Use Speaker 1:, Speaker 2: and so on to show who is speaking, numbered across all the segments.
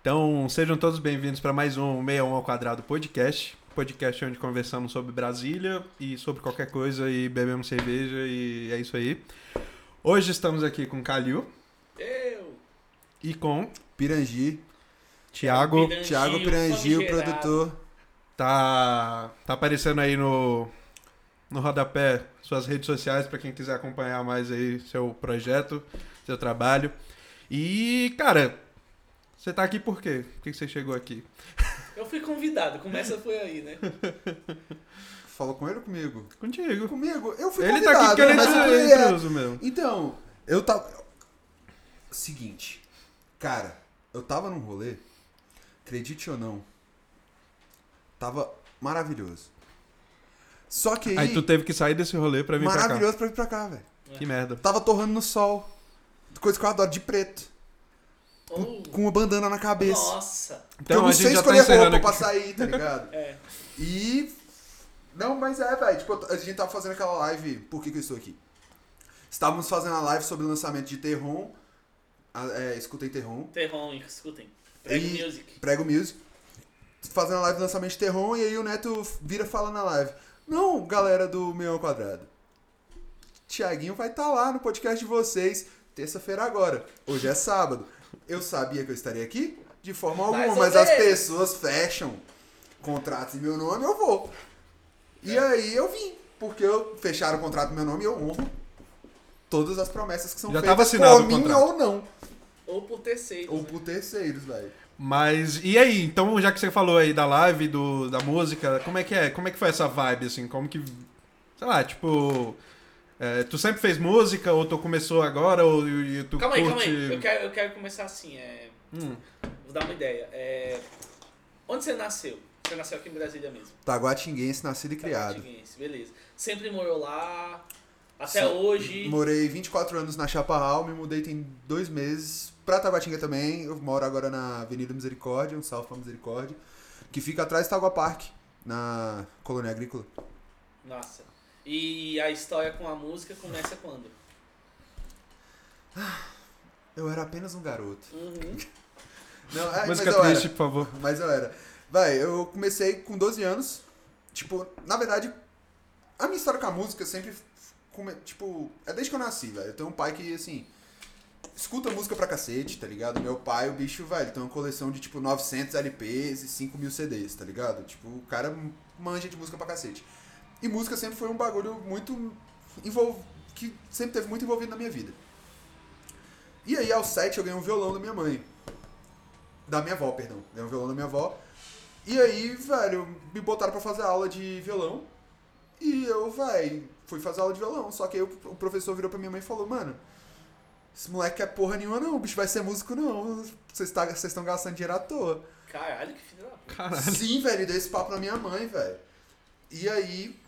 Speaker 1: Então, sejam todos bem-vindos para mais um 61 ao Quadrado Podcast. Podcast onde conversamos sobre Brasília e sobre qualquer coisa e bebemos cerveja e é isso aí. Hoje estamos aqui com Calil.
Speaker 2: Eu!
Speaker 1: E com
Speaker 3: Pirangi,
Speaker 1: Thiago.
Speaker 2: Pirangi.
Speaker 3: Thiago Pirangi, o
Speaker 2: famigerado.
Speaker 3: produtor.
Speaker 1: Tá, tá aparecendo aí no, no rodapé suas redes sociais para quem quiser acompanhar mais aí seu projeto, seu trabalho. E, cara, você tá aqui por quê? Por que que você chegou aqui?
Speaker 2: Eu fui convidado, começa foi aí, né?
Speaker 3: Falou com ele ou comigo?
Speaker 1: Contigo.
Speaker 3: Comigo? Eu fui
Speaker 1: Ele tá aqui
Speaker 3: convidado,
Speaker 1: porque ele
Speaker 3: mas eu
Speaker 1: é
Speaker 3: fui- é.
Speaker 1: intruso mesmo.
Speaker 3: Então, eu tava... Seguinte, cara, eu tava num rolê, acredite ou não, tava maravilhoso. Só que aí,
Speaker 1: Aí tu teve que sair desse rolê pra vir pra cá.
Speaker 3: maravilhoso pra vir pra cá, velho.
Speaker 1: Que merda.
Speaker 3: Tava torrando no sol, coisa que eu adoro, de preto,
Speaker 2: Oh,
Speaker 3: com uma bandana na cabeça.
Speaker 2: nossa!
Speaker 3: Porque eu
Speaker 1: Então
Speaker 3: não
Speaker 1: a gente
Speaker 3: sei
Speaker 1: já tá
Speaker 3: escolher
Speaker 1: encerrando
Speaker 3: roupa pra
Speaker 1: aqui.
Speaker 3: sair, tá ligado?
Speaker 2: É.
Speaker 3: E. Não, mas é, velho. Tipo, a gente tava fazendo aquela live. Por que, que eu estou aqui? Estávamos fazendo a live sobre o lançamento de Terron. a- É, escutem Terron.
Speaker 2: Terron, escutem. Prego
Speaker 3: E-
Speaker 2: Music.
Speaker 3: Prego Music. Fazendo a live do lançamento de Terron. E aí o Neto vira e fala na live. Não, galera do Meio ao Quadrado. Tiaguinho vai estar lá no podcast de vocês. Terça-feira agora. Hoje é sábado. Eu sabia que eu estaria aqui? De forma
Speaker 2: Mais
Speaker 3: alguma,
Speaker 2: ou
Speaker 3: mas as
Speaker 2: menos.
Speaker 3: pessoas fecham contratos em meu nome, eu vou.
Speaker 2: É.
Speaker 3: E aí eu vim, porque eu fecharam o contrato em meu nome e eu honro todas as promessas que são
Speaker 1: Já
Speaker 3: feitas
Speaker 1: tava assinado
Speaker 3: por
Speaker 1: o
Speaker 3: mim
Speaker 1: contrato.
Speaker 3: ou não.
Speaker 2: Ou por terceiro.
Speaker 3: Ou
Speaker 2: né?
Speaker 3: por terceiros, velho.
Speaker 1: Mas, e aí? Então, já que você falou aí da live, do, da música, como é que é? Como é que foi essa vibe, assim? Como que... Sei lá, tipo... é, tu sempre fez música, ou tu começou agora, ou e- e tu
Speaker 2: Calma aí, calma
Speaker 1: curte...
Speaker 2: aí. Eu quero, eu quero começar assim. É...
Speaker 1: Hum.
Speaker 2: Vou dar uma ideia. É... Onde você nasceu? Você nasceu aqui em Brasília mesmo.
Speaker 3: Taguatinguense, nascido e criado.
Speaker 2: Taguatinguense, Beleza. Sempre morou lá. Até
Speaker 3: Sim.
Speaker 2: hoje.
Speaker 3: Morei 24 anos na Chaparral, me mudei tem dois meses pra Taguatinga também. Eu moro agora na Avenida Misericórdia, um salve pra Misericórdia, que fica atrás do Tagua Park, na colônia agrícola.
Speaker 2: Nossa. E a história com a música começa quando?
Speaker 3: Eu era apenas um garoto.
Speaker 2: Uhum.
Speaker 3: Não, é, mas
Speaker 1: música
Speaker 3: eu
Speaker 1: triste,
Speaker 3: era.
Speaker 1: por favor.
Speaker 3: Mas eu era. Vai, eu comecei com 12 anos. Tipo, na verdade, a minha história com a música sempre. come- Tipo, é desde que eu nasci, velho. Eu tenho um pai que, assim. Escuta música pra cacete, tá ligado? Meu pai, o bicho, velho, tem uma coleção de, tipo, 900 LPs e 5 mil CDs, tá ligado? Tipo, o cara manja de música pra cacete. E música sempre foi um bagulho muito. Envol... que sempre teve muito envolvido na minha vida. E aí, aos 7, eu ganhei um violão da minha mãe. Da minha avó, perdão. Ganhei um violão da minha avó. E aí, velho, me botaram pra fazer aula de violão. E eu, velho, fui fazer aula de violão. Só que aí o o professor virou pra minha mãe e falou, mano, esse moleque é porra nenhuma não, o bicho vai ser músico não. Vocês tá- vocês estão gastando dinheiro à toa.
Speaker 2: Caralho, que filho da puta.
Speaker 1: Caralho.
Speaker 3: Sim, velho, deu esse papo na minha mãe, velho. E aí.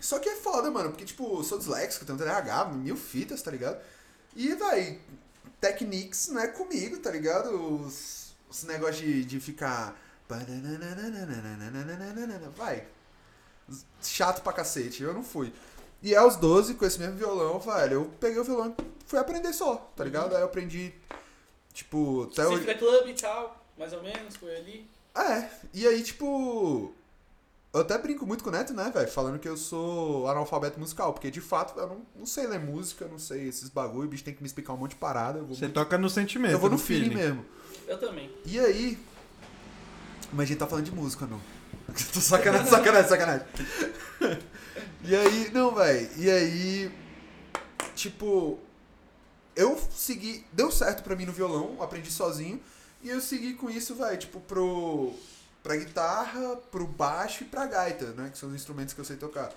Speaker 3: Só que é foda, mano, porque, tipo, eu sou disléxico, tenho TDAH, mil fitas, tá ligado? E, velho, Techniques não é comigo, tá ligado? Os, os negócios de, de ficar. Vai. Chato pra cacete, eu não fui. E aos 12, com esse mesmo violão, velho, eu peguei o violão e fui aprender só, tá ligado? Aí eu aprendi, tipo, até hoje.
Speaker 2: Cifra Club e tal, mais ou menos, foi ali.
Speaker 3: É, e aí, tipo. Eu até brinco muito com o Neto, né, velho? Falando que eu sou analfabeto musical, porque de fato eu não, não sei ler música, não sei esses bagulho, o bicho tem que me explicar um monte de parada. Eu vou,
Speaker 1: Você
Speaker 3: muito-
Speaker 1: toca no sentimento,
Speaker 3: eu vou no feeling, mesmo.
Speaker 2: Eu também.
Speaker 3: E aí. Mas a gente tá falando de música, não. Tô sacanagem, sacanagem, sacanagem. e aí, não, velho. E aí. Tipo. Eu segui. Deu certo pra mim no violão, aprendi sozinho. E eu segui com isso, velho, tipo, pro. Pra guitarra, pro baixo e pra gaita, né? Que são os instrumentos que eu sei tocar.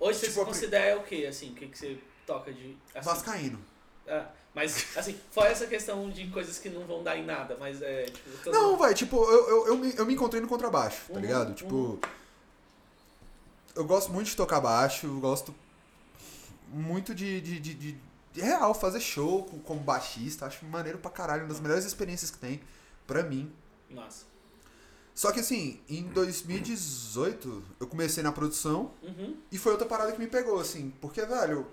Speaker 2: Hoje você
Speaker 3: Tipo,
Speaker 2: se
Speaker 3: a-
Speaker 2: considera o quê, assim? O que, que você toca de. Assim,
Speaker 3: Vascaíno.
Speaker 2: Ah, mas, assim, fora essa questão de coisas que não vão dar em nada, mas é. Tipo, todo-
Speaker 3: Não, vai, tipo, eu, eu, eu, me, eu me encontrei no contrabaixo, tá
Speaker 2: Uhum,
Speaker 3: ligado? Tipo. Eu gosto muito de tocar baixo, eu gosto muito de, de, de, de- de real, fazer show com- como baixista, acho maneiro pra caralho, uma das melhores experiências que tem, pra mim.
Speaker 2: Nossa.
Speaker 3: Só que assim, em 2018, eu comecei na produção,
Speaker 2: Uhum.
Speaker 3: e foi outra parada que me pegou, assim, porque, velho,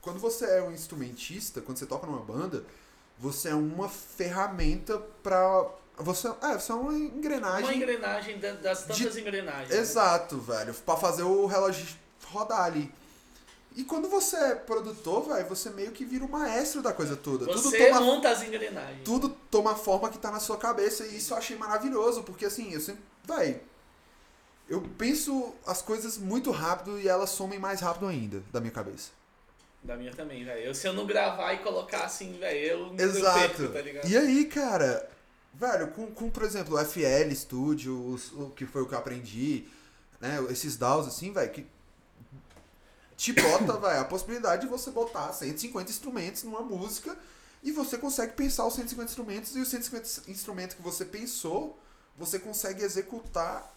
Speaker 3: quando você é um instrumentista, quando você toca numa banda, Você é uma ferramenta pra. Você, é, você é uma engrenagem.
Speaker 2: Uma engrenagem né? da- das tantas engrenagens. né?
Speaker 3: Exato, velho. Pra fazer o relógio rodar ali. E quando você é produtor, velho, você meio que vira o maestro da coisa toda. tudo
Speaker 2: Você é
Speaker 3: toma
Speaker 2: monta as engrenagens.
Speaker 3: tudo toma a forma que tá na sua cabeça e isso eu achei maravilhoso, porque assim, eu sempre, vai, eu penso as coisas muito rápido e elas somem mais rápido ainda da minha cabeça.
Speaker 2: Da minha também, velho. Eu- Se eu não gravar e colocar assim, velho, eu não
Speaker 3: Exato.
Speaker 2: perco, tá ligado?
Speaker 3: e é aí, cara, velho, com, com por exemplo, o FL Studio, os- o que foi o que eu aprendi, né, esses DAWs assim, velho, que te bota, velho, a possibilidade de você botar 150 instrumentos numa música e você consegue pensar os 150 instrumentos e os 150 instrumentos que você pensou, você consegue executar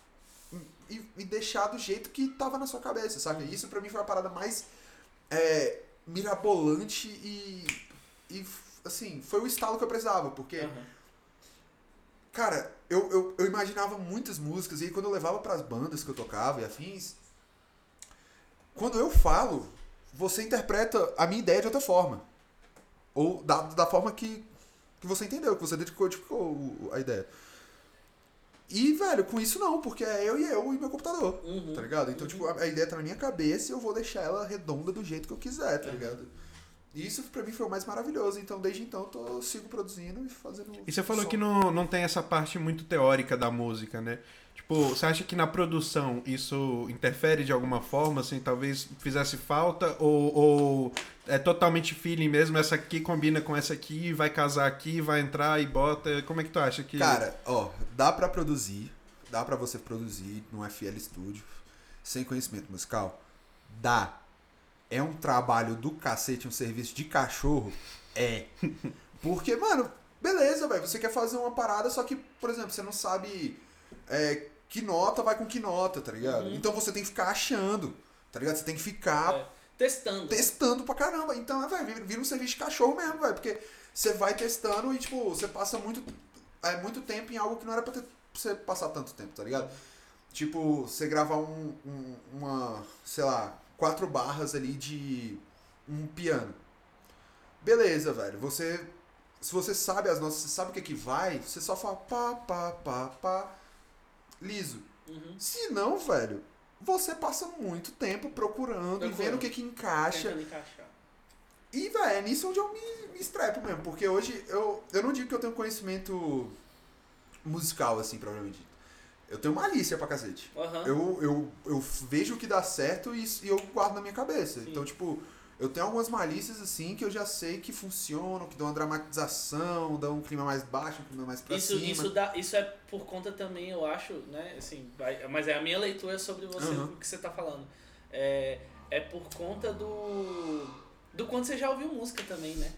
Speaker 3: e, e deixar do jeito que tava na sua cabeça, saca? Isso pra mim foi a parada mais é, mirabolante e, e, assim, foi o estalo que é- eu precisava, porque
Speaker 2: Aham.
Speaker 3: Cara, eu, eu, eu imaginava muitas músicas, e aí quando eu levava pras bandas que eu tocava e afins, quando eu falo, você interpreta a minha ideia de outra forma. Ou da, da forma que, que você entendeu, que você decodificou o- a ideia. E, velho, com isso não, porque é eu e eu e meu computador,
Speaker 2: Uhum.
Speaker 3: tá ligado? Então, tipo, a, a ideia tá na minha cabeça e eu vou deixar ela redonda do jeito que eu quiser, tá
Speaker 2: Uhum.
Speaker 3: ligado? E isso pra mim foi o mais maravilhoso. Então, desde então, eu tô, eu sigo produzindo e fazendo.
Speaker 1: E você falou
Speaker 3: som.
Speaker 1: que não, não tem essa parte muito teórica da música, né? Tipo, você acha que na produção isso interfere de alguma forma, assim, talvez fizesse falta, ou, ou é totalmente feeling mesmo, essa aqui combina com essa aqui, vai casar aqui, vai entrar e bota. Como é que tu acha que.
Speaker 3: Cara, ó, dá pra produzir, dá pra você produzir no FL Studio sem conhecimento musical? Dá. É um trabalho do cacete, um serviço de cachorro? É. Porque, mano, beleza, velho, você quer fazer uma parada, só que, por exemplo, você não sabe é, que nota vai com que nota, tá ligado?
Speaker 2: Uhum.
Speaker 3: Então você tem que ficar achando, tá ligado? Você tem que ficar
Speaker 2: É. Testando.
Speaker 3: testando pra caramba. Então, é, velho, vira- vira um serviço de cachorro mesmo, velho. Porque você vai testando e, tipo, você passa muito, é, muito tempo em algo que não era pra, ter- pra você passar tanto tempo, tá ligado? Tipo, você gravar um, um- uma, sei lá, quatro barras ali de um piano. Beleza, velho. Você. Se você sabe as notas, você sabe o que que vai, você só fala pá, pá, pá, pá. Liso.
Speaker 2: Uhum.
Speaker 3: Se não, velho, você passa muito tempo procurando e
Speaker 2: Procurando.
Speaker 3: vendo o que que encaixa.
Speaker 2: Tentando encaixar.
Speaker 3: E, velho, é nisso onde eu me, me estrepo mesmo. Porque hoje eu, eu não digo que eu tenho conhecimento musical, assim, provavelmente. Eu tenho malícia pra cacete.
Speaker 2: Aham.
Speaker 3: Eu, eu, eu vejo o que dá certo e, isso- e eu guardo na minha cabeça.
Speaker 2: Sim.
Speaker 3: Então, tipo, eu tenho algumas malícias, assim, que eu já sei que funcionam, que dão uma dramatização, dão um clima mais baixo, um clima mais pra
Speaker 2: Isso,
Speaker 3: cima.
Speaker 2: isso, dá, isso é por conta também, eu acho, né? Assim, vai- mas é a minha leitura sobre você,
Speaker 3: Aham.
Speaker 2: o que você tá falando. É, é por conta do. do quanto você já ouviu música também, né?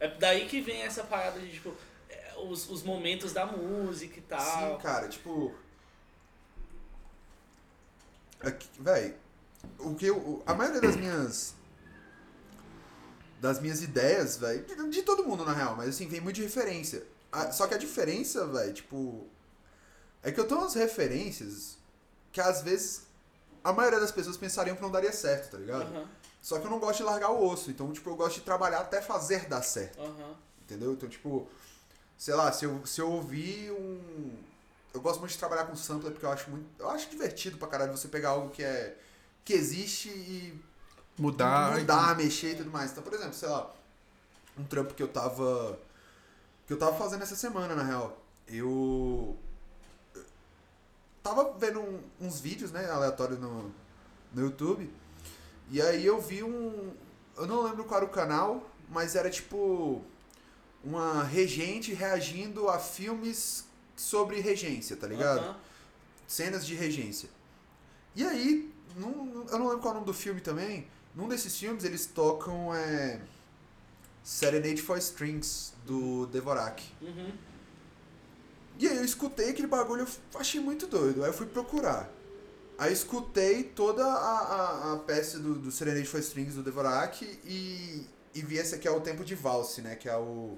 Speaker 2: É daí que vem essa parada de, tipo, é, os, os momentos da música e
Speaker 3: Sim,
Speaker 2: tal.
Speaker 3: cara, tipo. Aqui, véi, o que eu, o- a maioria das minhas. Das minhas ideias, véi. de- De todo mundo, na real, mas assim, vem muito de referência. A- só que a diferença, véi, tipo. É que eu tenho umas referências que às vezes a maioria das pessoas pensariam que não daria certo, tá ligado?
Speaker 2: Aham,
Speaker 3: Só que eu não gosto de largar o osso, então, tipo, eu gosto de trabalhar até fazer dar certo.
Speaker 2: aham.
Speaker 3: Entendeu? Então, tipo, sei lá, se eu, se eu ouvir um. Eu gosto muito de trabalhar com sampler porque eu acho muito. Eu acho divertido pra caralho você pegar algo que é. que existe e
Speaker 1: Mudar.
Speaker 3: mudar, mexer e tudo mais. Então, por exemplo, sei lá, um trampo que eu tava. que eu tava fazendo essa semana, na real. Eu. eu Tava vendo um- uns vídeos, né, aleatório no, no YouTube. E aí eu vi um. Eu não lembro qual era o canal, mas era tipo. Uma regente reagindo a filmes sobre regência, tá ligado?
Speaker 2: Aham.
Speaker 3: cenas de regência. E aí, num- num- eu não lembro qual é o nome do filme também, num desses filmes eles tocam é, Serenade for Strings, do Devorak.
Speaker 2: Uhum.
Speaker 3: E aí eu escutei aquele bagulho, eu f- achei muito doido, aí eu fui procurar. Aí escutei toda a, a, a peça do, do Serenade for Strings, do Devorak, e, e vi essa que é o tempo de valse, né, que é o,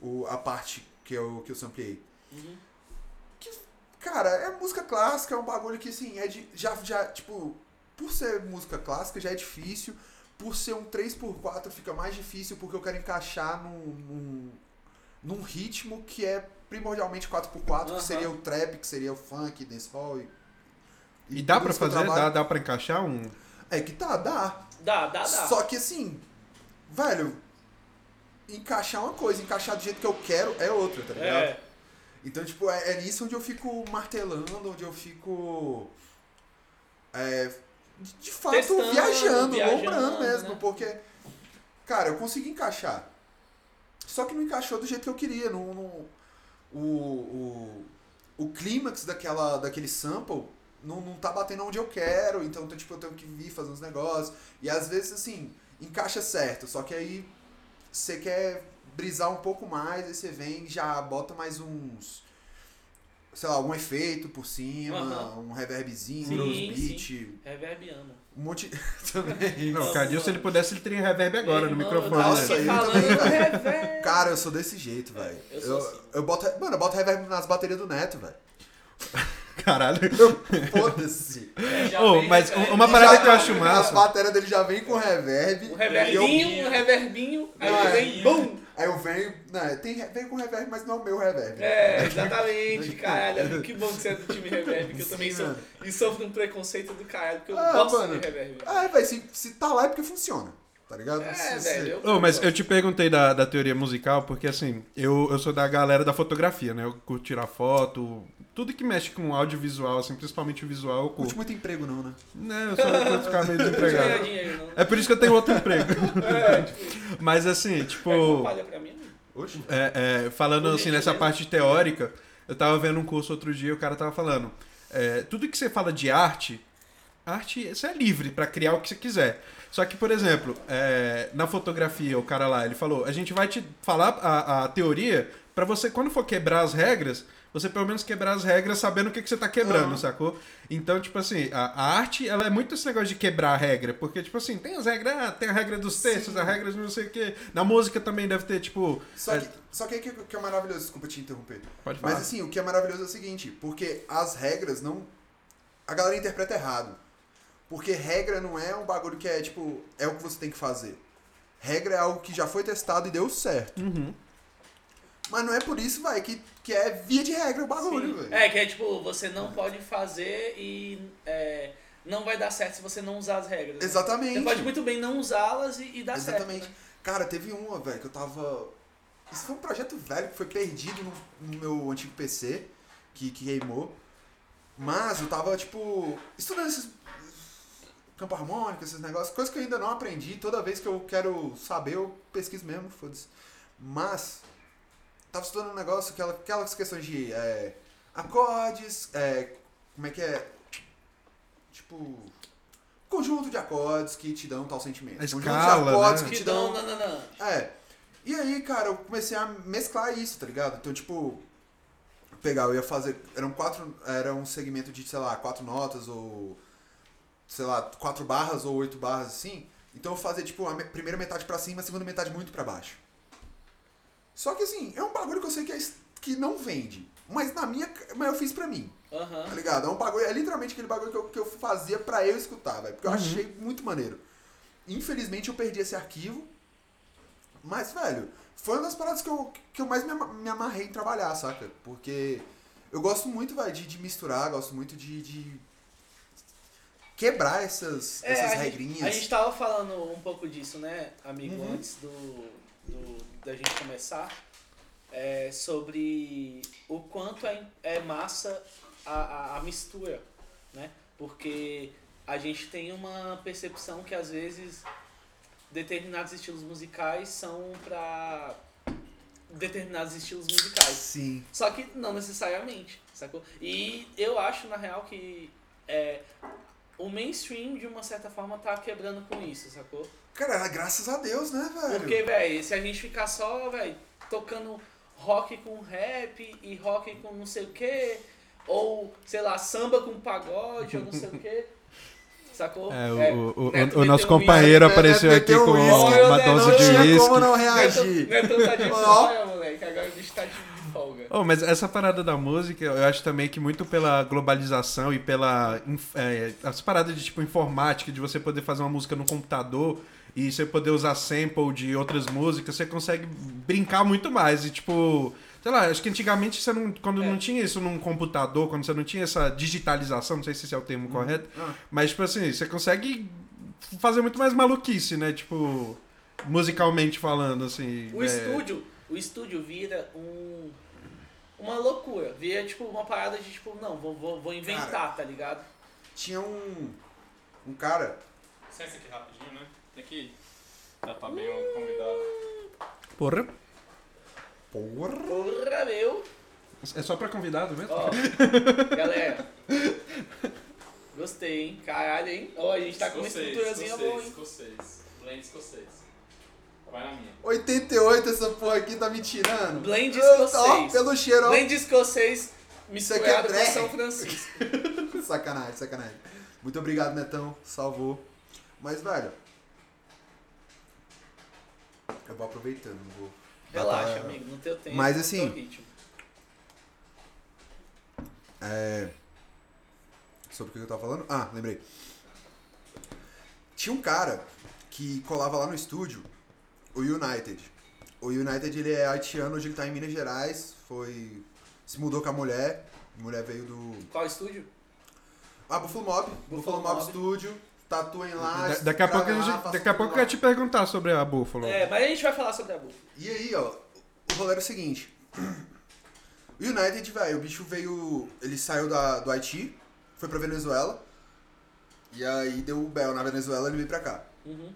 Speaker 3: o, a parte que eu, que eu sampliei.
Speaker 2: Uhum.
Speaker 3: Cara, é música clássica, é um bagulho que, assim, é de, já, já, tipo, por ser música clássica já é difícil. por ser um 3x4 fica mais difícil porque eu quero encaixar num, num, num ritmo que é primordialmente 4x4,
Speaker 2: Aham.
Speaker 3: que seria o trap, que seria o funk, dancehall. E,
Speaker 1: E dá
Speaker 3: tudo
Speaker 1: pra
Speaker 3: isso que eu
Speaker 1: fazer? Dá,
Speaker 3: trabalho-
Speaker 1: dá pra encaixar um?
Speaker 3: É que tá, dá.
Speaker 2: Dá, dá, dá.
Speaker 3: Só que assim, velho, encaixar uma coisa, encaixar do jeito que eu quero é outra, tá ligado?
Speaker 2: é,
Speaker 3: Então, tipo, é, é nisso onde eu fico martelando, onde eu fico. é, de, de fato,
Speaker 2: Testando,
Speaker 3: viajando,
Speaker 2: viajando,
Speaker 3: lombrando mesmo,
Speaker 2: né?
Speaker 3: porque. Cara, eu consegui encaixar. Só que não encaixou do jeito que eu queria. Não, não- o, o, o clímax daquela, daquele sample não, não tá batendo onde eu quero, então tipo, eu tenho que vir fazer uns negócios. E às vezes, assim, encaixa certo, só que aí você quer brisar um pouco mais, aí você vem e já bota mais uns. Sei lá, algum efeito por cima,
Speaker 2: Aham.
Speaker 3: um reverbzinho,
Speaker 2: Sim,
Speaker 3: um
Speaker 2: sim.
Speaker 3: beat,
Speaker 2: reverb ama.
Speaker 3: um monte. também.
Speaker 1: Não,
Speaker 2: Nossa.
Speaker 1: Cadil, se ele pudesse, ele teria reverb agora no
Speaker 2: Irmão,
Speaker 1: microfone.
Speaker 2: eu
Speaker 3: Nossa,
Speaker 1: né?
Speaker 2: fiquei
Speaker 3: eu
Speaker 2: falando
Speaker 3: também, velho.
Speaker 2: reverb.
Speaker 3: Cara, eu sou desse jeito, velho.
Speaker 2: eu sou
Speaker 3: eu,
Speaker 2: assim.
Speaker 3: eu boto. Mano, eu boto reverb nas baterias do Neto, velho.
Speaker 1: Caralho.
Speaker 3: Foda-se.
Speaker 2: É, já
Speaker 1: Ô,
Speaker 2: vem
Speaker 1: mas
Speaker 2: reverb.
Speaker 1: uma parada
Speaker 2: Já
Speaker 1: que eu acho
Speaker 2: vem
Speaker 1: massa.
Speaker 3: As baterias dele já vem com reverb.
Speaker 2: Um
Speaker 3: e É, eu-
Speaker 2: reverbinho, um reverbinho, aí
Speaker 3: Ah,
Speaker 2: vem
Speaker 3: é.
Speaker 2: BUM!
Speaker 3: Aí eu venho. Né, tem, re- vem com reverb, mas não é o meu reverb.
Speaker 2: É, exatamente, caralho. Que bom que você é do time reverb, que eu também
Speaker 3: Sim,
Speaker 2: sou.
Speaker 3: mano.
Speaker 2: E sofro de um preconceito do caralho, porque eu
Speaker 3: Ah,
Speaker 2: gosto
Speaker 3: mano.
Speaker 2: de reverb.
Speaker 3: Ah, velho, se, se tá lá é porque funciona. Tá ligado?
Speaker 2: É,
Speaker 3: Se- se-
Speaker 2: velho.
Speaker 1: Ô, mas eu te perguntei da, da teoria musical, porque assim, eu, eu sou da galera da fotografia, né? Eu curto tirar foto, tudo que mexe com audiovisual, assim, principalmente o visual, eu
Speaker 3: Curte
Speaker 1: curto.
Speaker 3: muito emprego, não, né?
Speaker 1: Né, eu só curto ficar meio
Speaker 2: não ganhar
Speaker 1: desempregado.
Speaker 2: dinheiro, não.
Speaker 1: É por isso que eu tenho outro emprego.
Speaker 2: É, tipo,
Speaker 1: Mas assim, tipo.
Speaker 2: pega uma palha pra mim. né?
Speaker 3: Oxe.
Speaker 1: É, é, falando
Speaker 2: Por
Speaker 1: assim, nessa
Speaker 2: gentileza.
Speaker 1: parte teórica, eu tava vendo um curso outro dia e o cara tava falando. é, tudo que você fala de arte, arte você é livre pra criar o que você quiser. Só que, por exemplo, é, na fotografia, o cara lá, ele falou: a gente vai te falar a, a teoria pra você, quando for quebrar as regras, você pelo menos quebrar as regras sabendo o que, que você tá quebrando,
Speaker 3: Aham.
Speaker 1: sacou? Então, tipo assim, a, a arte, ela é muito esse negócio de quebrar a regra, porque, tipo assim, tem as regras, ah, tem a regra dos textos,
Speaker 3: Sim.
Speaker 1: a regra de não sei o quê. Na música também deve ter, tipo,
Speaker 3: Só que, só que aí que, que é maravilhoso, desculpa te interromper.
Speaker 1: Pode
Speaker 3: Mas assim, o que é maravilhoso é o seguinte, porque as regras não. A galera interpreta errado. Porque regra não é um bagulho que é tipo, é o que você tem que fazer. Regra é algo que já foi testado e deu certo. Mas não é por isso, vai, que, que é via de regra o bagulho,
Speaker 2: Sim.
Speaker 3: velho.
Speaker 2: É, que é tipo, você não pode fazer e é, não vai dar certo se você não usar as regras. né?
Speaker 3: Exatamente.
Speaker 2: Você pode muito bem não usá-las e, e dar
Speaker 3: Exatamente.
Speaker 2: certo. né?
Speaker 3: Cara, teve uma, velho, que eu tava. Isso foi um projeto velho que foi perdido no, no meu antigo PC, que, que queimou. Mas eu tava, tipo, estudando esses. campo harmônico, esses negócios, coisa que eu ainda não aprendi. Toda vez que eu quero saber, eu pesquiso mesmo, foda-se. Mas. Tava estudando um negócio, aquela, aquelas questões de. é, acordes, é, como é que é? Tipo. Conjunto de acordes que te dão tal sentimento.
Speaker 1: A
Speaker 3: conjunto
Speaker 1: escala,
Speaker 3: de acordes
Speaker 1: né?
Speaker 3: que te
Speaker 2: Não,
Speaker 3: dão
Speaker 2: não, não, não.
Speaker 3: é. E aí, cara, eu comecei a mesclar isso, tá ligado? Então, tipo, pegar, eu ia fazer. Eram quatro. Era um segmento de, sei lá, quatro notas ou. Sei lá, quatro barras ou oito barras assim. Então eu fazia, tipo, a me- primeira metade pra cima, a segunda metade muito pra baixo. Só que assim, é um bagulho que eu sei que, é, es- que não vende. Mas na minha. ca- Mas eu fiz pra mim,
Speaker 2: Aham.
Speaker 3: tá ligado? É um bagulho. É literalmente aquele bagulho que eu, que eu fazia pra eu escutar, velho.
Speaker 1: Uhum.
Speaker 3: Porque eu achei muito maneiro. Infelizmente eu perdi esse arquivo. Mas, velho, foi uma das paradas que eu, que eu mais me, ama- me amarrei em trabalhar, saca? Porque eu gosto muito, velho, de, de misturar, gosto muito de, de quebrar essas,
Speaker 2: É,
Speaker 3: essas
Speaker 2: a
Speaker 3: regrinhas.
Speaker 2: Gente, a gente tava falando um pouco disso, né, amigo,
Speaker 3: Uhum.
Speaker 2: antes do, do- da gente começar, é, sobre o quanto é, é massa a, a- a mistura, né? Porque a gente tem uma percepção que às vezes determinados estilos musicais são pra determinados estilos musicais.
Speaker 3: Sim.
Speaker 2: Só que não necessariamente, sacou? E eu acho, na real, que é, o mainstream, de uma certa forma, tá quebrando com isso, sacou?
Speaker 3: Cara, graças a Deus, né, velho?
Speaker 2: Porque, velho, se a gente ficar só, velho, tocando rock com rap e rock com não sei o quê, ou, sei lá, samba com pagode ou não sei o quê, sacou?
Speaker 1: É, o,
Speaker 2: É,
Speaker 1: o- o-
Speaker 2: Neto
Speaker 1: o
Speaker 2: meteu
Speaker 1: nosso
Speaker 2: um
Speaker 1: companheiro
Speaker 3: Neto
Speaker 1: apareceu aqui
Speaker 3: É, meteu
Speaker 1: com
Speaker 3: um
Speaker 2: uísque.
Speaker 1: uma
Speaker 2: né? Não,
Speaker 1: dose de
Speaker 3: Não tinha como
Speaker 1: uísque.
Speaker 3: não
Speaker 2: Não é tão-
Speaker 3: reagir.
Speaker 2: não é tanta
Speaker 3: Ó.
Speaker 2: dica, moleque, agora o bicho tá de folga.
Speaker 1: Oh, mas essa parada da música, eu acho também que muito pela globalização e pela. inf- é, as paradas de tipo informática, de você poder fazer uma música no computador e você poder usar sample de outras músicas, você consegue brincar muito mais. E tipo. Sei lá, acho que antigamente você não, quando
Speaker 2: É.
Speaker 1: não tinha isso num computador, quando você não tinha essa digitalização, não sei se esse é o
Speaker 2: Hum.
Speaker 1: termo correto,
Speaker 3: Ah.
Speaker 1: mas tipo assim, você consegue fazer muito mais maluquice, né? Tipo, musicalmente falando, assim.
Speaker 2: O
Speaker 1: é,
Speaker 2: estúdio, o estúdio vira um uma loucura, vira tipo uma parada de tipo, não, vou, vou, vou inventar,
Speaker 3: Cara.
Speaker 2: tá ligado?
Speaker 3: Tinha um. Um cara.
Speaker 4: Licença aqui rapidinho, né? Tem que tratar bem o convidado.
Speaker 1: Porra.
Speaker 3: Porra!
Speaker 2: Porra, meu.
Speaker 1: É só pra convidado mesmo?
Speaker 2: Ó, galera. Gostei, hein? Caralho, hein? Ó, a gente tá com uma estruturazinha boa,
Speaker 4: escocês,
Speaker 2: hein?
Speaker 4: escocês. Blend escocês. Vai na minha.
Speaker 3: 88 essa porra aqui tá me tirando.
Speaker 2: Blend
Speaker 3: Eu- Ó,
Speaker 2: escocês.
Speaker 3: pelo cheiro, ó.
Speaker 2: Blend escocês
Speaker 3: Isso aqui é
Speaker 2: misturado com
Speaker 3: drag.
Speaker 2: São Francisco.
Speaker 3: Sacanagem, sacanagem. Muito obrigado, Netão. Salvou. Mas, velho. Eu vou aproveitando, não vou.
Speaker 2: Relaxa,
Speaker 3: Tá-
Speaker 2: amigo, não teu tempo.
Speaker 3: Mas,
Speaker 2: no
Speaker 3: assim,
Speaker 2: teu ritmo.
Speaker 3: É. Sobre o que eu tava falando? Ah, lembrei. Tinha um cara que colava lá no estúdio, o United. O United ele é haitiano, hoje ele tá em Minas Gerais, foi. se mudou com a mulher. A mulher veio do.
Speaker 2: Qual estúdio?
Speaker 3: Ah, Buffalo Mob. Buffalo
Speaker 2: Buffalo
Speaker 3: Mob
Speaker 2: Mob.
Speaker 3: Studio. Tatuem lá.
Speaker 1: Da- daqui a
Speaker 3: grava
Speaker 1: pouco, a
Speaker 3: lá,
Speaker 1: gente-
Speaker 3: Ah, faça um
Speaker 1: daqui a
Speaker 3: tudo
Speaker 1: pouco eu
Speaker 3: lá.
Speaker 1: ia te perguntar sobre a Buffalo.
Speaker 3: né?
Speaker 2: É, mas a gente vai falar sobre a Bufa.
Speaker 3: E aí, ó, o rolê era o seguinte. O United, velho, o bicho veio. Ele saiu da, do Haiti, foi pra Venezuela. E aí deu o Bel na Venezuela ele veio pra cá.
Speaker 2: Uhum.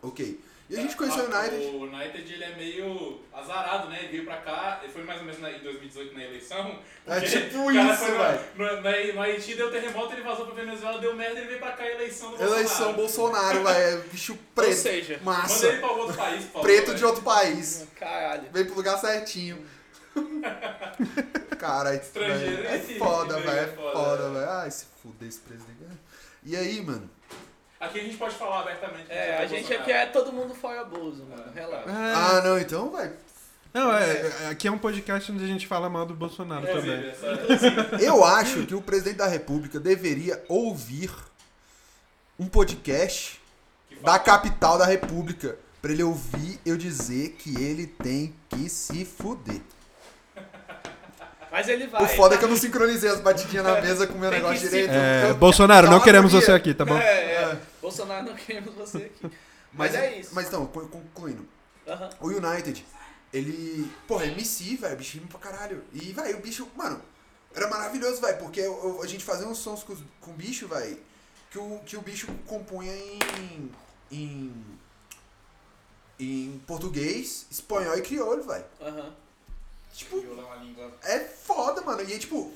Speaker 3: Ok. E a gente conheceu o
Speaker 4: Ah,
Speaker 3: United.
Speaker 4: O United ele é meio azarado, né? Ele veio pra cá, ele foi mais ou menos na- em 2018 na eleição.
Speaker 3: É
Speaker 4: porque
Speaker 3: tipo
Speaker 4: o cara
Speaker 3: isso,
Speaker 4: foi na- No, na- no Haiti deu terremoto, ele vazou pra Venezuela, deu merda, ele veio pra cá, eleição do
Speaker 3: Eleição Bolsonaro, velho. Bicho
Speaker 2: Ou
Speaker 3: preto.
Speaker 2: seja,
Speaker 4: Manda ele
Speaker 3: Massa.
Speaker 4: pra outro país, por favor,
Speaker 3: Preto de
Speaker 4: velho.
Speaker 3: outro país.
Speaker 2: caralho.
Speaker 3: Veio pro lugar certinho. Cara, é-
Speaker 4: Estrangeiro,
Speaker 3: é
Speaker 4: esse-
Speaker 3: foda,
Speaker 4: esse
Speaker 3: velho. É
Speaker 4: é foda,
Speaker 3: foda,
Speaker 4: velho.
Speaker 3: velho. Ai, se fuder esse presidente. E aí, mano?
Speaker 4: Aqui a gente pode falar abertamente. né?
Speaker 2: É, a gente aqui é todo mundo fora Bozo, mano. Relaxa.
Speaker 1: É,
Speaker 3: Ah, não, então, velho.
Speaker 1: não, é, é- aqui é um podcast onde a gente fala mal do
Speaker 4: É,
Speaker 1: Bolsonaro
Speaker 2: É,
Speaker 1: também.
Speaker 3: Eu acho que o presidente da República deveria ouvir um podcast da capital da República pra ele ouvir eu dizer que ele tem que se fuder.
Speaker 2: Mas ele vai.
Speaker 3: o foda é que eu não sincronizei as batidinhas na mesa com o meu
Speaker 2: Tem que
Speaker 3: negócio
Speaker 2: se-
Speaker 3: direito.
Speaker 1: É,
Speaker 3: Eu-
Speaker 1: Bolsonaro,
Speaker 3: Dá
Speaker 1: não
Speaker 3: uma
Speaker 1: queremos
Speaker 3: agonia.
Speaker 1: você aqui, tá bom?
Speaker 2: É, é. Bolsonaro não queremos você aqui. Mas, é isso.
Speaker 3: Mas então, con- concluindo.
Speaker 2: Aham.
Speaker 3: O United, ele. Porra, MC, velho, bicho rima pra caralho. E, velho, o bicho, mano, era maravilhoso, velho, porque eu- eu- a gente fazia uns sons com, os- com o bicho, velho, que o, que o bicho compunha em. em. em português, espanhol e crioulo, velho.
Speaker 2: Aham.
Speaker 3: Tipo, é foda, mano. E, tipo,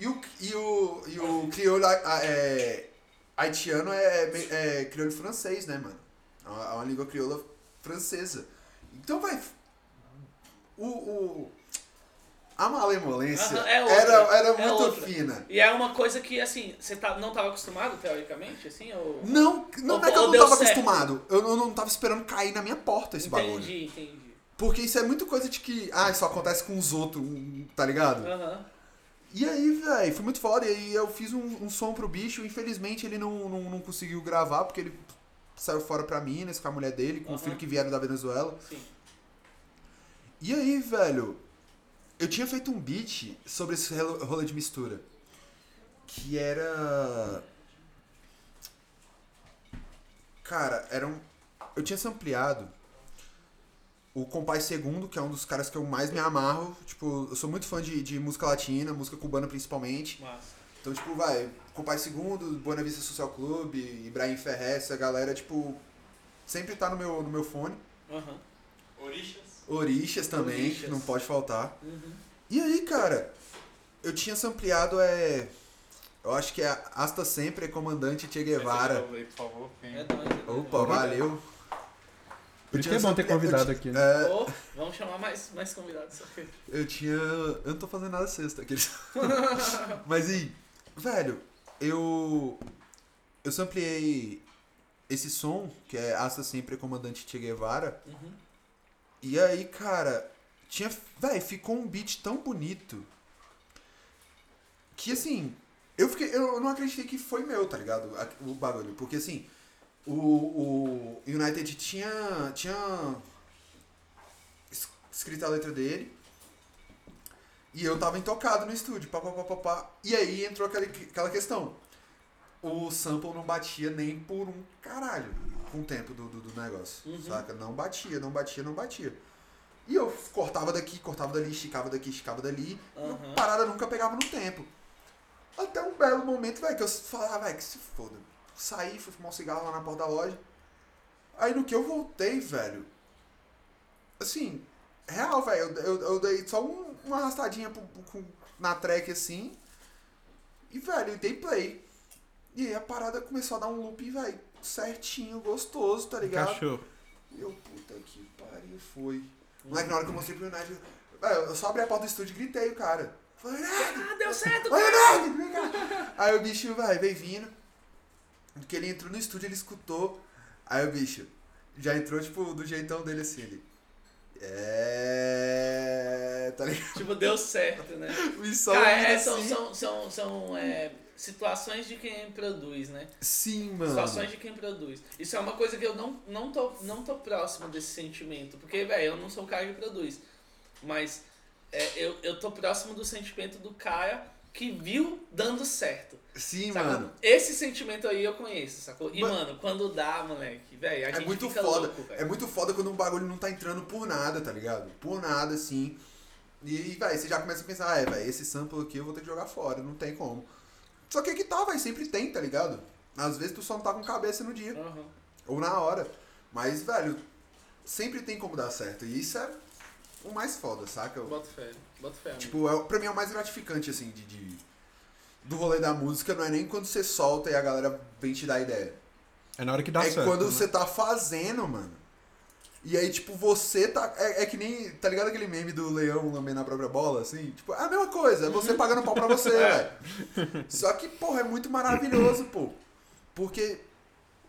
Speaker 3: e o, e o, e o crioulo a- a- é, haitiano é, me- é crioulo francês, né, mano? É uma, é uma língua crioula francesa. Então, vai... O... o a malemolência
Speaker 2: Aham, é outra,
Speaker 3: era, era
Speaker 2: é
Speaker 3: muito
Speaker 2: outra.
Speaker 3: fina.
Speaker 2: E é uma coisa que, assim, você tá, não tava acostumado, teoricamente, assim? Ou...
Speaker 3: Não, não
Speaker 2: Ou-
Speaker 3: é que eu
Speaker 2: ou
Speaker 3: não
Speaker 2: deu
Speaker 3: tava
Speaker 2: certo.
Speaker 3: acostumado. Eu não, não tava esperando cair na minha porta esse bagulho.
Speaker 2: entendi, entendi.
Speaker 3: Porque isso é muito coisa de que, ah, isso acontece com os outros, tá ligado?
Speaker 2: Aham.
Speaker 3: E aí, velho, foi muito foda. E aí eu fiz um, um som pro bicho. Infelizmente ele não, não, não conseguiu gravar, porque ele saiu fora pra Minas com a mulher dele, com o
Speaker 2: Aham.
Speaker 3: filho que vieram da Venezuela.
Speaker 2: Sim.
Speaker 3: E aí, velho, eu tinha feito um beat sobre esse relo- rolê de mistura. Que era. Cara, era um. Eu tinha sampleado o Compás Segundo, que é um dos caras que eu mais me amarro. Tipo, eu sou muito fã de, de música latina, música cubana principalmente.
Speaker 2: Massa.
Speaker 3: Então, tipo, vai, Compás Segundo, Buena Vista Social Clube, Ibrahim Ferrez, a galera, tipo, sempre tá no meu, no meu fone.
Speaker 2: Aham.
Speaker 4: Orixas.
Speaker 3: Orixas também,
Speaker 2: Orixas.
Speaker 3: que não pode faltar.
Speaker 2: Uhum.
Speaker 3: E aí, cara, eu tinha sampleado, é. Eu acho que é Asta Sempre, é Comandante Che Guevara.
Speaker 4: Por favor, quem-
Speaker 2: É nóis.
Speaker 3: Opa, valeu.
Speaker 1: Por isso que é bom ter convidado aqui, né?
Speaker 3: É,
Speaker 2: Ô, vamos chamar mais, mais convidados. ok.
Speaker 3: eu tinha. Eu não tô fazendo nada sexta, aqueles. Mas e. Velho, eu. Eu sampleei esse som, que é Asta Sempre, é Comandante Che Guevara.
Speaker 2: Uhum.
Speaker 3: E aí, cara, Tinha. Véi, ficou um beat tão bonito. Que assim. Eu fiquei. Eu não acreditei que foi meu, tá ligado? A- O barulho. Porque assim. O, o United tinha. Tinha. es- Escrito a letra dele. E eu tava intocado no estúdio. Pá, pá, pá, pá, pá. E aí entrou aquela, aquela questão. O sample não batia nem por um caralho com o tempo do, do, do negócio.
Speaker 2: Uhum.
Speaker 3: Saca? Não batia, não batia, não batia. E eu cortava daqui, cortava dali, esticava daqui, esticava dali.
Speaker 2: Aham.
Speaker 3: A parada nunca pegava no tempo. Até um belo momento, velho, que eu falava, ah, velho, que se foda. Saí, fui fumar um cigarro lá na porta da loja. Aí no que eu voltei, velho. Assim, real, velho, eu, eu, eu dei só um- uma arrastadinha pro- pro- com- na track assim. E, velho, eu dei play. E aí a parada começou a dar um loop, velho, certinho, gostoso, tá ligado?
Speaker 1: Encaixou.
Speaker 3: E eu, puta que pariu, foi. Moleque, na hora que eu mostrei pro United, eu, eu- eu só abri a porta do estúdio e gritei o cara. Falei, United!
Speaker 2: Ah, deu certo!
Speaker 3: Olha o United! Vem cá! Aí o bicho, vai, veio vindo. Do que ele entrou no estúdio, ele escutou. Aí o bicho já entrou, tipo, do jeitão dele assim, ele. É. Tá ligado?
Speaker 2: Tipo, deu certo, né?
Speaker 3: E só
Speaker 2: Cara,
Speaker 3: ouvindo
Speaker 2: é, são,
Speaker 3: assim.
Speaker 2: são, são, são é, situações de quem produz, né?
Speaker 3: Sim, mano.
Speaker 2: Situações de quem produz. Isso é uma coisa que eu não, não, tô, não tô próximo desse sentimento. Porque, velho, eu não sou o cara que produz. Mas é, eu, eu tô próximo do sentimento do cara que viu dando certo.
Speaker 3: Sim,
Speaker 2: sacou?
Speaker 3: mano.
Speaker 2: Esse sentimento aí eu conheço, sacou? E,
Speaker 3: Mas-
Speaker 2: mano, quando dá, moleque, velho, a
Speaker 3: É
Speaker 2: gente
Speaker 3: muito
Speaker 2: fica
Speaker 3: foda.
Speaker 2: louco,
Speaker 3: é
Speaker 2: velho.
Speaker 3: muito foda quando um bagulho não tá entrando por nada, tá ligado? Por nada, assim. E, vai, você já começa a pensar, ah, é, vai, esse sample aqui eu vou ter que jogar fora, não tem como. Só que aqui tá, vai, sempre tem, tá ligado? Às vezes tu só não tá com cabeça no dia,
Speaker 2: Aham.
Speaker 3: ou na hora. Mas, velho, sempre tem como dar certo. E isso é o mais foda, saca?
Speaker 2: Bota fé, bota fé. amigo.
Speaker 3: Tipo, é, o- pra mim é o mais gratificante, assim, de, de- do rolê da música. Não é nem quando você solta e a galera vem te dar ideia
Speaker 1: É na hora que dá
Speaker 3: é
Speaker 1: certo.
Speaker 3: quando
Speaker 1: né?
Speaker 3: você tá fazendo, mano. E aí, tipo, você tá. É, é que nem. Tá ligado aquele meme do leão lambendo a própria bola, assim? Tipo, é a mesma coisa, é você pagando pau pra você, velho. Só que, porra, é muito maravilhoso, pô. Porque.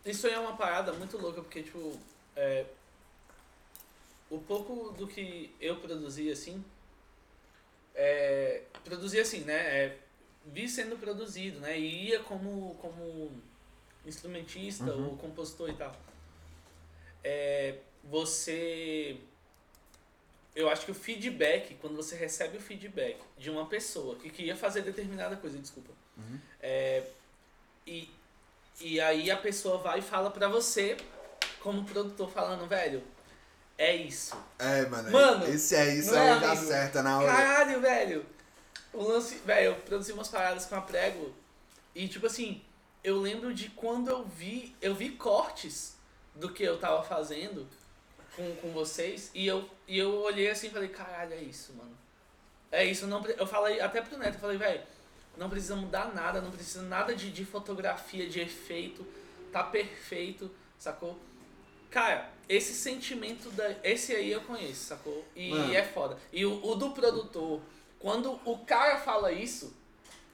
Speaker 2: Isso aí é uma parada muito louca, porque, tipo, é, o pouco do que eu produzi, assim, é, produzi assim, né, é, vi sendo produzido, né, e ia como, como instrumentista ou compositor e tal. É, você... Eu acho que o feedback, quando você recebe o feedback de uma pessoa que queria fazer determinada coisa, desculpa, é, e, e aí a pessoa vai e fala pra você, como produtor, falando, velho, é isso.
Speaker 3: É, mano.
Speaker 2: Mano,
Speaker 3: esse é isso,
Speaker 2: não
Speaker 3: é
Speaker 2: é,
Speaker 3: o que
Speaker 2: amigo?
Speaker 3: acerta na hora.
Speaker 2: Caralho, velho! O lance, velho, eu produzi umas paradas com a prego. E tipo assim, eu lembro de quando eu vi. Eu vi cortes do que eu tava fazendo com, com vocês. E eu, e eu olhei assim e falei, caralho, é isso, mano. É isso, não, pre- eu falei até pro Neto, eu falei, velho, não precisa mudar nada, não precisa nada de, de fotografia, de efeito, tá perfeito, sacou? Cara, esse sentimento, da, esse aí eu conheço, sacou? E
Speaker 3: Mano.
Speaker 2: é foda. E o, o do produtor, quando o cara fala isso,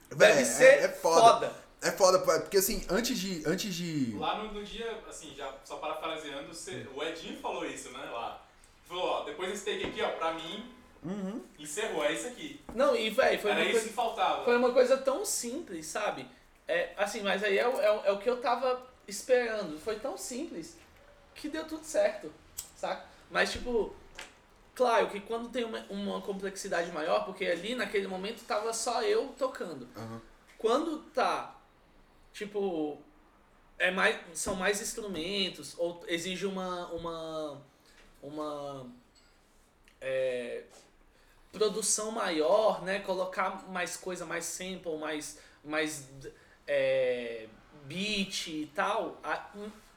Speaker 3: Véi,
Speaker 2: deve ser
Speaker 3: é, é foda.
Speaker 2: foda.
Speaker 3: É foda, pô, porque assim, antes de. Antes de.
Speaker 4: Lá no, no dia, assim, já só parafraseando, cê- o Edinho falou isso, né? Lá. Ele Falou, ó, depois desse take aqui, ó, pra mim,
Speaker 1: Uhum.
Speaker 4: encerrou, é isso aqui.
Speaker 2: Não, e velho, foi
Speaker 4: Era
Speaker 2: uma
Speaker 4: isso
Speaker 2: coisa
Speaker 4: que faltava.
Speaker 2: Foi uma coisa tão simples, sabe? É, assim, mas aí é, o- é o- é o que eu tava esperando. Foi tão simples que deu tudo certo, saca? Mas, tipo, claro que quando tem uma, uma complexidade maior, porque ali naquele momento tava só eu tocando.
Speaker 3: Aham.
Speaker 2: Quando tá, tipo, é mais, são mais instrumentos, ou exige uma. uma, uma é, produção maior, né? Colocar mais coisa, mais sample, mais, mais é, beat e tal. a-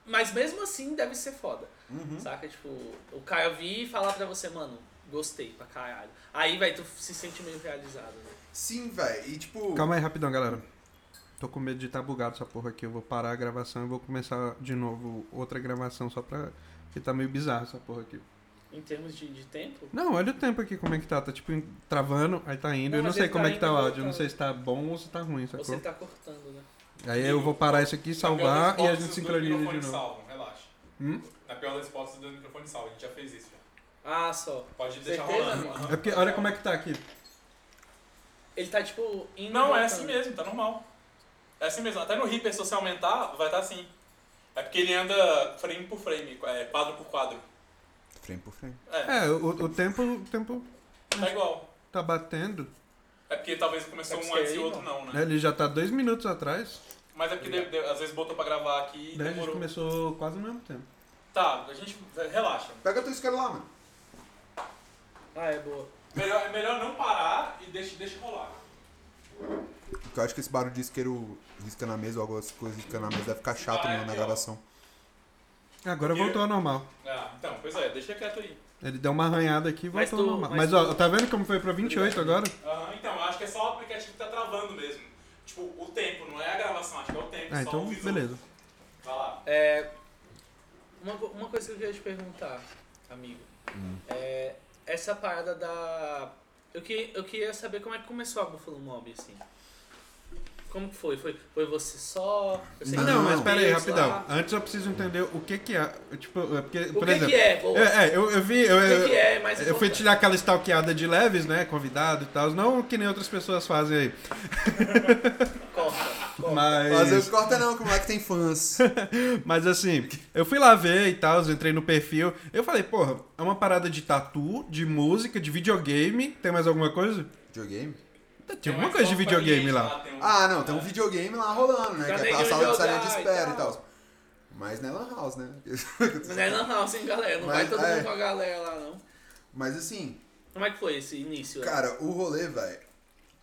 Speaker 2: Mas mesmo assim deve ser foda.
Speaker 4: Uhum.
Speaker 2: Saca? Tipo, o cara vir e falar pra você, mano, gostei pra caralho. Aí, vai, tu se sente meio realizado, né?
Speaker 3: Sim, velho. E tipo.
Speaker 1: Calma aí, rapidão, galera. Tô com medo de estar bugado essa porra aqui. Eu vou parar a gravação e vou começar de novo outra gravação só pra. Porque tá meio bizarro essa porra aqui.
Speaker 2: Em termos de, de tempo.
Speaker 1: Não, olha o tempo aqui como é que tá. Tá tipo em- travando, aí tá indo.
Speaker 2: Não,
Speaker 1: eu não
Speaker 2: mas
Speaker 1: sei
Speaker 2: ele
Speaker 1: como
Speaker 2: tá
Speaker 1: é que tá o
Speaker 2: indo e
Speaker 1: áudio. Eu não
Speaker 2: voltando.
Speaker 1: sei se tá bom ou se tá ruim, sacou?
Speaker 2: Você tá cortando, né?
Speaker 1: Aí eu vou parar isso aqui, salvar e a gente sincroniza de novo.
Speaker 4: Salvam, relaxa.
Speaker 1: Hum?
Speaker 4: Na pior das hipóteses, os dois microfones salvam. A gente já fez isso já.
Speaker 2: Ah, só.
Speaker 4: Pode deixar
Speaker 2: Certeza,
Speaker 4: rolando. Uhum.
Speaker 2: amigo?
Speaker 4: aham.
Speaker 1: É porque, olha como é que tá aqui.
Speaker 2: Ele tá tipo indo. e
Speaker 4: Não, é
Speaker 2: voltando.
Speaker 4: assim mesmo, tá normal. É assim mesmo. Até no Reaper, se você aumentar, vai estar assim. É porque ele anda frame por frame, é, quadro por quadro.
Speaker 3: Frame por frame.
Speaker 4: É,
Speaker 1: É, o, o tempo, o tempo
Speaker 4: tá igual.
Speaker 1: tá batendo.
Speaker 4: É porque talvez começou
Speaker 2: É
Speaker 4: um
Speaker 2: porque
Speaker 4: antes e
Speaker 2: aí,
Speaker 4: outro não,
Speaker 1: né?
Speaker 4: né?
Speaker 1: Ele já tá dois minutos atrás.
Speaker 4: Mas é porque de- de- às vezes botou pra gravar aqui e
Speaker 1: Daí a gente
Speaker 4: demorou.
Speaker 1: começou quase no mesmo tempo.
Speaker 4: Tá, a gente relaxa.
Speaker 3: Pega teu isqueiro lá, mano.
Speaker 2: Ah, é boa.
Speaker 4: Melhor, é melhor não parar e deixa, deixa rolar.
Speaker 3: Porque eu acho que esse barulho de isqueiro risca na mesa ou algumas coisas riscando na mesa deve ficar chato
Speaker 4: Ah, é
Speaker 3: mano, na
Speaker 4: pior.
Speaker 3: gravação.
Speaker 1: Agora
Speaker 4: E-
Speaker 1: voltou ao normal.
Speaker 4: Ah, então, pois é, deixa quieto aí.
Speaker 1: Ele deu uma arranhada aqui e
Speaker 2: Mas
Speaker 1: voltou ao
Speaker 2: tu-
Speaker 1: normal. Mas,
Speaker 2: mas
Speaker 1: ó,
Speaker 2: tu-
Speaker 1: tá vendo como foi pra 28 agora?
Speaker 4: Aham, então, eu acho que é só o aplicativo que tá travando mesmo. Tipo, o tempo, não é a gravação, acho que é o tempo.
Speaker 1: Ah,
Speaker 4: só
Speaker 2: um
Speaker 1: então
Speaker 4: o visual.
Speaker 1: beleza.
Speaker 4: Vai lá.
Speaker 2: É, uma, co- uma coisa que eu queria te perguntar, amigo.
Speaker 1: Hum.
Speaker 2: É, essa parada da. Eu, que, eu queria saber como é que começou a Buffalo Mob, assim. Como que foi? Foi, foi você só? Eu sei que
Speaker 1: Ah, Não,
Speaker 2: tem
Speaker 3: Não,
Speaker 1: mas
Speaker 2: uns
Speaker 1: pera aí,
Speaker 2: amigos
Speaker 1: rapidão.
Speaker 2: lá.
Speaker 1: Antes eu preciso entender o que que é. Tipo, é porque,
Speaker 2: O
Speaker 1: por
Speaker 2: que,
Speaker 1: exemplo.
Speaker 2: que é? Boa.
Speaker 1: É, é, eu, eu vi. Eu,
Speaker 2: O que, que é? Mais
Speaker 1: Eu fui
Speaker 2: importante.
Speaker 1: tirar aquela stalkeada de leves, né? Convidado e tal. Não que nem outras pessoas fazem aí. tipo,
Speaker 2: Corta, corta.
Speaker 1: Mas.
Speaker 3: Mas eu corta não, que o moleque tem fãs.
Speaker 1: Mas assim, eu fui lá ver e tal, eu entrei no perfil. Eu falei, porra, é uma parada de tatu, de música, de videogame. Tem mais alguma coisa?
Speaker 3: Videogame?
Speaker 1: Tinha
Speaker 4: um
Speaker 1: alguma coisa de
Speaker 4: iPhone
Speaker 1: videogame
Speaker 4: pra
Speaker 1: lá.
Speaker 4: cliente tem um-
Speaker 3: Ah, não, tem um videogame lá rolando, né?
Speaker 2: Já
Speaker 3: Que
Speaker 2: tem
Speaker 3: é a
Speaker 2: que
Speaker 3: sala de
Speaker 2: jogar
Speaker 3: salinha de
Speaker 2: e
Speaker 3: espera e
Speaker 2: tal.
Speaker 3: tal. Mas não é Lan House, né?
Speaker 2: Mas não é não, não, sem galera. Não
Speaker 3: Mas,
Speaker 2: vai todo
Speaker 3: é.
Speaker 2: mundo com a galera lá, não.
Speaker 3: Mas assim,
Speaker 2: Como é que foi esse início? né?
Speaker 3: cara, o rolê, velho,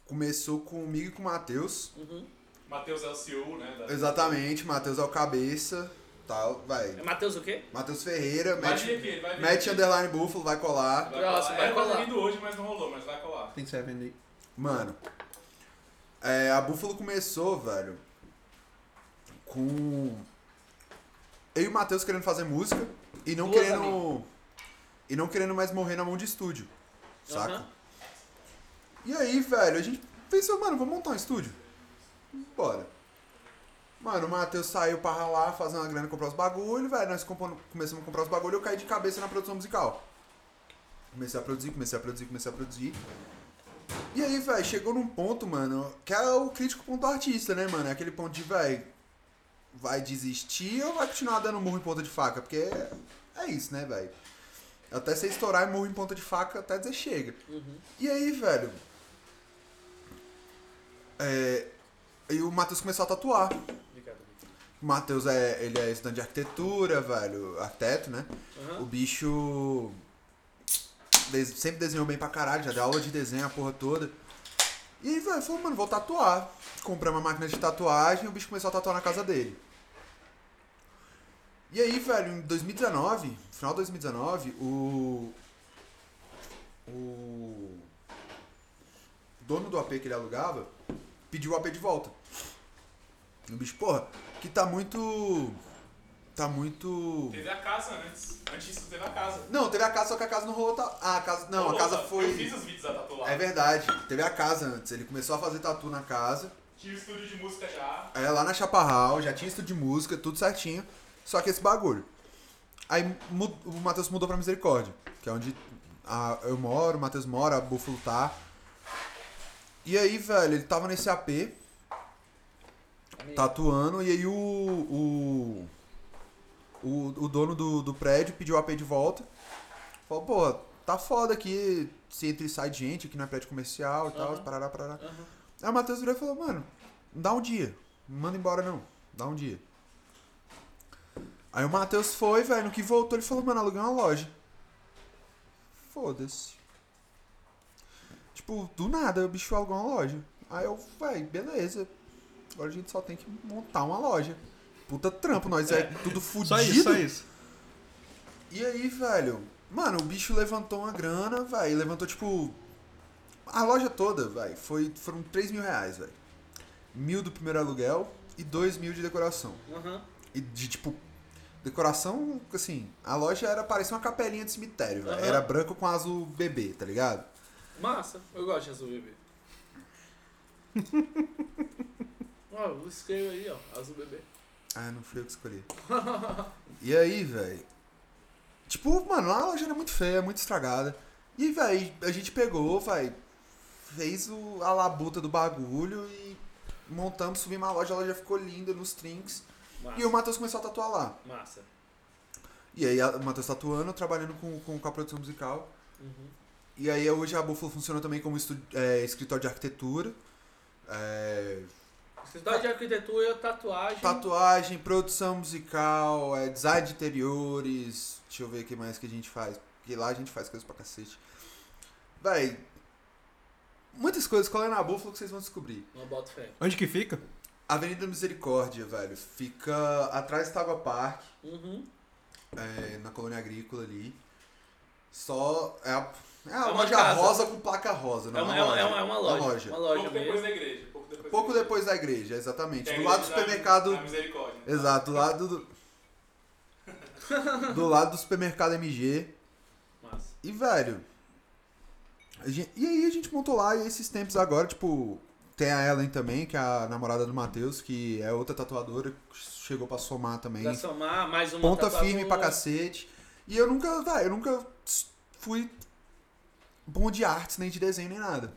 Speaker 3: começou comigo e com o Matheus.
Speaker 2: Uhum.
Speaker 4: Matheus é o CEO, né? da-
Speaker 3: Exatamente, Matheus é o cabeça, tal,
Speaker 2: É
Speaker 3: vai.
Speaker 2: Matheus o quê?
Speaker 3: Matheus Ferreira,
Speaker 4: Vai vir
Speaker 3: mete,
Speaker 4: aqui, ele vai vir.
Speaker 3: mete
Speaker 4: aqui.
Speaker 3: underline búfalo, vai colar.
Speaker 4: Vai
Speaker 2: Próximo, vai
Speaker 4: colar. Era pra ter
Speaker 2: colar.
Speaker 4: vindo hoje, mas não rolou, mas vai colar.
Speaker 1: Tem Seven aí.
Speaker 3: Mano, é, a Búfalo começou, velho, com eu e o Matheus querendo fazer música e não
Speaker 2: Duas
Speaker 3: querendo e não querendo mais morrer na mão de estúdio, saca?
Speaker 2: Aham.
Speaker 3: E aí, velho, a gente pensou, mano, vamos montar um estúdio? Bora. Mano, o Matheus saiu pra ralar, fazer uma grana, comprar os bagulho, velho, nós compondo- começamos a comprar os bagulho, eu caí de cabeça na produção musical. Comecei a produzir, comecei a produzir, comecei a produzir. E aí, velho, chegou num ponto, mano, que é o crítico ponto do artista, né, mano? É aquele ponto de, velho, vai desistir ou vai continuar dando murro em ponta de faca? Porque é, é isso, né, velho? Até você estourar e murro em ponta de faca, até dizer chega. E aí, velho, é, e o Matheus começou a tatuar.
Speaker 2: Obrigado.
Speaker 3: O Matheus é, ele é estudante de arquitetura, velho, arquiteto, né?
Speaker 2: Aham.
Speaker 3: O bicho des- sempre desenhou bem pra caralho, já deu aula de desenho a porra toda. E aí, velho, falou, mano, vou tatuar. Comprei uma máquina de tatuagem e o bicho começou a tatuar na casa dele. E aí, velho, em 2019, final de 2019, o. O. dono do AP que ele alugava pediu o AP de volta. E o bicho, porra, que tá muito. Tá muito.
Speaker 4: Teve a casa antes. Antes disso teve a casa.
Speaker 3: Não, teve a casa, só que a casa não rolou. Ta... Ah, a casa. Não,
Speaker 4: Rolou,
Speaker 3: a casa
Speaker 4: tá? Eu fiz
Speaker 3: foi.
Speaker 4: os vídeos da Tatu lá.
Speaker 3: É verdade, teve a casa antes. Ele começou a fazer tatu na casa.
Speaker 4: Tive estúdio de música já.
Speaker 3: Aí É, lá na Chaparral, já tinha estúdio de música, tudo certinho. Só que esse bagulho. Aí mu- o Matheus mudou pra Misericórdia, que é onde a- eu moro, o Matheus mora, a Búfalo tá. E aí, velho, ele tava nesse AP,
Speaker 2: Amigo.
Speaker 3: tatuando, e aí o. O, o, o dono do, do prédio pediu o AP de volta. Falou, pô, tá foda aqui, se entra e sai de gente aqui na prédio comercial e tal,
Speaker 2: Aham.
Speaker 3: parará, parará.
Speaker 2: Aham.
Speaker 3: Aí o Matheus virou e falou, mano, dá um dia. Não manda embora não. Dá um dia. Aí o Matheus foi, velho, no que voltou, ele falou, mano, aluguei uma loja. Foda-se. Tipo, do nada, o bicho alugou uma loja. Aí eu, velho, beleza. Agora a gente só tem que montar uma loja. Puta trampo, nós é, tudo fudido.
Speaker 1: Só isso, só isso.
Speaker 3: E aí, velho? Mano, o bicho levantou uma grana, velho. Levantou, tipo. A loja toda, velho. Foi, foram 3 mil reais, velho. Mil do primeiro aluguel e dois mil de decoração.
Speaker 2: Aham.
Speaker 3: E de, tipo. Decoração, assim. A loja era parecia uma capelinha de cemitério, velho.
Speaker 2: Aham.
Speaker 3: Era branco com azul bebê, tá ligado?
Speaker 2: Massa, eu gosto de azul bebê. ó, eu escrevo aí, ó, azul bebê.
Speaker 3: Ah, não fui eu que escolhi. e aí, velho? Tipo, mano, lá a loja era muito feia, muito estragada. E, velho, a gente pegou, velho, fez o, a labuta do bagulho e montamos, subimos a loja, a loja ficou linda nos trinks.
Speaker 2: Massa.
Speaker 3: E o Matheus começou a tatuar lá.
Speaker 2: Massa.
Speaker 3: E aí a- o Matheus tatuando, trabalhando com, com, com a produção musical. E aí hoje a Buffalo funciona também como estu- é, escritório de arquitetura. É,
Speaker 2: Escritório de arquitetura, tatuagem.
Speaker 3: tatuagem, produção musical, é, design de interiores. Deixa eu ver o que mais que a gente faz. Porque lá a gente faz coisas pra cacete. Véi. Muitas coisas, cola na Buffalo que vocês vão descobrir.
Speaker 2: Não boto fé.
Speaker 1: Onde que fica?
Speaker 3: Avenida Misericórdia, velho, fica atrás do Tágua Park,
Speaker 2: Uhum.
Speaker 3: é, na colônia agrícola ali. Só. É a, é a
Speaker 2: É uma
Speaker 3: loja
Speaker 2: casa.
Speaker 3: rosa com placa rosa, não
Speaker 2: É uma, é, uma, é, uma, é uma loja.
Speaker 3: Uma loja.
Speaker 2: Uma loja
Speaker 4: pouco
Speaker 2: mesmo.
Speaker 4: depois da igreja. Pouco depois,
Speaker 3: Pouco
Speaker 4: da
Speaker 3: depois da igreja, exatamente.
Speaker 4: igreja.
Speaker 3: Do lado do
Speaker 4: Da-
Speaker 2: é.
Speaker 3: supermercado.
Speaker 4: Da misericórdia.
Speaker 3: Exato, do lado do. Do lado do supermercado MG.
Speaker 2: Massa.
Speaker 3: E, velho. a gen- e aí a gente montou lá e esses tempos agora, tipo. Tem a Ellen também, que é a namorada do Matheus, que é outra tatuadora, que chegou pra somar também.
Speaker 2: Pra somar mais uma
Speaker 3: Ponta
Speaker 2: tatuadora.
Speaker 3: firme pra cacete. E eu nunca, vai, eu nunca s- fui bom de artes, nem de desenho, nem nada.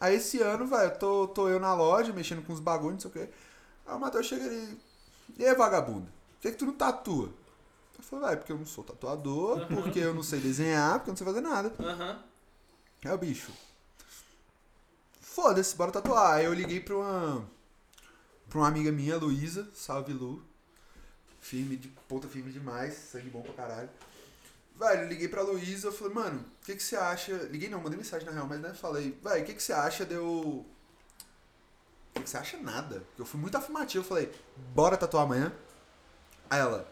Speaker 3: Aí esse ano, velho, tô, tô eu na loja, mexendo com os bagulhos, não sei o quê. Aí o Matheus chega ali, e aí, vagabundo, por que, que tu não tatua? Eu falei, velho, porque eu não sou tatuador,
Speaker 2: Aham.
Speaker 3: porque eu não sei desenhar, porque eu não sei fazer nada.
Speaker 2: Aham.
Speaker 3: É o bicho. Foda-se, bora tatuar. Aí eu liguei pra uma. pra uma amiga minha, Luísa, salve Lu. Firme, de, ponta firme demais, sangue bom pra caralho. Velho, eu liguei pra Luísa, eu falei, mano, o que que você acha. Liguei não, mandei mensagem na real, mas né, falei, velho, o que que você acha de eu. O que que você acha nada? Porque eu fui muito afirmativo, eu falei, bora tatuar amanhã. Aí ela,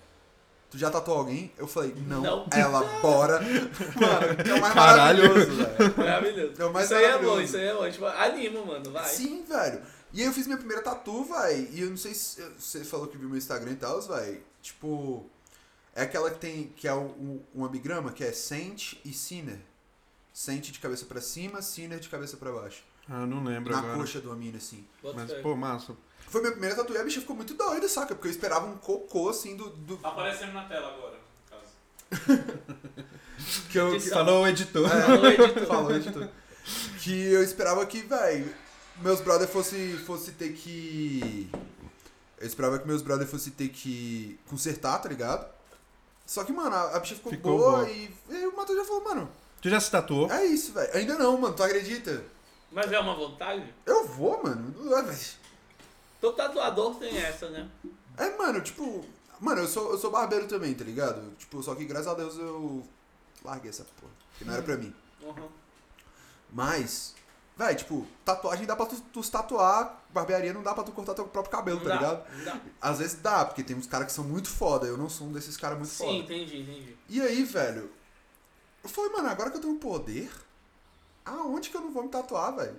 Speaker 3: tu já tatuou alguém? Eu falei, não.
Speaker 2: Não.
Speaker 3: Aí Ela, bora. Mano, é o mais
Speaker 1: Caralho.
Speaker 3: maravilhoso, velho.
Speaker 2: Maravilhoso.
Speaker 3: É o mais
Speaker 2: isso aí é
Speaker 3: maravilhoso.
Speaker 2: bom, isso aí é bom. Tipo, anima, mano. Vai.
Speaker 3: Sim, velho. E aí eu fiz minha primeira tatu, vai. E eu não sei se você falou que viu meu Instagram e tal, vai. Tipo, é aquela que tem que é o- o- um ambigrama que é sente e siner. Sente de cabeça pra cima, siner de cabeça pra baixo.
Speaker 1: Ah, não lembro
Speaker 3: na
Speaker 1: agora.
Speaker 3: coxa do amino assim.
Speaker 2: Boto
Speaker 1: Mas,
Speaker 2: fé.
Speaker 1: pô, massa.
Speaker 3: Foi minha primeira tatu e a bicha ficou muito doida, saca? Porque eu esperava um cocô assim do, do
Speaker 4: Tá aparecendo na tela agora, no caso.
Speaker 3: que eu
Speaker 2: Edição.
Speaker 1: Falou é o editor.
Speaker 2: Falou, editor.
Speaker 3: Falou, editor. né, Que eu esperava que, velho, meus brother fosse, fosse ter que. Eu esperava que meus brother fosse ter que consertar, tá ligado? Só que, mano, a a bicha ficou,
Speaker 1: Ficou
Speaker 3: boa,
Speaker 1: boa.
Speaker 3: E, e o Matheus já falou, mano,
Speaker 1: Tu já se tatuou?
Speaker 3: é isso, velho. Ainda não, mano, tu acredita?
Speaker 2: Mas é uma vontade?
Speaker 3: Eu vou, mano. Não é, velho.
Speaker 2: Todo tatuador tem essa, né?
Speaker 3: É, mano, tipo. Mano, eu sou, eu sou barbeiro também, tá ligado? Tipo, só que graças a Deus eu larguei essa porra. Que não era pra mim.
Speaker 2: Uhum.
Speaker 3: Mas, velho, tipo, tatuagem dá pra tu, tu se tatuar, barbearia não dá pra tu cortar teu próprio cabelo,
Speaker 2: Não
Speaker 3: tá
Speaker 2: dá,
Speaker 3: ligado?
Speaker 2: não dá.
Speaker 3: Às vezes dá, porque tem uns caras que são muito foda, eu não sou um desses caras muito
Speaker 2: Sim,
Speaker 3: foda.
Speaker 2: entendi, entendi.
Speaker 3: E aí, velho, eu falei, mano, agora que eu tenho poder, aonde que eu não vou me tatuar, velho?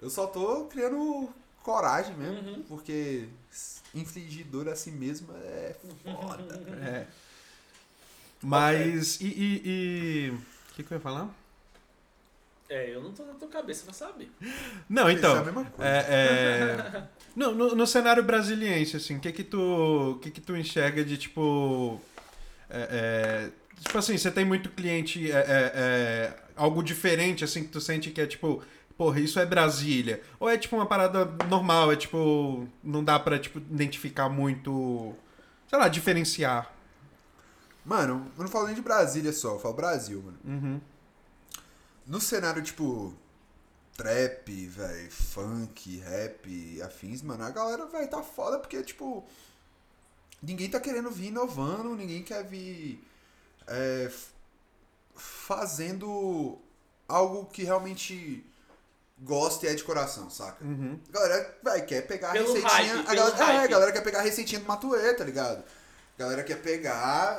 Speaker 3: Eu só tô criando coragem mesmo,
Speaker 2: Uhum.
Speaker 3: porque infligir dor a si mesmo é foda.
Speaker 1: É. Mas. E. e- e- O que, que eu ia falar?
Speaker 2: É, eu não tô na tua cabeça pra saber.
Speaker 1: Não,
Speaker 3: Isso é a
Speaker 1: então.
Speaker 3: mesma coisa.
Speaker 1: É, é... Não, no, no cenário brasiliense, assim, o que que tu, o que que tu enxerga de tipo. é, é, Tipo assim, você tem muito cliente, é, é, é, algo diferente, assim, que tu sente que é tipo, porra, isso é Brasília. Ou é tipo uma parada normal, é tipo, não dá pra tipo, identificar muito, sei lá, diferenciar.
Speaker 3: Mano, eu não falo nem de Brasília só, eu falo Brasil, mano.
Speaker 1: Uhum.
Speaker 3: No cenário, tipo, trap, velho, funk, rap, afins, mano, a galera, velho, tá foda porque, tipo, ninguém tá querendo vir inovando, ninguém quer vir é, f- fazendo algo que realmente gosta e é de coração, saca?
Speaker 1: Uhum.
Speaker 3: A galera, velho, quer pegar a
Speaker 2: Pelo
Speaker 3: receitinha.
Speaker 2: hype,
Speaker 3: a,
Speaker 2: pelo
Speaker 3: galera, é, a
Speaker 2: hype.
Speaker 3: galera quer pegar a receitinha do Matuê, tá ligado? A galera quer pegar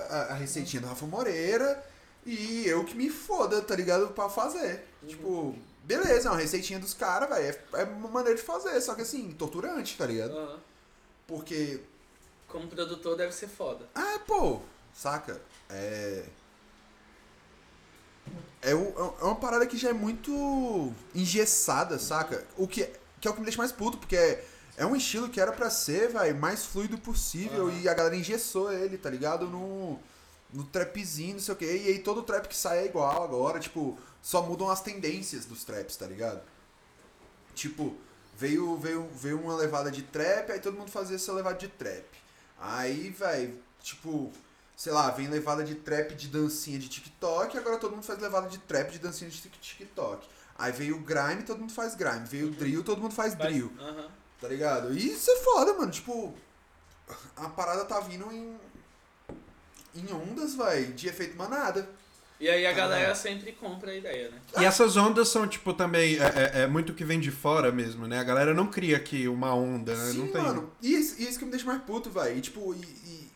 Speaker 3: a, a receitinha do Rafa Moreira e eu que me foda, tá ligado? Pra fazer. Tipo, beleza, é uma receitinha dos caras, velho. É, é uma maneira de fazer, só que assim, torturante, tá ligado?
Speaker 2: Aham.
Speaker 3: Porque,
Speaker 2: Como produtor deve ser foda.
Speaker 3: ah, pô, saca? É. É, um- é uma parada que já é muito engessada, saca? O que, que é o que me deixa mais puto, porque é, é um estilo que era pra ser, vai, mais fluido possível
Speaker 2: Aham.
Speaker 3: e a galera engessou ele, tá ligado? Num, no trapzinho, não sei o quê. E aí todo trap que sai é igual agora, tipo, só mudam as tendências dos traps, tá ligado? Tipo, veio, veio, veio uma levada de trap, aí todo mundo fazia essa levada de trap. Aí, velho, tipo, sei lá, vem levada de trap de dancinha de TikTok, agora todo mundo faz levada de trap de dancinha de tik- TikTok. Aí veio o grime, todo mundo faz grime. Veio o drill, todo mundo faz
Speaker 2: Faz-
Speaker 3: drill.
Speaker 2: Aham.
Speaker 3: Tá ligado? E isso é foda, mano. Tipo, a parada tá vindo em. em ondas, vai, de efeito manada.
Speaker 2: E aí a
Speaker 3: Tá.
Speaker 2: galera sempre compra a ideia, né?
Speaker 1: E essas ondas são, tipo, também. É, é- é muito que vem de fora mesmo, né? A galera não cria aqui uma onda, né?
Speaker 3: Sim,
Speaker 1: não tem.
Speaker 3: mano. E isso, e isso que me deixa mais puto, vai. E tipo, e, e-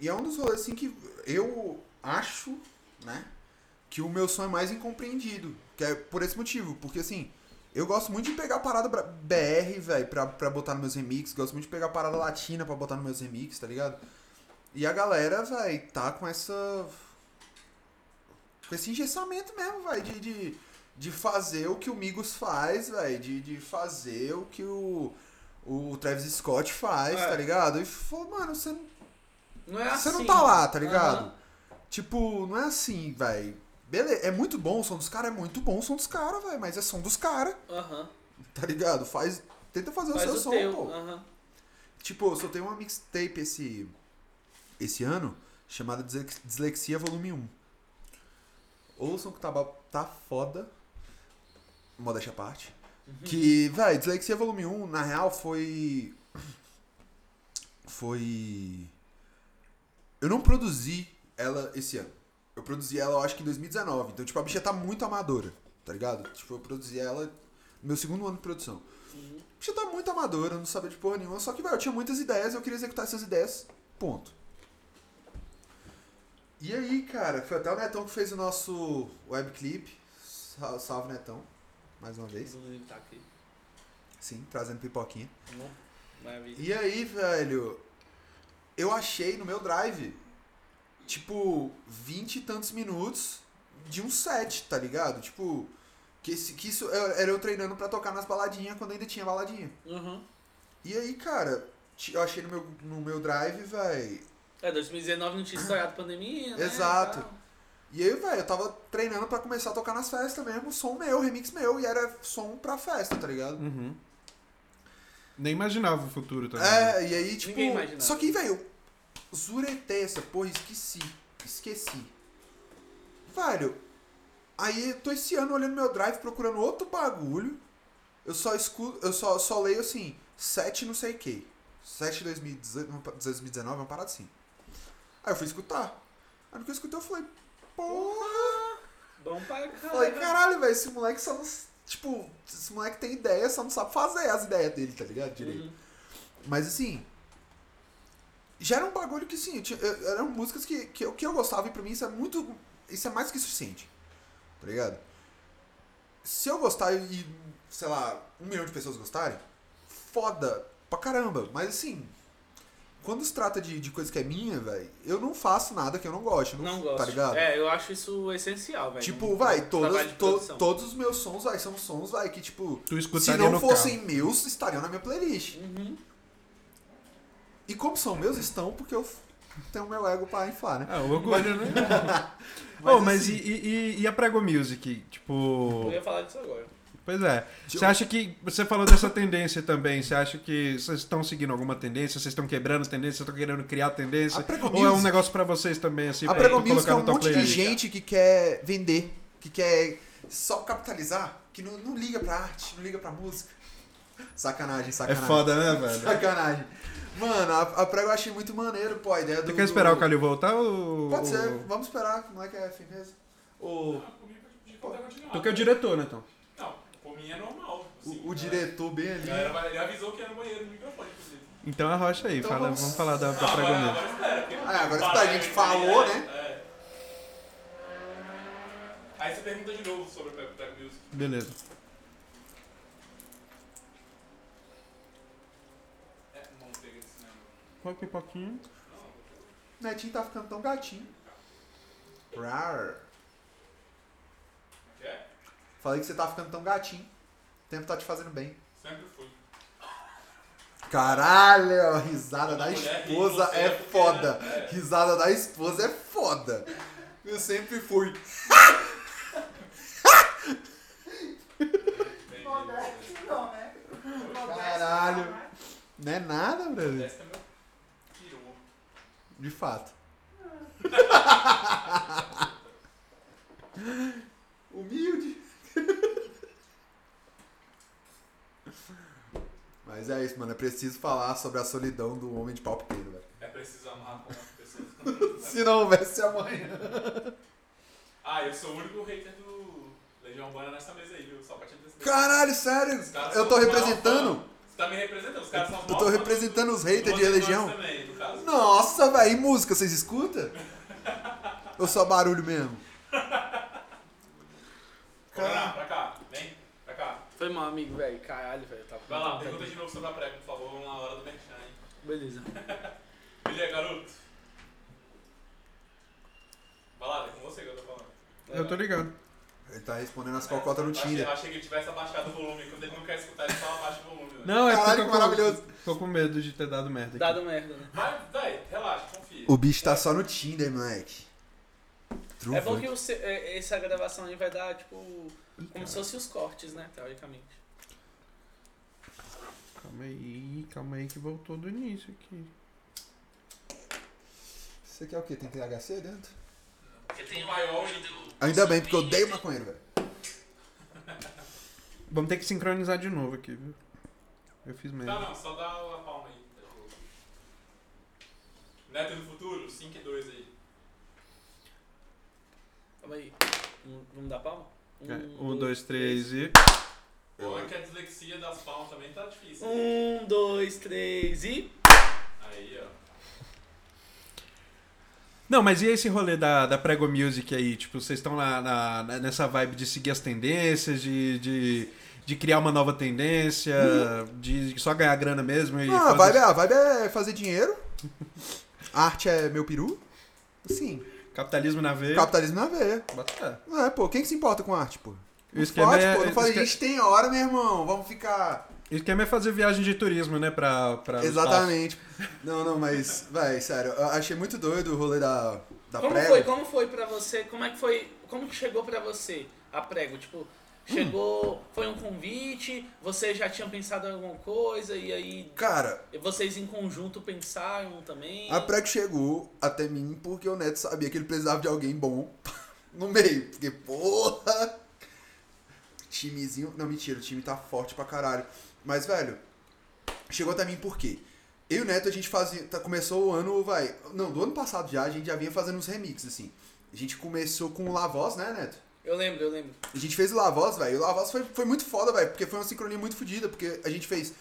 Speaker 3: e é um dos rolês assim que eu acho, né? Que o meu som é mais incompreendido. Que é por esse motivo. Porque assim, eu gosto muito de pegar parada bra- BR, velho, pra, pra botar nos meus remixes. Gosto muito de pegar parada latina pra botar nos meus remixes, tá ligado? E a galera, velho, tá com essa. Com esse engessamento mesmo, velho, de, de, de fazer o que o Migos faz, velho, de, de fazer o que o, o Travis Scott faz,
Speaker 2: É.
Speaker 3: tá ligado? E, falou, mano, você não
Speaker 2: Não é
Speaker 3: você
Speaker 2: assim.
Speaker 3: não tá lá, tá ligado?
Speaker 2: Aham.
Speaker 3: Tipo, não é assim, velho. Beleza, é muito bom o som dos caras, é muito bom o som dos caras, velho. Mas é som dos caras,
Speaker 2: Aham.
Speaker 3: tá ligado? Faz. Tenta fazer
Speaker 2: Faz
Speaker 3: o seu
Speaker 2: o
Speaker 3: som,
Speaker 2: teu. né?
Speaker 3: pô.
Speaker 2: aham.
Speaker 3: Tipo, eu soltei uma mixtape esse. esse ano, chamada Dislex- Dislexia Volume 1. Ouçam que tá, ba- tá foda. Modéstia à parte. Que, velho, Dislexia Volume 1, na real, foi. Foi. Eu não produzi ela esse ano. Eu produzi ela, eu acho que em 2019. Então, tipo, a bicha tá muito amadora, tá ligado? Tipo, eu produzi ela no meu segundo ano de produção. A bicha tá muito amadora, não sabia de porra nenhuma. Só que, velho, eu tinha muitas ideias, eu queria executar essas ideias. Ponto. E aí, cara, foi até o Netão que fez o nosso webclip. Sal- Salve, Netão. Mais uma vez.
Speaker 2: Inclusive tá aqui.
Speaker 3: Sim, trazendo pipoquinha.
Speaker 2: Né? Maravilha.
Speaker 3: E aí, velho, eu achei no meu drive, tipo, 20 e tantos minutos de um set, tá ligado? Tipo, que, esse- que isso eu- era eu treinando pra tocar nas baladinhas quando ainda tinha baladinha.
Speaker 2: Uhum.
Speaker 3: E aí, cara, ti- eu achei no meu, no meu drive, velho.
Speaker 2: É, 2019 não tinha estourado a pandemia, né?
Speaker 3: Exato.
Speaker 2: e tal.
Speaker 3: E aí, velho, eu tava treinando pra começar a tocar nas festas mesmo, som meu, remix meu, e era som pra festa, tá ligado?
Speaker 1: Uhum. Nem imaginava o futuro também. né?
Speaker 3: É, e aí, tipo.
Speaker 2: Ninguém imaginava.
Speaker 3: Só que, velho, eu zuretei essa porra, e esqueci. Esqueci. Velho, aí eu tô esse ano olhando meu drive procurando outro bagulho. Eu só escuto, eu só, só leio assim, 7 não sei que. 7 2019, uma pa- 2019 é uma parada assim. Aí eu fui escutar. Aí no que eu escutei eu falei, porra!
Speaker 2: Bom pra
Speaker 3: Eu Falei,
Speaker 2: caralho. Uhum.
Speaker 3: caralho, velho, esse moleque só não. s- Tipo, esse moleque tem ideia, só não sabe fazer as ideias dele, tá ligado? Direito.
Speaker 2: Uhum.
Speaker 3: Mas assim. Já era um bagulho que sim, eu tinha- eu- eram músicas que, que, eu- que eu gostava e pra mim isso é muito. Isso é mais que suficiente. Tá ligado? Se eu gostar e, sei lá, um milhão de pessoas gostarem, foda pra caramba. Mas assim. Quando se trata de, de coisa que é minha, velho, eu não faço nada que eu não goste. eu
Speaker 2: Não gosto.
Speaker 3: Tá ligado?
Speaker 2: É, eu acho isso essencial, velho.
Speaker 3: Tipo,
Speaker 2: No-
Speaker 3: vai,
Speaker 2: no trabalho
Speaker 3: todas,
Speaker 2: de
Speaker 3: to-
Speaker 2: produção.
Speaker 3: todos os meus sons, vai, são sons, vai, que tipo,
Speaker 1: Tu
Speaker 3: se
Speaker 1: escutaria
Speaker 3: não
Speaker 1: no
Speaker 3: fossem
Speaker 1: carro.
Speaker 3: meus, estariam na minha playlist.
Speaker 2: Uhum.
Speaker 3: E como são meus, estão, porque eu f- tenho meu ego pra inflar, né?
Speaker 1: Ah, o orgulho, né?
Speaker 3: Mas
Speaker 1: Mas, oh, mas
Speaker 3: assim-
Speaker 1: e, e- e- e a Prego Music?
Speaker 2: Eu
Speaker 1: Tipo.
Speaker 2: ia falar disso agora.
Speaker 1: Pois é.
Speaker 3: Tipo-
Speaker 1: Você acha que. Você falou dessa tendência também. Você acha que vocês estão seguindo alguma tendência? Vocês estão quebrando tendência? Vocês estão querendo criar tendência?
Speaker 3: A Prego
Speaker 1: Ou é um
Speaker 3: Music-
Speaker 1: negócio pra vocês também, assim,
Speaker 3: A
Speaker 1: pra
Speaker 3: Prego
Speaker 1: tu
Speaker 3: Music é
Speaker 1: colocar
Speaker 3: um
Speaker 1: no tua
Speaker 3: monte de
Speaker 1: playlist?
Speaker 3: gente que quer vender, que quer só capitalizar, que não, não liga pra arte, não liga pra música. Sacanagem,
Speaker 1: É
Speaker 3: sacanagem.
Speaker 1: foda, né, velho?
Speaker 3: Sacanagem. Mano, a, a prego eu achei muito maneiro, pô, a ideia do...
Speaker 1: Tu quer esperar
Speaker 3: do-
Speaker 1: o Calil voltar ou.
Speaker 3: Pode ser, vamos esperar, que o moleque é firmeza. O...
Speaker 4: Não, por mim podia continuar.
Speaker 1: Tu que é o diretor, né, então?
Speaker 4: Não, por mim é normal. assim,
Speaker 3: O, o
Speaker 4: né?
Speaker 3: diretor bem
Speaker 4: A
Speaker 3: ali.
Speaker 4: galera vai- Ele avisou que era no banheiro no microfone, inclusive.
Speaker 1: Então arrocha aí,
Speaker 3: Então
Speaker 1: fala-
Speaker 3: vamos-
Speaker 1: vamos... falar da, da
Speaker 4: Ah,
Speaker 1: Prego
Speaker 4: agora,
Speaker 1: Music.
Speaker 4: agora espera. porque-
Speaker 3: É. Ah, agora espera, a gente falou,
Speaker 4: né? Aí você pergunta de novo sobre o Prego Prego Music.
Speaker 1: Beleza.
Speaker 4: É, não pega esse negócio.
Speaker 1: Qual é pipoquinha?
Speaker 3: Netinho tá ficando tão gatinho. Rar.
Speaker 4: Que é?
Speaker 3: Falei que você tá ficando tão gatinho. O tempo tá te fazendo bem.
Speaker 4: Sempre fui.
Speaker 3: Caralho, a risada da
Speaker 4: Mulher ri
Speaker 3: esposa
Speaker 4: com você,
Speaker 3: é
Speaker 4: porque,
Speaker 3: foda.
Speaker 4: né? É.
Speaker 3: Risada da esposa é foda. Eu sempre fui.
Speaker 5: Modeste não, né? Modesto
Speaker 3: Caralho.
Speaker 5: não, né?
Speaker 3: Não é nada, brother.
Speaker 4: Modesta é meu peru.
Speaker 3: De fato. Humilde. Mas é isso, mano. É preciso falar sobre a solidão do homem de pau pequeno, velho.
Speaker 4: É preciso amar com as pessoas.
Speaker 3: Se não houvesse amanhã.
Speaker 4: ah, eu sou o único hater do Legião Urbana nessa mesa aí, viu? Só pra te dizer.
Speaker 3: Caralho, sério?
Speaker 4: Os caras
Speaker 3: Eu tô
Speaker 4: são mal,
Speaker 3: representando?
Speaker 4: mano. Você tá me representando, os caras são
Speaker 3: Eu tô
Speaker 4: mal,
Speaker 3: representando os haters de
Speaker 4: Vocês
Speaker 3: religião.
Speaker 4: também, no caso.
Speaker 3: Nossa, velho, e música, vocês escutam? Ou só barulho mesmo?
Speaker 4: Corona, pra cá, vem, pra cá.
Speaker 2: Foi mal, amigo, velho. Caralho, velho. Tá, eu Tava...
Speaker 4: Vai lá, pergunta de novo sobre a prego, por favor, vamos na hora do merchan, hein?
Speaker 2: Beleza.
Speaker 4: Beleza, garoto? Vai lá, é com você que eu tô falando.
Speaker 1: Eu tô ligado.
Speaker 3: Ele tá respondendo as cocotas no
Speaker 4: Eu achei,
Speaker 3: Tinder.
Speaker 4: eu achei que ele tivesse abaixado o volume, quando ele não quer escutar, ele só abaixa o volume. velho.
Speaker 1: Não, é
Speaker 3: Caralho,
Speaker 1: porque eu
Speaker 3: que
Speaker 1: tô-
Speaker 3: maravilhoso.
Speaker 1: Tô com medo de ter dado merda. aqui.
Speaker 2: Dado merda, né?
Speaker 4: Mas, vai, relaxa, confia.
Speaker 3: O bicho tá só no Tinder, moleque. True
Speaker 2: É bom
Speaker 3: fuck.
Speaker 2: que o se- é, essa gravação aí vai dar, tipo, como se fossem os cortes, né? Teoricamente.
Speaker 1: Calma aí, calma aí que voltou do início aqui.
Speaker 3: Você quer o quê? Tem THC dentro?
Speaker 4: Porque tem maior e
Speaker 3: Ainda bem, porque eu odeio maconheiro, velho.
Speaker 1: Vamos ter que sincronizar de novo aqui, viu? Eu fiz
Speaker 4: Tá,
Speaker 1: merda.
Speaker 4: não, só dá a palma aí. Neto do futuro, 5 e 2 aí.
Speaker 2: Calma aí. Hum, Vamos dar palma?
Speaker 1: É, um, dois, três e.
Speaker 4: Olha que a dislexia das palmas também tá difícil.
Speaker 3: Hum.
Speaker 4: hein?
Speaker 2: Um, dois, três e.
Speaker 4: Aí, ó.
Speaker 1: Não, mas e esse rolê da, da Prego Music aí? Tipo, vocês estão na, na- na- nessa vibe de seguir as tendências, de, de, de criar uma nova tendência, de só ganhar grana mesmo e.
Speaker 3: Ah,
Speaker 1: fazer-
Speaker 3: a vibe, é- a vibe é fazer dinheiro. Arte é meu peru. Sim.
Speaker 1: Capitalismo na veia.
Speaker 3: Capitalismo na veia.
Speaker 1: Bota fé.
Speaker 3: Não É, pô, quem que se importa com arte, pô?
Speaker 1: O
Speaker 3: Não
Speaker 1: esquema
Speaker 3: pode,
Speaker 1: é-
Speaker 3: pô. Não faz...
Speaker 1: esque-
Speaker 3: A gente tem hora, meu irmão. Vamos ficar.
Speaker 1: O esquema é fazer viagem de turismo, né?
Speaker 2: Tá
Speaker 1: Pra, pra
Speaker 3: Exatamente. Não, não, mas, véi, sério, eu achei muito doido o rolê da, da
Speaker 2: Como
Speaker 3: prego.
Speaker 2: foi? Como foi pra você? Como é que foi? Como que chegou pra você a prego? Tipo, chegou. Foi um convite? Você já tinha pensado em alguma coisa? E aí.
Speaker 3: Cara,
Speaker 2: Vocês em conjunto pensaram também?
Speaker 3: a prego chegou até mim porque o Neto sabia que ele precisava de alguém bom no meio. Porque, porra! Timezinho. Não, mentira, o time tá forte pra caralho. Mas, velho, chegou até mim por quê? Eu e o Neto, a gente fazia. tá- começou o ano, vai. Não, do ano passado já, a gente já vinha fazendo uns remixes, assim. A gente começou com o Lavoz, né, Neto?
Speaker 2: Eu lembro, eu lembro.
Speaker 3: A gente fez o Lavos, velho. O Lavos foi, foi muito foda, velho, porque foi uma sincronia muito fodida, porque a gente fez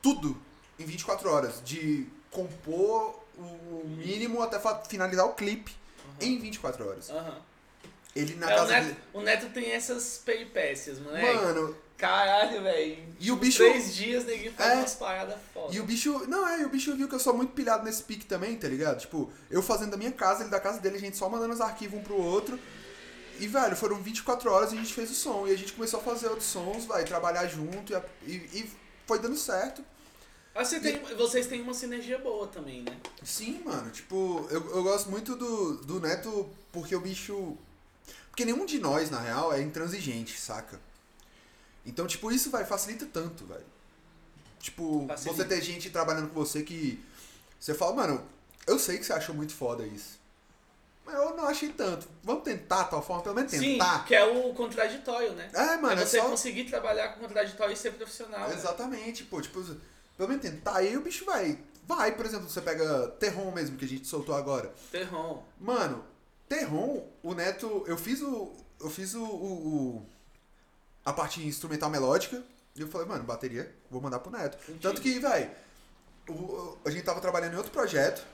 Speaker 3: tudo em 24 horas, de compor o mínimo até fa- finalizar o clipe em 24 horas.
Speaker 2: Aham.
Speaker 3: Ele na
Speaker 2: Uhum. É, o,
Speaker 3: casa
Speaker 2: Neto, é
Speaker 3: dele.
Speaker 2: o Neto tem essas peripécias, moleque.
Speaker 3: Mano,
Speaker 2: Caralho, velho. Tipo,
Speaker 3: e o bicho
Speaker 2: Três dias, ninguém faz
Speaker 3: É.
Speaker 2: umas paradas foda.
Speaker 3: E o bicho. Não, é, e o bicho viu que eu sou muito pilhado nesse pique também, tá ligado? Tipo, eu fazendo da minha casa, ele da casa dele, a gente só mandando os arquivos um pro outro. E, velho, foram 24 horas e a gente fez o som. E a gente começou a fazer outros sons, vai, trabalhar junto. E, a- e- e foi dando certo.
Speaker 2: Ah, você tem- vocês têm uma sinergia boa também, né?
Speaker 3: Sim, mano. Tipo, eu, eu gosto muito do, do Neto porque o bicho. Porque nenhum de nós, na real, é intransigente, saca? Então, tipo, isso, vai facilita tanto, velho. Tipo,
Speaker 2: Facilita.
Speaker 3: você ter gente trabalhando com você que. Você fala, mano, eu sei que você achou muito foda isso. Mas eu não achei tanto. Vamos tentar, tal forma, pelo menos
Speaker 2: Sim,
Speaker 3: tentar.
Speaker 2: que é o contraditório, né?
Speaker 3: É, mano,
Speaker 2: é
Speaker 3: é
Speaker 2: você
Speaker 3: só.
Speaker 2: conseguir trabalhar com contraditório e ser profissional. né?
Speaker 3: Exatamente, pô, tipo, pelo menos tentar. E aí o bicho vai. Vai, por exemplo, você pega Terron mesmo, que a gente soltou agora.
Speaker 2: Terron.
Speaker 3: Mano, Terron, o Neto, eu fiz o. Eu fiz o. o- o- a parte instrumental melódica. E eu falei, mano, bateria, vou mandar pro Neto.
Speaker 2: Entendi.
Speaker 3: Tanto que, velho, a gente tava trabalhando em outro projeto.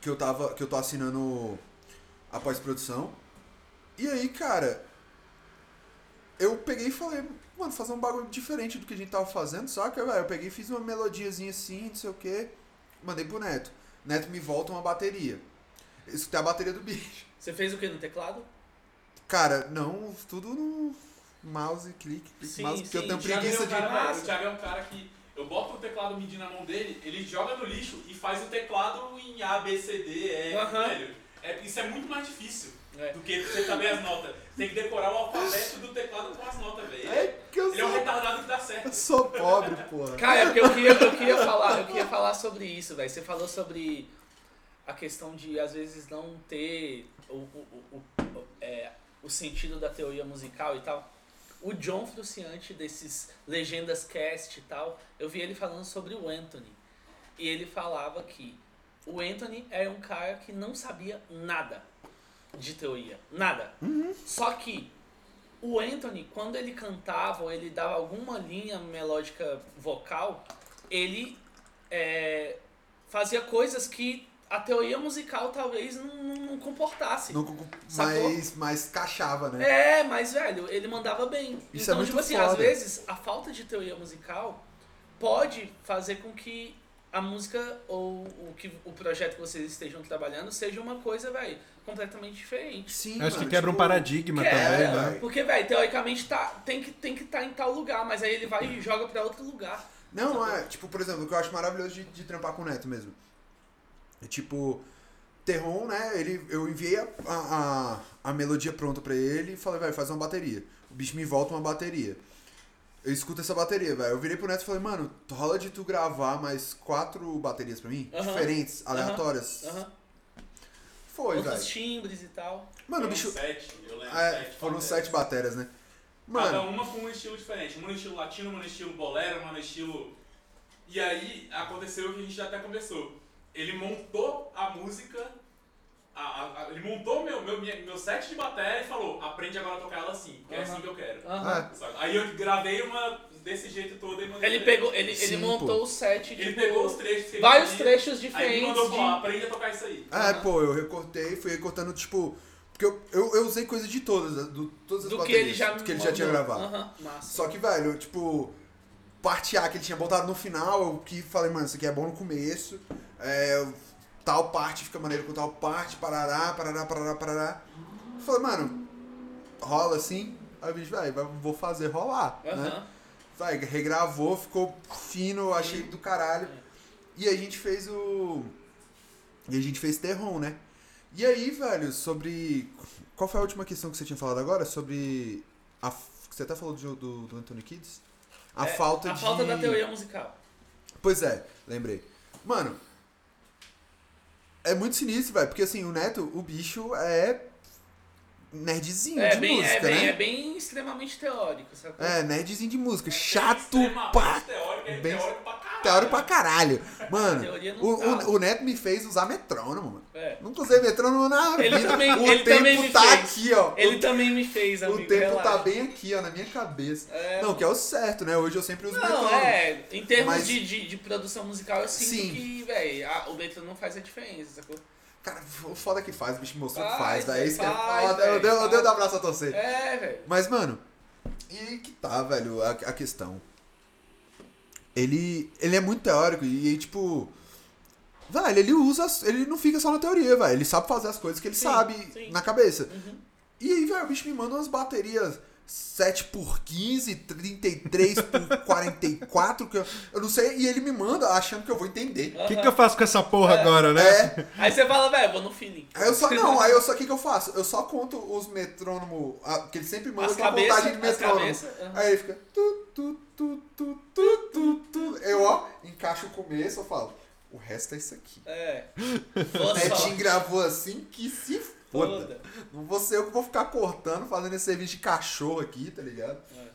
Speaker 3: Que eu tava. Que eu tô assinando a pós-produção. E aí, cara. Eu peguei e falei, mano, fazer um bagulho diferente do que a gente tava fazendo, saca, velho? Eu peguei e fiz uma melodiazinha assim, não sei o quê. Mandei pro Neto. Neto me volta uma bateria. Eu escutei a bateria do bicho.
Speaker 2: Você fez o que no teclado?
Speaker 3: Cara, não, tudo no mouse, clique, clique,
Speaker 2: Sim,
Speaker 3: mouse, porque eu
Speaker 2: sim,
Speaker 3: tenho
Speaker 4: O Thiago é
Speaker 3: preguiça
Speaker 4: um
Speaker 3: de.
Speaker 4: cara-
Speaker 2: massa.
Speaker 4: O Thiago é um cara que. Eu boto o teclado MIDI na mão dele, ele joga no lixo e faz o teclado em A, B, C, D, E,
Speaker 2: Aham.
Speaker 4: velho. É, isso é muito mais difícil
Speaker 2: É.
Speaker 4: do que você saber as notas. Você tem que decorar o alfabeto do teclado com as notas, velho.
Speaker 3: É que eu
Speaker 4: Ele é um
Speaker 3: sou,
Speaker 4: retardado que dá certo.
Speaker 3: eu sou pobre, porra.
Speaker 2: Cara, é porque eu queria, eu queria falar, eu queria falar sobre isso, velho. Você falou sobre a questão de às vezes não ter o, o, o, o- é, o sentido da teoria musical e tal. O John Fruciante desses Legendas Cast e tal, eu vi ele falando sobre o Anthony. E ele falava que o Anthony era um cara que não sabia nada de teoria. Nada. Só que o Anthony, quando ele cantava ou ele dava alguma linha melódica vocal, ele é, fazia coisas que a teoria musical talvez não, não- não comportasse.
Speaker 3: Não, concu-
Speaker 2: Sacou?
Speaker 3: mas, mas cachava, né?
Speaker 2: É, mas, velho, ele mandava bem.
Speaker 3: Isso
Speaker 2: então,
Speaker 3: é muito
Speaker 2: tipo assim,
Speaker 3: foda.
Speaker 2: às vezes a falta de teoria musical pode fazer com que a música ou o, que, o projeto que vocês estejam trabalhando seja uma coisa, velho, completamente diferente.
Speaker 3: Sim,
Speaker 1: Acho que
Speaker 3: mano,
Speaker 1: quebra um
Speaker 3: tipo,
Speaker 1: paradigma
Speaker 2: Quebra,
Speaker 1: também, né?
Speaker 3: velho.
Speaker 2: Porque, velho, teoricamente tá, tem que estar tem que tá em tal lugar, mas aí ele vai e joga pra outro lugar.
Speaker 3: Não, é, tipo, por exemplo, o que eu acho maravilhoso de, de trampar com o Neto mesmo. É tipo, Terron, né, ele, eu enviei a, a, a- a melodia pronta pra ele e falei, velho, faz uma bateria. O bicho me volta uma bateria. Eu escuto essa bateria, velho. Eu virei pro Neto e falei, mano, rola de tu gravar mais quatro baterias pra mim?
Speaker 2: Aham.
Speaker 3: Diferentes, aleatórias.
Speaker 2: Aham.
Speaker 3: Foi,
Speaker 2: Outros
Speaker 3: velho.
Speaker 2: timbres e tal.
Speaker 3: Mano, o
Speaker 4: Foram
Speaker 3: bicho...
Speaker 4: sete, eu lembro.
Speaker 3: É,
Speaker 4: sete
Speaker 3: foram
Speaker 4: bateras.
Speaker 3: sete baterias, né?
Speaker 4: Cada
Speaker 3: Mano,
Speaker 4: uma com um estilo diferente. Uma no estilo latino, uma no estilo bolero, uma no estilo. E aí aconteceu o que a gente já até conversou. Ele montou a música. a- a- a- ele montou meu, meu, minha- meu set de bateria e falou: aprende agora a tocar ela assim, porque é
Speaker 2: Aham.
Speaker 4: assim que eu quero.
Speaker 2: um,
Speaker 3: É.
Speaker 2: Aham.
Speaker 4: Sabe? Aí eu gravei uma desse jeito todo e mandei.
Speaker 2: Ele
Speaker 4: pra
Speaker 2: pegou, ele,
Speaker 3: Sim,
Speaker 2: ele montou
Speaker 3: pô.
Speaker 2: o set,
Speaker 4: Ele
Speaker 2: tipo,
Speaker 4: pegou os trechos que ele
Speaker 2: vários
Speaker 4: queria,
Speaker 2: trechos
Speaker 4: Aí ele
Speaker 2: diferentes.
Speaker 4: mandou falar:
Speaker 2: de...
Speaker 4: aprende a tocar isso aí.
Speaker 3: É,
Speaker 2: Aham.
Speaker 3: pô, eu recortei, fui recortando, tipo. Porque eu, eu, eu usei coisa de todas, né, do, todas as
Speaker 2: do que
Speaker 3: baterias,
Speaker 2: ele já
Speaker 3: do que ele já tinha
Speaker 2: mandou.
Speaker 3: gravado.
Speaker 2: Aham, massa.
Speaker 3: Só que, velho, eu, tipo, parte A que ele tinha botado no final, eu que falei, mano, isso aqui é bom no começo. é, tal parte fica maneiro com tal parte, parará, parará, parará, parará. Eu falei, mano, rola assim. Aí o bicho, velho, vai- vou fazer rolar, né?
Speaker 2: Aham.
Speaker 3: Vai, regravou, ficou fino, eu achei do caralho. E a gente fez o. E a gente fez Terron, né? E aí, velho, sobre. Qual foi a última questão que você tinha falado agora? Sobre. A... f- Você até falou do, do, do Anthony Kids? A
Speaker 2: É,
Speaker 3: falta
Speaker 2: a
Speaker 3: de.
Speaker 2: falta da teoria musical.
Speaker 3: Pois é, lembrei. Mano. É muito sinistro, velho, porque assim, o Neto, o bicho é. Nerdzinho
Speaker 2: É
Speaker 3: de
Speaker 2: bem,
Speaker 3: música,
Speaker 2: é, bem,
Speaker 3: né?
Speaker 2: é bem extremamente teórico, sacou?
Speaker 3: É, nerdzinho de música. Chato
Speaker 4: Extremamente
Speaker 3: pra
Speaker 4: Teórico, ele é
Speaker 3: Bem-
Speaker 4: teórico pra caralho.
Speaker 3: teórico pra caralho. Mano,
Speaker 2: Teoria não
Speaker 3: o,
Speaker 2: tá.
Speaker 3: o, o Neto me fez usar metrônomo, mano.
Speaker 2: É.
Speaker 3: Nunca usei metrônomo na
Speaker 2: Ele
Speaker 3: vida.
Speaker 2: também-
Speaker 3: o
Speaker 2: ele
Speaker 3: tempo
Speaker 2: também me
Speaker 3: tá
Speaker 2: fez.
Speaker 3: aqui, ó.
Speaker 2: Ele também me fez,
Speaker 3: o,
Speaker 2: amigo.
Speaker 3: o tempo
Speaker 2: relaxa.
Speaker 3: tá bem aqui, ó, na minha cabeça.
Speaker 2: É.
Speaker 3: Não, que é o certo, né? Hoje eu sempre uso
Speaker 2: Não,
Speaker 3: metrônomo.
Speaker 2: é, em termos
Speaker 3: Mas-
Speaker 2: de, de, de produção musical, eu sinto
Speaker 3: Sim.
Speaker 2: que, velho, o Beto não faz a diferença, sacou?
Speaker 3: Cara, o foda que faz, o bicho mostrou que
Speaker 2: Faz,
Speaker 3: faz. Daí isso que é
Speaker 2: faz,
Speaker 3: foda. Eu
Speaker 2: velho,
Speaker 3: dei- Eu
Speaker 2: faz.
Speaker 3: dei o da abraço a torcer.
Speaker 2: É, velho.
Speaker 3: Mas, mano, e aí que tá, velho, a, a questão. Ele, ele é muito teórico e, aí, tipo. Velho, ele usa. as- Ele não fica só na teoria, velho. Ele sabe fazer as coisas que ele
Speaker 2: Sim,
Speaker 3: sabe
Speaker 2: sim.
Speaker 3: na cabeça.
Speaker 2: Uhum.
Speaker 3: E aí, velho, o bicho me manda umas baterias 7 por 15 33 por 44 que eu, eu não sei. E ele me manda achando que eu vou entender.
Speaker 1: O que,
Speaker 2: Aham.
Speaker 1: que eu faço com essa porra
Speaker 2: É.
Speaker 1: agora, né?
Speaker 3: É.
Speaker 2: Aí você fala, velho, vou no feeling.
Speaker 3: Aí eu só. Não, aí eu só. O que, que eu faço? Eu só conto os metrônomo. a- que ele sempre manda
Speaker 2: As
Speaker 3: aquela
Speaker 2: cabeças,
Speaker 3: contagem de
Speaker 2: as
Speaker 3: metrônomo.
Speaker 2: cabeças, aham.
Speaker 3: Aí ele fica. Tu, tu, tu, tu, tu, tu, tu. Eu, ó, encaixo o começo, eu falo. O resto é isso aqui.
Speaker 2: É.
Speaker 3: O
Speaker 2: Boa
Speaker 3: Netinho
Speaker 2: sorte.
Speaker 3: gravou assim que se foda.
Speaker 2: Foda.
Speaker 3: Não vou ser eu que vou ficar cortando, fazendo esse serviço de cachorro aqui, tá ligado?
Speaker 2: É.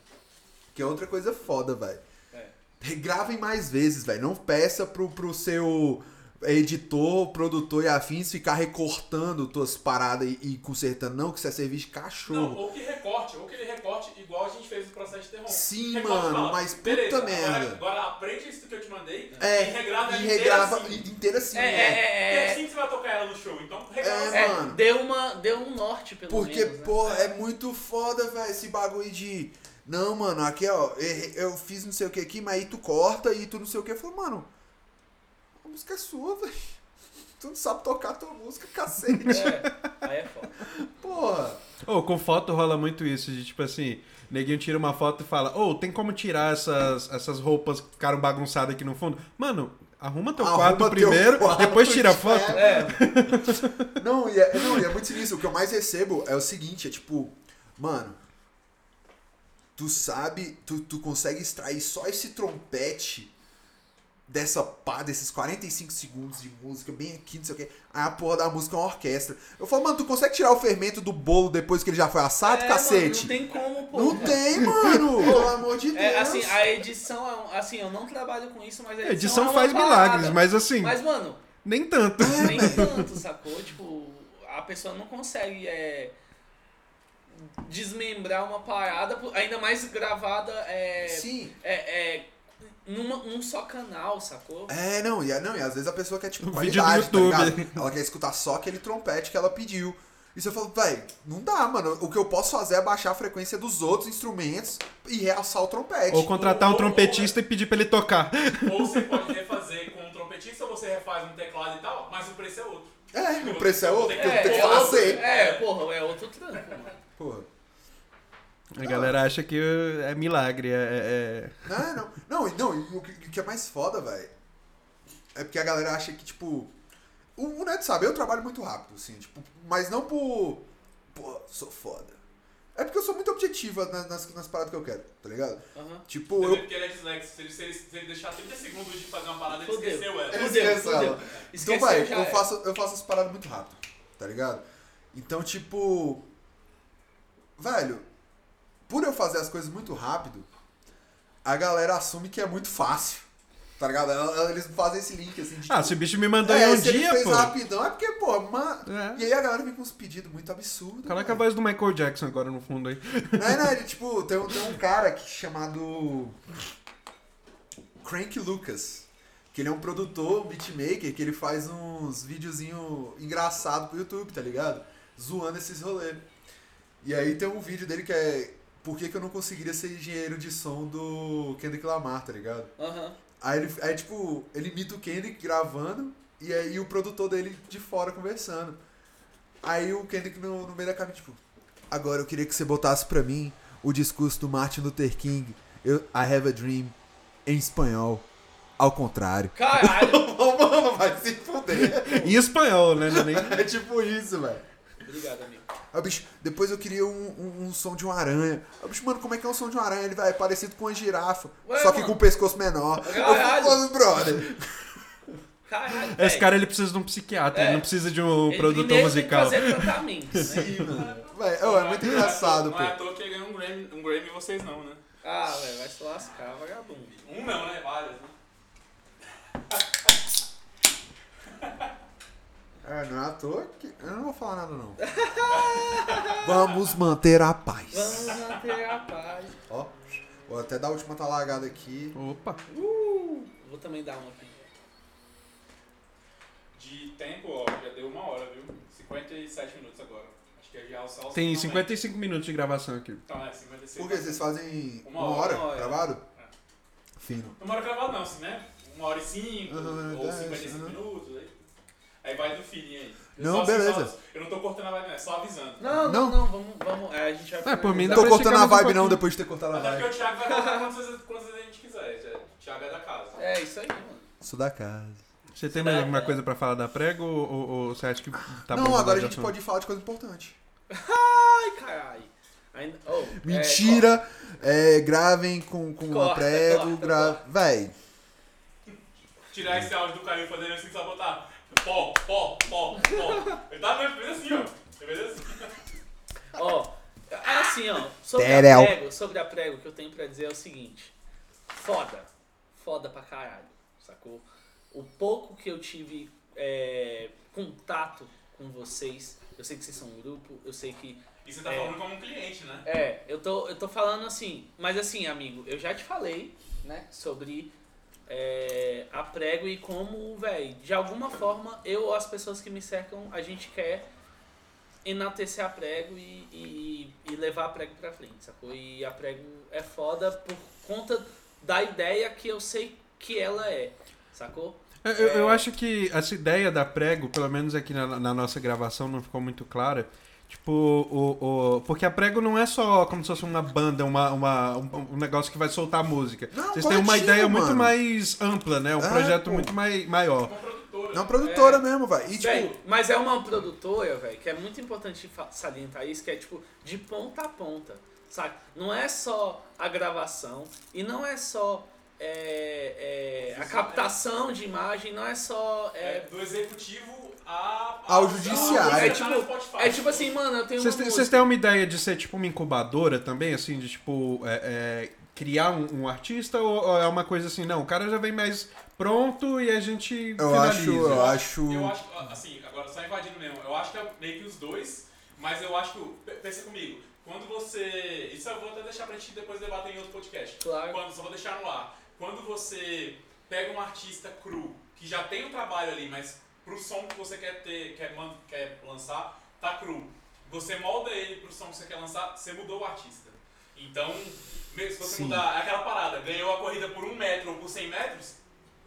Speaker 3: Que é outra coisa foda, velho.
Speaker 2: É.
Speaker 3: Gravem mais vezes, velho. Não peça pro, pro seu editor, produtor e afins ficar recortando tuas paradas e, e consertando, não, que isso é serviço de
Speaker 4: Não,
Speaker 3: cachorro.
Speaker 4: ou que recorte, ou que ele recorte igual a gente fez no processo de terror.
Speaker 3: Sim,
Speaker 4: Recorte,
Speaker 3: mano,
Speaker 4: fala,
Speaker 3: mas puta
Speaker 4: "Beleza, agora-
Speaker 3: merda."
Speaker 4: Agora, aprende isso que eu te mandei
Speaker 3: É,
Speaker 4: e regrava
Speaker 3: e
Speaker 4: ela
Speaker 3: regrava
Speaker 4: inteira assim.
Speaker 3: inteira assim,
Speaker 2: É,
Speaker 3: né?
Speaker 4: Porque
Speaker 2: é,
Speaker 4: É
Speaker 2: é, é.
Speaker 4: assim que você vai tocar ela no show, então regrava.
Speaker 2: É,
Speaker 3: mano.
Speaker 2: deu, uma, deu um norte, pelo
Speaker 3: Porque,
Speaker 2: menos. né?
Speaker 3: porra, é muito foda, velho, esse bagulho de. Não, mano, aqui, ó, errei- eu fiz não sei o que aqui, mas aí tu corta e tu não sei o que. Eu falo, mano, a música é sua, velho. Tu não sabe tocar a tua música, cacete.
Speaker 2: É, aí é foda.
Speaker 3: Porra.
Speaker 1: Ô, Ou com foto rola muito isso, de tipo assim, neguinho tira uma foto e fala, ô, tem como tirar essas, essas roupas que ficaram bagunçadas aqui no fundo? Mano, arruma teu
Speaker 3: Arruma
Speaker 1: quadro
Speaker 3: teu
Speaker 1: primeiro,
Speaker 3: quarto,
Speaker 1: depois tira a
Speaker 3: é.
Speaker 1: foto.
Speaker 2: É,
Speaker 3: Não, e é, não, e é muito sinistro. O que eu mais recebo é o seguinte, é tipo, mano, tu sabe, tu, tu consegue extrair só esse trompete dessa pá, desses 45 segundos de música, bem aqui, não sei o que. Aí a porra da música é uma orquestra. Eu falo, mano, tu consegue tirar o fermento do bolo depois que ele já foi assado,
Speaker 2: É,
Speaker 3: cacete?
Speaker 2: Mano, não tem como, pô.
Speaker 3: não, tem, mano! Pelo amor de Deus!
Speaker 2: É, assim, a edição é um, assim, eu não trabalho com isso, mas a
Speaker 1: A
Speaker 2: edição,
Speaker 1: edição
Speaker 2: é uma
Speaker 1: faz
Speaker 2: parada.
Speaker 1: milagres, mas assim,
Speaker 2: Mas, mano,
Speaker 1: nem tanto.
Speaker 2: nem tanto, sacou? Tipo, a pessoa não consegue é, desmembrar uma parada, por- ainda mais gravada é,
Speaker 3: Sim.
Speaker 2: é, é, numa- num só canal, sacou?
Speaker 3: É, não e, não, e às vezes a pessoa quer, tipo,
Speaker 1: Um vídeo do
Speaker 3: qualidade, tá
Speaker 1: YouTube.
Speaker 3: ligado? Ela quer escutar só aquele trompete que ela pediu. E você fala, velho, não dá, mano. O que eu posso fazer é baixar a frequência dos outros instrumentos e realçar o trompete.
Speaker 1: Ou contratar um
Speaker 4: Ou-
Speaker 1: trompetista e pedir pra ele tocar.
Speaker 4: assim. Ou você pode refazer com um trompetista, ou você refaz um teclado e tal, mas o preço é outro.
Speaker 3: É, o preço é outro, porque
Speaker 4: É,
Speaker 3: eu tenho que
Speaker 2: porra,
Speaker 3: falar
Speaker 2: outro-
Speaker 3: sempre.
Speaker 2: é, porra, é outro trampo, mano.
Speaker 3: Porra.
Speaker 1: A galera acha que é milagre, é- é-
Speaker 3: Não, não. Não, e- não, e o que, o que é mais foda, velho, é porque a galera acha que, tipo. O, o Neto sabe, eu trabalho muito rápido, assim, tipo, mas não por. Pô, sou foda. É porque eu sou muito objetiva na- nas, nas paradas que eu quero, tá ligado?
Speaker 2: Aham.
Speaker 3: Tipo,
Speaker 4: Entendeu?
Speaker 3: eu.
Speaker 4: Porque ele é disléxico. Se ele, se ele- se ele deixar 30 segundos de fazer uma parada, ele
Speaker 2: Fudeu.
Speaker 4: esqueceu ela.
Speaker 3: Ele
Speaker 2: Fudeu,
Speaker 3: esquece
Speaker 2: fudeu.
Speaker 3: ela. Então,
Speaker 2: Esqueceu,
Speaker 3: vai,
Speaker 2: já é.
Speaker 3: eu
Speaker 2: era.
Speaker 3: faço, eu faço as paradas muito rápido, tá ligado? Então, tipo. Velho, por eu fazer as coisas muito rápido, a galera assume que é muito fácil, tá ligado? Ela- ela- Eles fazem esse link assim de.
Speaker 1: Ah, se o bicho me mandou em
Speaker 3: é,
Speaker 1: um
Speaker 3: se ele
Speaker 1: dia,
Speaker 3: fez
Speaker 1: pô.
Speaker 3: rapidão, é porque, pô, mano.
Speaker 1: É.
Speaker 3: E aí a galera vem com uns pedidos muito absurdos.
Speaker 1: Coloca a
Speaker 3: velho.
Speaker 1: voz do Michael Jackson agora no fundo aí.
Speaker 3: Não, não, ele, tipo, tem, um- tem um cara aqui chamado. Crank Lucas. Que ele é um produtor, um beatmaker, que ele faz uns videozinho engraçado pro YouTube, tá ligado? Zoando esses rolês. E aí tem um vídeo dele que é. Por que, que eu não conseguiria ser engenheiro de som do Kendrick Lamar, tá ligado?
Speaker 2: Aham.
Speaker 3: Aí, ele, aí tipo, ele imita o Kendrick gravando e aí o produtor dele de fora conversando. Aí o Kendrick no, no meio da caminha, tipo, agora eu queria que você botasse pra mim o discurso do Martin Luther King, eu, I Have a Dream, em espanhol, ao contrário.
Speaker 2: Caralho!
Speaker 3: Mano, vai se fuder.
Speaker 1: Em espanhol, né? Não é nem-
Speaker 3: É tipo isso, velho.
Speaker 2: Obrigado, amigo.
Speaker 3: Aí o bicho, depois eu queria um, um, um som de uma aranha. Aí o bicho, mano, como é que é um som de uma aranha? Ele vai, é parecido com uma girafa,
Speaker 2: Ué,
Speaker 3: só que
Speaker 2: mano.
Speaker 3: com o pescoço menor.
Speaker 2: Caralho.
Speaker 3: Eu falo, brother.
Speaker 2: Caralho,
Speaker 1: Esse
Speaker 2: velho.
Speaker 1: cara ele precisa de um psiquiatra,
Speaker 2: É.
Speaker 1: ele não precisa de um
Speaker 2: Ele
Speaker 1: produtor
Speaker 2: primeiro tem que
Speaker 1: musical.
Speaker 2: fazer tratamento, né?
Speaker 3: Sim, mano. Véi, oh, é muito engraçado,
Speaker 4: Não é à
Speaker 3: pô.
Speaker 4: toa que ele ganhou um Grammy, um Grammy e vocês não, né?
Speaker 2: Ah, velho, vai se lascar, vagabundo.
Speaker 4: Um não, né? Vários, né?
Speaker 3: É, não é à toa que. Eu não vou falar nada, não. Vamos manter a paz.
Speaker 2: Vamos manter a paz.
Speaker 3: Ó, vou até dar a última talagada aqui.
Speaker 1: Opa,
Speaker 2: Vou também dar uma aqui.
Speaker 4: De tempo, ó, já deu uma hora, viu? 57 minutos agora. Acho que é já alçar os
Speaker 1: tem
Speaker 4: finalmente.
Speaker 1: 55 minutos de gravação aqui.
Speaker 4: Então, é, 56.
Speaker 3: Por que vocês fazem
Speaker 4: Uma
Speaker 3: uma, hora,
Speaker 2: hora, uma hora.
Speaker 3: gravado? Fino.
Speaker 4: Não mora gravado não, assim, né? Uma hora e cinco,
Speaker 3: Aham,
Speaker 4: ou
Speaker 3: dez,
Speaker 4: 55
Speaker 3: aham.
Speaker 4: minutos, aí. Aí vai do feeling aí. Eu
Speaker 3: Não,
Speaker 4: só assim,
Speaker 3: beleza.
Speaker 4: só- eu não tô cortando a vibe, não, é só avisando.
Speaker 2: Não, não,
Speaker 3: Não?
Speaker 2: não, vamos, vamos. É, a gente vai
Speaker 1: Ah, por mim
Speaker 3: Não
Speaker 1: dá
Speaker 3: tô
Speaker 1: pra
Speaker 3: cortando
Speaker 1: esticar
Speaker 3: a
Speaker 1: mais um
Speaker 3: vibe, não,
Speaker 1: pouquinho.
Speaker 3: depois de ter cortado a
Speaker 4: Até porque
Speaker 3: vibe.
Speaker 4: o Thiago vai cortar quantas vezes, quantas vezes a gente quiser. já- O Thiago é da casa.
Speaker 2: É isso aí, mano.
Speaker 3: Sou da casa.
Speaker 1: Você tem mais
Speaker 2: Será,
Speaker 1: alguma
Speaker 2: cara?
Speaker 1: coisa pra falar da prego ou, ou- ou você acha que tá bom?
Speaker 3: não,
Speaker 1: mudar
Speaker 3: agora a
Speaker 1: de
Speaker 3: gente
Speaker 1: assunto?
Speaker 3: pode falar de coisa importante.
Speaker 2: Ai, caralho. Ainda- oh, é,
Speaker 3: Mentira! É, gravem com, com
Speaker 2: Corta,
Speaker 3: a prego.
Speaker 2: corta,
Speaker 3: Gra... Véi.
Speaker 4: Tirar esse áudio do Caio fazendo assim, só botar pó, pó, pó, pó. Ele tá ele fez assim, ó. Ele fez assim.
Speaker 2: ó, ó, é assim, ó. Sobre
Speaker 3: Terel.
Speaker 2: a prego, sobre a prego, o que eu tenho pra dizer é o seguinte. Foda. Foda pra caralho, sacou? O pouco que eu tive é, contato com vocês, eu sei que vocês são um grupo, eu sei que
Speaker 4: E você tá
Speaker 2: É.
Speaker 4: falando como um cliente, né?
Speaker 2: É, eu tô, eu tô falando assim, mas assim, amigo, eu já te falei, né, sobre é, a prego e como, velho, de alguma forma, eu ou as pessoas que me cercam, a gente quer enaltecer a prego e, e, e levar a prego pra frente, sacou? E a prego é foda por conta da ideia que eu sei que ela é, sacou?
Speaker 1: Eu, eu- eu acho que essa ideia da prego, pelo menos aqui na, na nossa gravação, não ficou muito clara. Tipo, o, o- porque a prego não é só como se fosse uma banda, uma, uma, um, um negócio que vai soltar música.
Speaker 3: Não,
Speaker 1: Vocês têm uma
Speaker 3: coletivo,
Speaker 1: ideia muito
Speaker 3: mano.
Speaker 1: mais ampla, né? Um
Speaker 3: É,
Speaker 1: projeto
Speaker 3: pô.
Speaker 1: muito mai, maior.
Speaker 4: Uma produtora.
Speaker 3: Não, produtora mesmo, vai. E
Speaker 2: Véi,
Speaker 3: tipo,
Speaker 2: mas é uma produtora, velho, que é muito importante fa- salientar isso, que é tipo de ponta a ponta, sabe? Não é só a gravação e não é só é,
Speaker 3: né?
Speaker 2: é, a captação de imagem, não é só.
Speaker 4: É,
Speaker 2: É,
Speaker 4: do executivo a...
Speaker 3: Ao judiciário.
Speaker 4: a-
Speaker 2: é,
Speaker 4: a-
Speaker 2: tipo,
Speaker 4: tá no Spotify.
Speaker 2: é tipo assim, mano, eu tenho
Speaker 1: Vocês
Speaker 2: uma
Speaker 1: têm- vocês
Speaker 2: música.
Speaker 1: têm uma ideia de ser tipo uma incubadora também, assim, de tipo é, é, criar um, um artista ou, ou é uma coisa assim, não, o cara já vem mais pronto e a gente
Speaker 3: eu
Speaker 1: finaliza.
Speaker 3: acho, eu acho.
Speaker 4: Eu acho, assim, agora só invadindo mesmo, eu acho que é meio que os dois, mas eu acho que, pensa comigo, quando você, isso eu vou até deixar pra gente depois debater em outro podcast,
Speaker 2: Claro.
Speaker 4: quando, só vou deixar no ar, quando você pega um artista cru, que já tem o trabalho ali, mas pro som que você quer ter, quer, man- quer lançar, tá cru, você molda ele pro som que você quer lançar, você mudou o artista. Então, mesmo se você
Speaker 3: Sim.
Speaker 4: mudar é aquela parada, ganhou a corrida por um metro ou por 100 metros,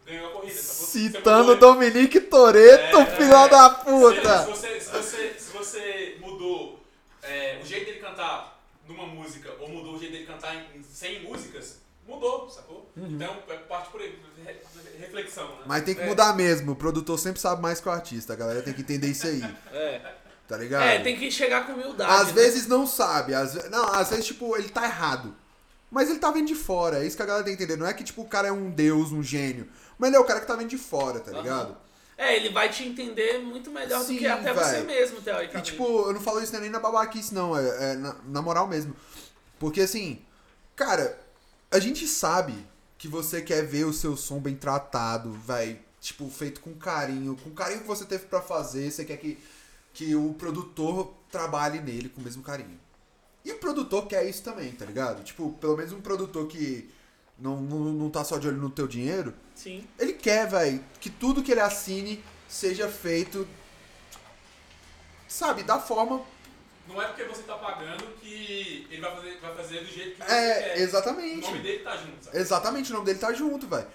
Speaker 4: ganhou a corrida. sacou? Você mudou
Speaker 3: Citando
Speaker 4: ele.
Speaker 3: Dominique Toreto,
Speaker 4: É,
Speaker 3: filha
Speaker 4: é.
Speaker 3: da
Speaker 4: Se
Speaker 3: puta!
Speaker 4: você, se você, se você mudou é, o jeito dele cantar numa música ou mudou o jeito dele cantar em, em 100 músicas, mudou, sacou? Então é parte por aí, re- reflexão, né?
Speaker 3: Uhum. Mas tem que
Speaker 2: É.
Speaker 3: mudar mesmo, o produtor sempre sabe mais que o artista, a galera tem que entender isso aí,
Speaker 2: É,
Speaker 3: tá ligado?
Speaker 2: é, tem que chegar com humildade.
Speaker 3: Às
Speaker 2: né?
Speaker 3: vezes não sabe, às ve- não, às vezes, tipo, ele tá errado. Mas ele tá vendo de fora, é isso que a galera tem que entender. Não é que, tipo, o cara é um deus, um gênio. Mas ele é o cara que tá vendo de fora, tá
Speaker 2: Aham.
Speaker 3: ligado?
Speaker 2: É, ele vai te entender muito melhor
Speaker 3: Sim,
Speaker 2: do que até
Speaker 3: véi.
Speaker 2: você mesmo,
Speaker 3: E,
Speaker 2: teoricamente.
Speaker 3: tipo, eu não falo isso nem na babaquice, não. É, é na, na moral mesmo. Porque, assim, cara, a gente sabe que você quer ver o seu som bem tratado, vai, tipo, feito com carinho, com o carinho que você teve pra fazer, você quer que, que o produtor trabalhe nele com o mesmo carinho. E o produtor quer isso também, tá ligado? Tipo, pelo menos um produtor que não, não, não tá só de olho no teu dinheiro,
Speaker 2: Sim.
Speaker 3: ele quer, velho, que tudo que ele assine seja feito, sabe, da forma.
Speaker 4: Não é porque você tá pagando que ele vai fazer, vai fazer do jeito que você
Speaker 3: É,
Speaker 4: quer. O
Speaker 3: exatamente.
Speaker 4: nome dele tá junto, sabe?
Speaker 3: Exatamente, o nome dele tá junto, velho.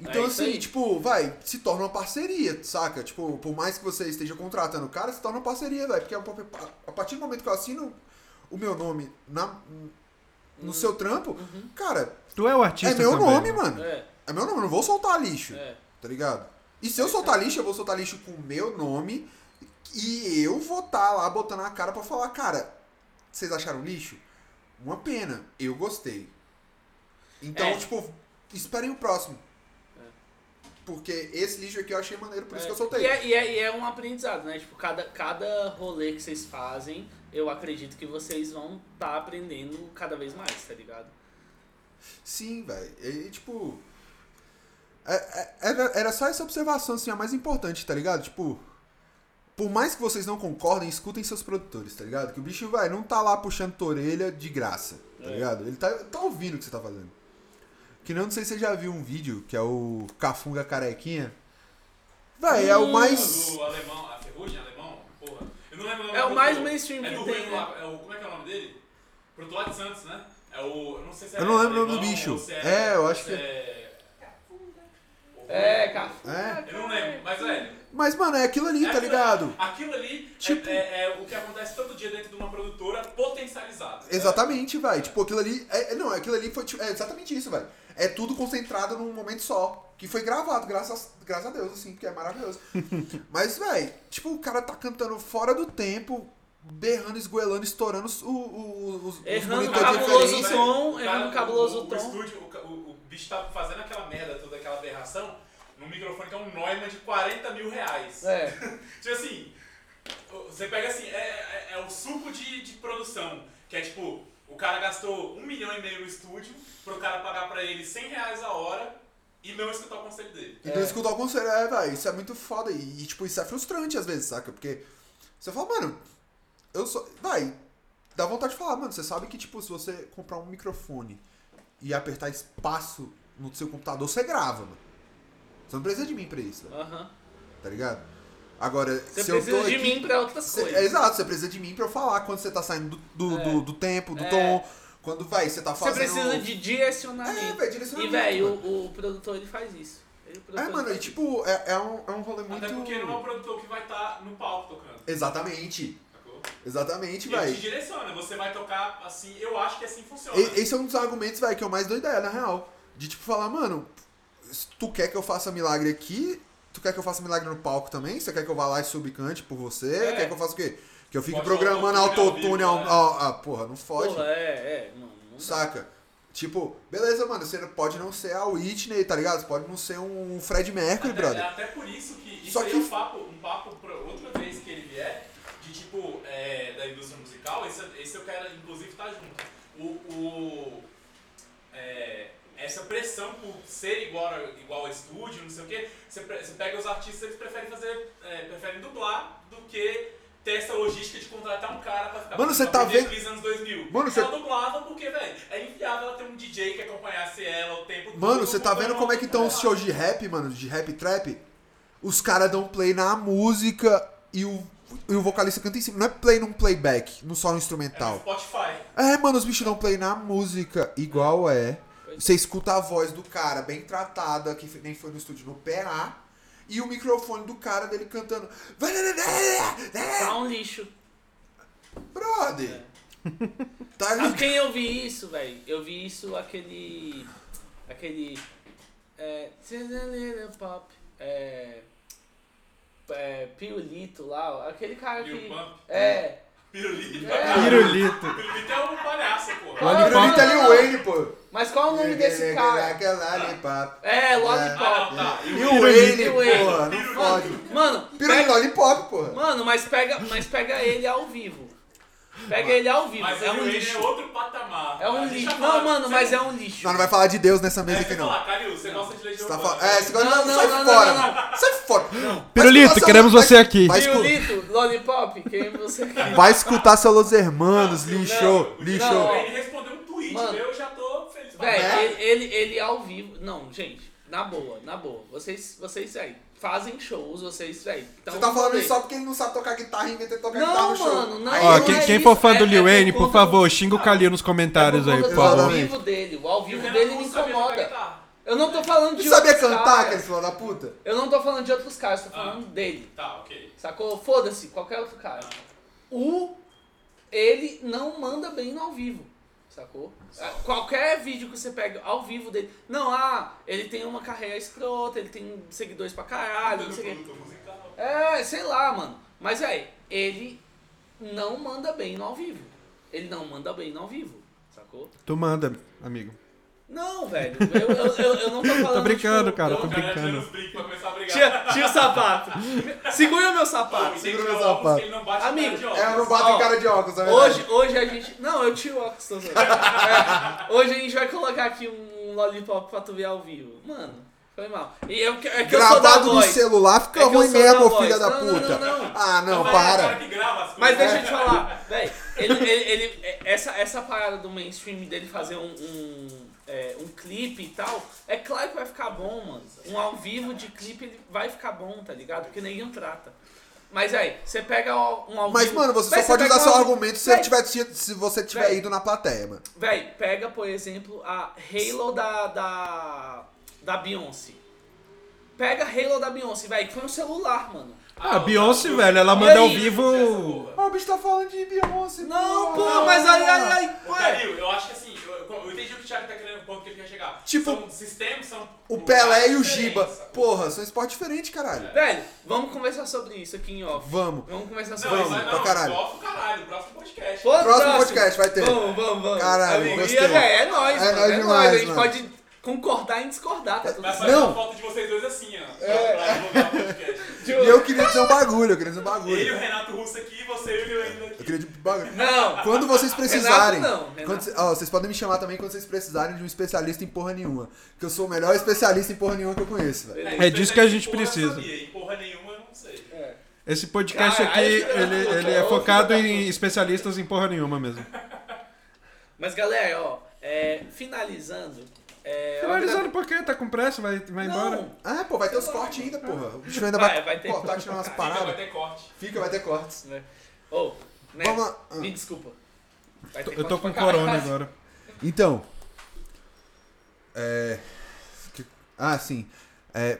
Speaker 3: Então,
Speaker 2: É isso
Speaker 3: assim,
Speaker 2: aí.
Speaker 3: tipo, vai, se torna uma parceria, saca? Tipo, por mais que você esteja contratando o cara, se torna uma parceria, velho. Porque a- a partir do momento que eu assino o meu nome na,
Speaker 4: Hum.
Speaker 3: no seu trampo,
Speaker 4: Uhum.
Speaker 3: cara,
Speaker 1: Tu é o artista
Speaker 3: é meu
Speaker 1: também,
Speaker 3: nome,
Speaker 1: né?
Speaker 3: mano. É.
Speaker 2: É,
Speaker 3: meu nome, eu não vou soltar lixo.
Speaker 2: é.
Speaker 3: tá ligado? E se eu soltar lixo, eu vou soltar lixo com o meu nome e eu vou estar lá botando a cara pra falar, cara, vocês acharam lixo? Uma pena, eu gostei. Então,
Speaker 2: É.
Speaker 3: tipo, esperem o próximo. Porque esse lixo aqui eu achei maneiro, por isso que eu
Speaker 2: E
Speaker 3: soltei.
Speaker 2: é, e é- e é um aprendizado, né? Tipo, cada, cada rolê que vocês fazem, eu acredito que vocês vão estar aprendendo cada vez mais, tá ligado?
Speaker 3: Sim, velho. E, tipo. é- é- Era, era só essa observação, assim, a mais importante, tá ligado? Tipo. Por mais que vocês não concordem, escutem seus produtores, tá ligado? Que o bicho, vai, não tá lá puxando tua orelha de graça, tá
Speaker 2: É.
Speaker 3: ligado? Ele tá, tá ouvindo o que você tá fazendo. Que não, não sei se você já viu um vídeo, que é o Cafunga Carequinha. Véi, é
Speaker 4: Hum.
Speaker 3: o mais.
Speaker 4: Do alemão, a ferrugem alemão, porra. Eu não lembro nome
Speaker 2: É o
Speaker 4: do
Speaker 2: mais
Speaker 4: produtor.
Speaker 2: mainstream
Speaker 4: É
Speaker 2: que
Speaker 4: do
Speaker 2: tem,
Speaker 4: Rui
Speaker 2: né?
Speaker 4: Lau- é o- como é que é o nome dele? Protolar de Santos, né? É o. Eu não sei se é.
Speaker 3: Eu não lembro o nome do
Speaker 4: alemão
Speaker 3: bicho.
Speaker 4: ou se
Speaker 3: É, eu acho
Speaker 4: se
Speaker 3: que-
Speaker 4: é-
Speaker 2: É, cara.
Speaker 3: É.
Speaker 4: Eu não lembro, mas é.
Speaker 3: Mas, mano, é aquilo ali,
Speaker 4: é
Speaker 3: tá
Speaker 4: aquilo-
Speaker 3: ligado?
Speaker 4: Aquilo ali é-
Speaker 3: Tipo-
Speaker 4: é, é o que acontece todo dia dentro de uma produtora potencializada.
Speaker 3: Exatamente, velho. Tipo, aquilo ali. é- é- não, aquilo ali foi. tipo, é exatamente isso, velho. É tudo concentrado num momento só. Que foi gravado, graças, graças a Deus, assim, que é maravilhoso. Mas, velho, tipo, o cara tá cantando fora do tempo, berrando, esgoelando, estourando os, o- o- os, os
Speaker 2: Errando
Speaker 4: O
Speaker 2: Um
Speaker 3: monitor
Speaker 4: cara-
Speaker 2: cabuloso
Speaker 3: é diferente.
Speaker 4: velho,
Speaker 2: tom,
Speaker 4: o
Speaker 2: é
Speaker 4: cara-
Speaker 2: um cabuloso
Speaker 4: o, o
Speaker 2: tom.
Speaker 4: estúdio, o, ca- o- o bicho tá fazendo aquela merda, toda aquela aberração, num microfone que é um Neumann de 40 mil reais.
Speaker 2: É.
Speaker 4: Tipo assim, você pega assim, é, é, é o suco de, de produção, que é tipo, o cara gastou um milhão e meio no estúdio, pro cara pagar pra ele 100 reais a hora e não escutar o conselho dele.
Speaker 3: Então
Speaker 2: É.
Speaker 3: escutar o conselho, é, velho, isso é muito foda. E, e, tipo, isso é frustrante às vezes, saca? Porque você fala, mano, eu sou. Vai, dá vontade de falar, mano, você sabe que, tipo, se você comprar um microfone e apertar espaço no seu computador, você grava, mano. Você não precisa de mim pra isso, velho,
Speaker 2: Aham.
Speaker 3: tá ligado? Agora,
Speaker 2: Você
Speaker 3: se eu
Speaker 2: precisa
Speaker 3: tô
Speaker 2: de
Speaker 3: aqui-
Speaker 2: mim pra outras
Speaker 3: Cê-
Speaker 2: coisas.
Speaker 3: exato, você precisa de mim pra eu falar quando você tá saindo do, do,
Speaker 2: É.
Speaker 3: do, do tempo, do
Speaker 2: É.
Speaker 3: tom. Quando, vai, você tá
Speaker 2: Você
Speaker 3: fazendo.
Speaker 2: precisa de
Speaker 3: É,
Speaker 2: direcionamento.
Speaker 3: velho,
Speaker 2: e,
Speaker 3: direcionamento.
Speaker 2: velho,
Speaker 3: mano.
Speaker 2: o, o produtor ele faz isso. Ele, o produtor,
Speaker 3: É,
Speaker 2: ele
Speaker 3: mano, e
Speaker 2: faz isso.
Speaker 3: tipo, é, é um, é um rolê muito.
Speaker 4: Até porque não é um produtor que vai estar no tá palco tocando,
Speaker 3: Exatamente.
Speaker 4: sacou?
Speaker 3: Exatamente,
Speaker 4: Ele te
Speaker 3: velho.
Speaker 4: direciona, você vai tocar assim, eu acho que assim funciona.
Speaker 3: Esse é um dos argumentos, velho, que eu mais dou ideia, na real. De tipo falar, mano, se tu quer que eu faça milagre aqui? Tu quer que eu faça milagre no palco também? Você quer que eu vá lá e subcante por você?
Speaker 4: É.
Speaker 3: Quer que eu faça o quê? Que eu fique
Speaker 4: Pode
Speaker 3: programando
Speaker 4: botar
Speaker 3: autotune
Speaker 4: autotune ao
Speaker 3: ao.
Speaker 4: vivo,
Speaker 3: ao- Ah, porra, não fode.
Speaker 2: Porra, é, é. Não, não dá.
Speaker 3: Saca? Tipo, beleza, mano, você pode não ser a Whitney, tá ligado? Você pode não ser um Fred Mercury,
Speaker 4: até,
Speaker 3: brother.
Speaker 4: até por isso que isso
Speaker 3: Só
Speaker 4: aí
Speaker 3: que-
Speaker 4: é um papo, um papo pra outra vez que ele vier, de tipo, é, da indústria musical, esse, esse eu quero inclusive estar junto. O, o- é, essa pressão por ser igual, a- igual ao estúdio, não sei o quê, você, pre- você pega os artistas, eles preferem fazer, é, preferem dublar do que ter essa logística de contratar um cara pra ficar
Speaker 3: Mano, você
Speaker 4: pra
Speaker 3: tá
Speaker 4: fazer
Speaker 3: vendo-
Speaker 4: Cris anos 2000.
Speaker 3: Mano, você-
Speaker 4: Ela dublava porque, velho, é inviável ela ter um DJ que acompanhasse ela o tempo todo.
Speaker 3: Mano, você tá
Speaker 4: porque
Speaker 3: vendo
Speaker 4: não-
Speaker 3: como é que estão os
Speaker 4: não-
Speaker 3: shows de rap, mano? De rap e trap? Os caras dão play na música e o, e o vocalista canta em cima. Não é play num playback, não só no
Speaker 4: É no
Speaker 3: instrumental.
Speaker 4: Spotify.
Speaker 3: É, mano, os bichos dão play na música, igual é. Você escuta a voz do cara bem tratada, que nem foi no estúdio no PA, e o microfone do cara dele cantando.
Speaker 2: Tá um lixo.
Speaker 3: Brother! Tá
Speaker 2: Sabe
Speaker 3: ligado?
Speaker 2: quem eu vi isso, velho? Eu vi isso aquele. Aquele. É. Tzananana Pop. É. É. Piolito lá, aquele cara
Speaker 4: Lil
Speaker 2: que.
Speaker 4: Pump?
Speaker 2: É.
Speaker 4: Pirulito.
Speaker 2: É.
Speaker 1: Pirulito.
Speaker 4: Pirulito é um palhaço, pô.
Speaker 2: Olha,
Speaker 3: Pirulito é
Speaker 2: não,
Speaker 3: Lil
Speaker 2: não.
Speaker 3: Wayne, pô.
Speaker 2: Mas qual é o nome desse cara?
Speaker 3: cara?
Speaker 2: É,
Speaker 4: Ah,
Speaker 2: Lollipop.
Speaker 4: tá. E
Speaker 3: Lil Wayne, porra. Não fode.
Speaker 2: Mano,
Speaker 3: Pirulito
Speaker 2: pega-
Speaker 3: Lollipop, porra.
Speaker 2: mano, mas pega, mas pega ele ao vivo. Pega ele ao vivo.
Speaker 4: Mas
Speaker 2: É um
Speaker 4: é
Speaker 2: lixo.
Speaker 4: outro patamar.
Speaker 2: É um lixo. Não, mano, mas é um lixo.
Speaker 3: Não, não vai falar de Deus nessa mesa aqui,
Speaker 4: Você
Speaker 3: não.
Speaker 4: fala, Calil, você gosta de
Speaker 3: Você
Speaker 4: Legião
Speaker 3: tá
Speaker 4: Urbana.
Speaker 3: falando. É, você gosta
Speaker 2: Não,
Speaker 3: de.
Speaker 2: não,
Speaker 3: Sai
Speaker 2: não, não, não,
Speaker 3: fora,
Speaker 2: não.
Speaker 3: mano. Sai fora. Vai
Speaker 1: Pirulito,
Speaker 3: escutar
Speaker 1: queremos
Speaker 3: seu-
Speaker 1: você aqui.
Speaker 3: Vai, escu-
Speaker 2: Piolito, Lollipop, quem você quer?
Speaker 3: vai escutar seu Los Hermanos, lixou,
Speaker 4: Não,
Speaker 3: lixou.
Speaker 4: Ele respondeu um tweet
Speaker 2: Mano.
Speaker 4: meu, eu já tô feliz. pra
Speaker 2: Véi,
Speaker 3: Né?
Speaker 2: ele, ele, ele ao vivo. Não, gente, na boa, na boa. Vocês, vocês aí, fazem shows, vocês aí.
Speaker 3: Você tá falando isso só porque ele não sabe tocar guitarra e inventa tocar guitarra
Speaker 2: Não,
Speaker 3: no show.
Speaker 2: mano, não.
Speaker 3: Aí
Speaker 1: Ó,
Speaker 3: eu-
Speaker 1: quem,
Speaker 2: é
Speaker 1: quem
Speaker 2: isso,
Speaker 1: for fã do
Speaker 2: é- é
Speaker 1: Lil
Speaker 2: por
Speaker 1: Wayne, por
Speaker 2: conta
Speaker 1: favor, xinga o Calil nos comentários aí, por
Speaker 2: do ao
Speaker 1: favor.
Speaker 3: Exatamente.
Speaker 2: vivo dele, o ao vivo
Speaker 4: caralho.
Speaker 2: dele me
Speaker 4: Eu não sabia tocar
Speaker 2: incomoda.
Speaker 4: guitarra.
Speaker 2: Eu não tô falando de
Speaker 3: Tu sabia
Speaker 2: outros
Speaker 3: cantar, aquele
Speaker 2: caras.
Speaker 3: filho da puta?
Speaker 2: Eu não tô falando de outros caras, tô falando dele.
Speaker 4: Tá, ok.
Speaker 2: Sacou? Foda-se, qualquer outro cara. O. Ele não manda bem no ao vivo. Sacou? Ah, Qualquer vídeo que você pega ao vivo dele. Não, ah, ele tem uma carreira escrota, ele tem seguidores pra caralho, Ah, não
Speaker 4: Tudo
Speaker 2: sei o quê.
Speaker 4: produto musical.
Speaker 3: Tá
Speaker 2: É, sei lá, mano. Mas aí, ele não manda bem no ao vivo. Ele não manda bem no ao vivo. Sacou?
Speaker 1: Tu manda, amigo.
Speaker 2: Não, velho. Eu, eu, eu, eu não tô falando.
Speaker 1: Tô brincando,
Speaker 2: tipo,
Speaker 1: cara,
Speaker 2: eu-
Speaker 1: tô
Speaker 4: O cara
Speaker 1: brincando.
Speaker 4: tira os brincos pra começar a brigar.
Speaker 2: Tira, tira o sapato. Segura meu sapato.
Speaker 4: Tem que
Speaker 3: segura
Speaker 4: tirar
Speaker 3: meu
Speaker 4: o óculos
Speaker 3: sapato.
Speaker 4: que ele não bate na
Speaker 2: Amigo,
Speaker 4: cara de óculos.
Speaker 3: É, eu não bato em
Speaker 2: Ó,
Speaker 3: cara de óculos, na verdade.
Speaker 2: Hoje, hoje a gente. Não, eu tiro o óculos também. É, hoje a gente vai colocar aqui um lollipop pra tu ver ao vivo. Mano, foi mal. E eu, é que eu sou da
Speaker 3: Gravado no
Speaker 2: voz.
Speaker 3: celular fica
Speaker 2: É que eu
Speaker 3: ruim
Speaker 2: sou da
Speaker 3: mesmo,
Speaker 2: voz.
Speaker 3: filha da
Speaker 2: Não, não, não,
Speaker 3: puta.
Speaker 2: não.
Speaker 3: Ah, não,
Speaker 4: Mas É o cara
Speaker 3: para.
Speaker 4: que grava as coisas.
Speaker 2: Mas deixa eu te falar, velho. Ele, ele, ele- é- essa, essa parada do mainstream dele fazer um, um, é, um clipe e tal, é claro que vai ficar bom, mano. Um ao vivo de clipe ele vai ficar bom, tá ligado? Porque ninguém trata. Mas aí, você pega o- um ao
Speaker 3: Mas,
Speaker 2: vivo.
Speaker 3: mano, você
Speaker 2: Véi,
Speaker 3: só pode
Speaker 2: pega
Speaker 3: usar
Speaker 2: um
Speaker 3: seu
Speaker 2: ao vivo-
Speaker 3: argumento se,
Speaker 2: Véi,
Speaker 3: ele tiver, tido- se você tiver
Speaker 2: Véi.
Speaker 3: ido na plateia, mano.
Speaker 2: Véi, pega, por exemplo, a Halo da. da. da Beyoncé. Pega a Halo da Beyoncé, véi, que foi um celular, mano.
Speaker 1: Ah, a Beyoncé, velho,
Speaker 4: tá
Speaker 1: ela
Speaker 2: E
Speaker 1: manda ao
Speaker 3: é
Speaker 2: aí?
Speaker 1: vivo.
Speaker 3: Ah, o bicho tá falando de Beyoncé.
Speaker 2: Não, pô, mas aí, aí, aí. Ué.
Speaker 4: Caril, eu acho que assim, eu, eu entendi o que o Thiago tá querendo, o ponto que ele quer chegar.
Speaker 3: Tipo,
Speaker 4: são sistemas, são.
Speaker 3: O Pelé e o
Speaker 4: diferentes,
Speaker 3: Giba.
Speaker 4: sacou?
Speaker 3: Porra, são esporte diferente, caralho.
Speaker 2: Velho, vamos conversar sobre isso aqui em off.
Speaker 3: Vamos.
Speaker 2: Vamos conversar
Speaker 4: Não,
Speaker 2: sobre
Speaker 4: Vamos,
Speaker 2: isso.
Speaker 4: mas
Speaker 3: pra
Speaker 4: não,
Speaker 3: caralho.
Speaker 4: Próximo caralho, próximo podcast.
Speaker 2: Pô,
Speaker 3: Próximo podcast vai ter.
Speaker 2: Vamos, vamos, vamos.
Speaker 3: Caralho,
Speaker 2: Amigo,
Speaker 3: gostei.
Speaker 2: e, véi, é nóis,
Speaker 3: É
Speaker 2: mano.
Speaker 3: nóis
Speaker 2: é
Speaker 3: demais,
Speaker 2: nóis. A gente
Speaker 3: mano.
Speaker 2: pode concordar e discordar, tá tudo
Speaker 4: Vai
Speaker 2: certo.
Speaker 4: fazer
Speaker 3: Não. É.
Speaker 4: uma foto de vocês dois assim, ó. pra- Pra divulgar o podcast.
Speaker 3: E eu queria dizer um bagulho, eu queria dizer um
Speaker 4: Ele e o
Speaker 3: bagulho.
Speaker 4: Renato Russo aqui, você e o Leandro
Speaker 3: Eu
Speaker 4: aqui.
Speaker 3: queria dizer um bagulho.
Speaker 2: Não.
Speaker 3: Quando vocês precisarem.
Speaker 2: Renato não, é Renato.
Speaker 3: quando cê- ó, vocês podem me chamar também quando vocês precisarem de um especialista em porra nenhuma. Que eu sou o melhor especialista em porra nenhuma que eu conheço, velho.
Speaker 1: É disso que a gente precisa.
Speaker 4: Porra, sabia, e porra nenhuma, eu não sei.
Speaker 1: Esse podcast
Speaker 2: Caralho,
Speaker 1: aqui,
Speaker 2: filho da
Speaker 1: ele,
Speaker 2: puta,
Speaker 1: ele
Speaker 2: ô,
Speaker 1: é
Speaker 2: filho
Speaker 1: focado
Speaker 2: da
Speaker 1: em
Speaker 2: puta.
Speaker 1: especialistas em porra nenhuma mesmo.
Speaker 2: Mas galera, ó, é, finalizando. É,
Speaker 1: Finalizando por quê? Tá com pressa? Vai, vai embora?
Speaker 2: Não,
Speaker 3: Ah, pô, vai ter os cortes ainda, porra. O bicho ainda
Speaker 2: Vai,
Speaker 3: vai,
Speaker 2: vai ter
Speaker 3: cortar,
Speaker 2: corte,
Speaker 3: tirar umas
Speaker 2: cara.
Speaker 4: Fica, vai
Speaker 3: paradas.
Speaker 4: ter corte.
Speaker 3: Fica, vai ter cortes.
Speaker 2: né? Ô, né?
Speaker 3: Vamos lá. Ah.
Speaker 2: Me desculpa. Vai ter
Speaker 1: Eu tô
Speaker 2: corte pra
Speaker 1: com
Speaker 2: caralho.
Speaker 1: corona agora.
Speaker 3: Então. É. que- Ah, sim. É.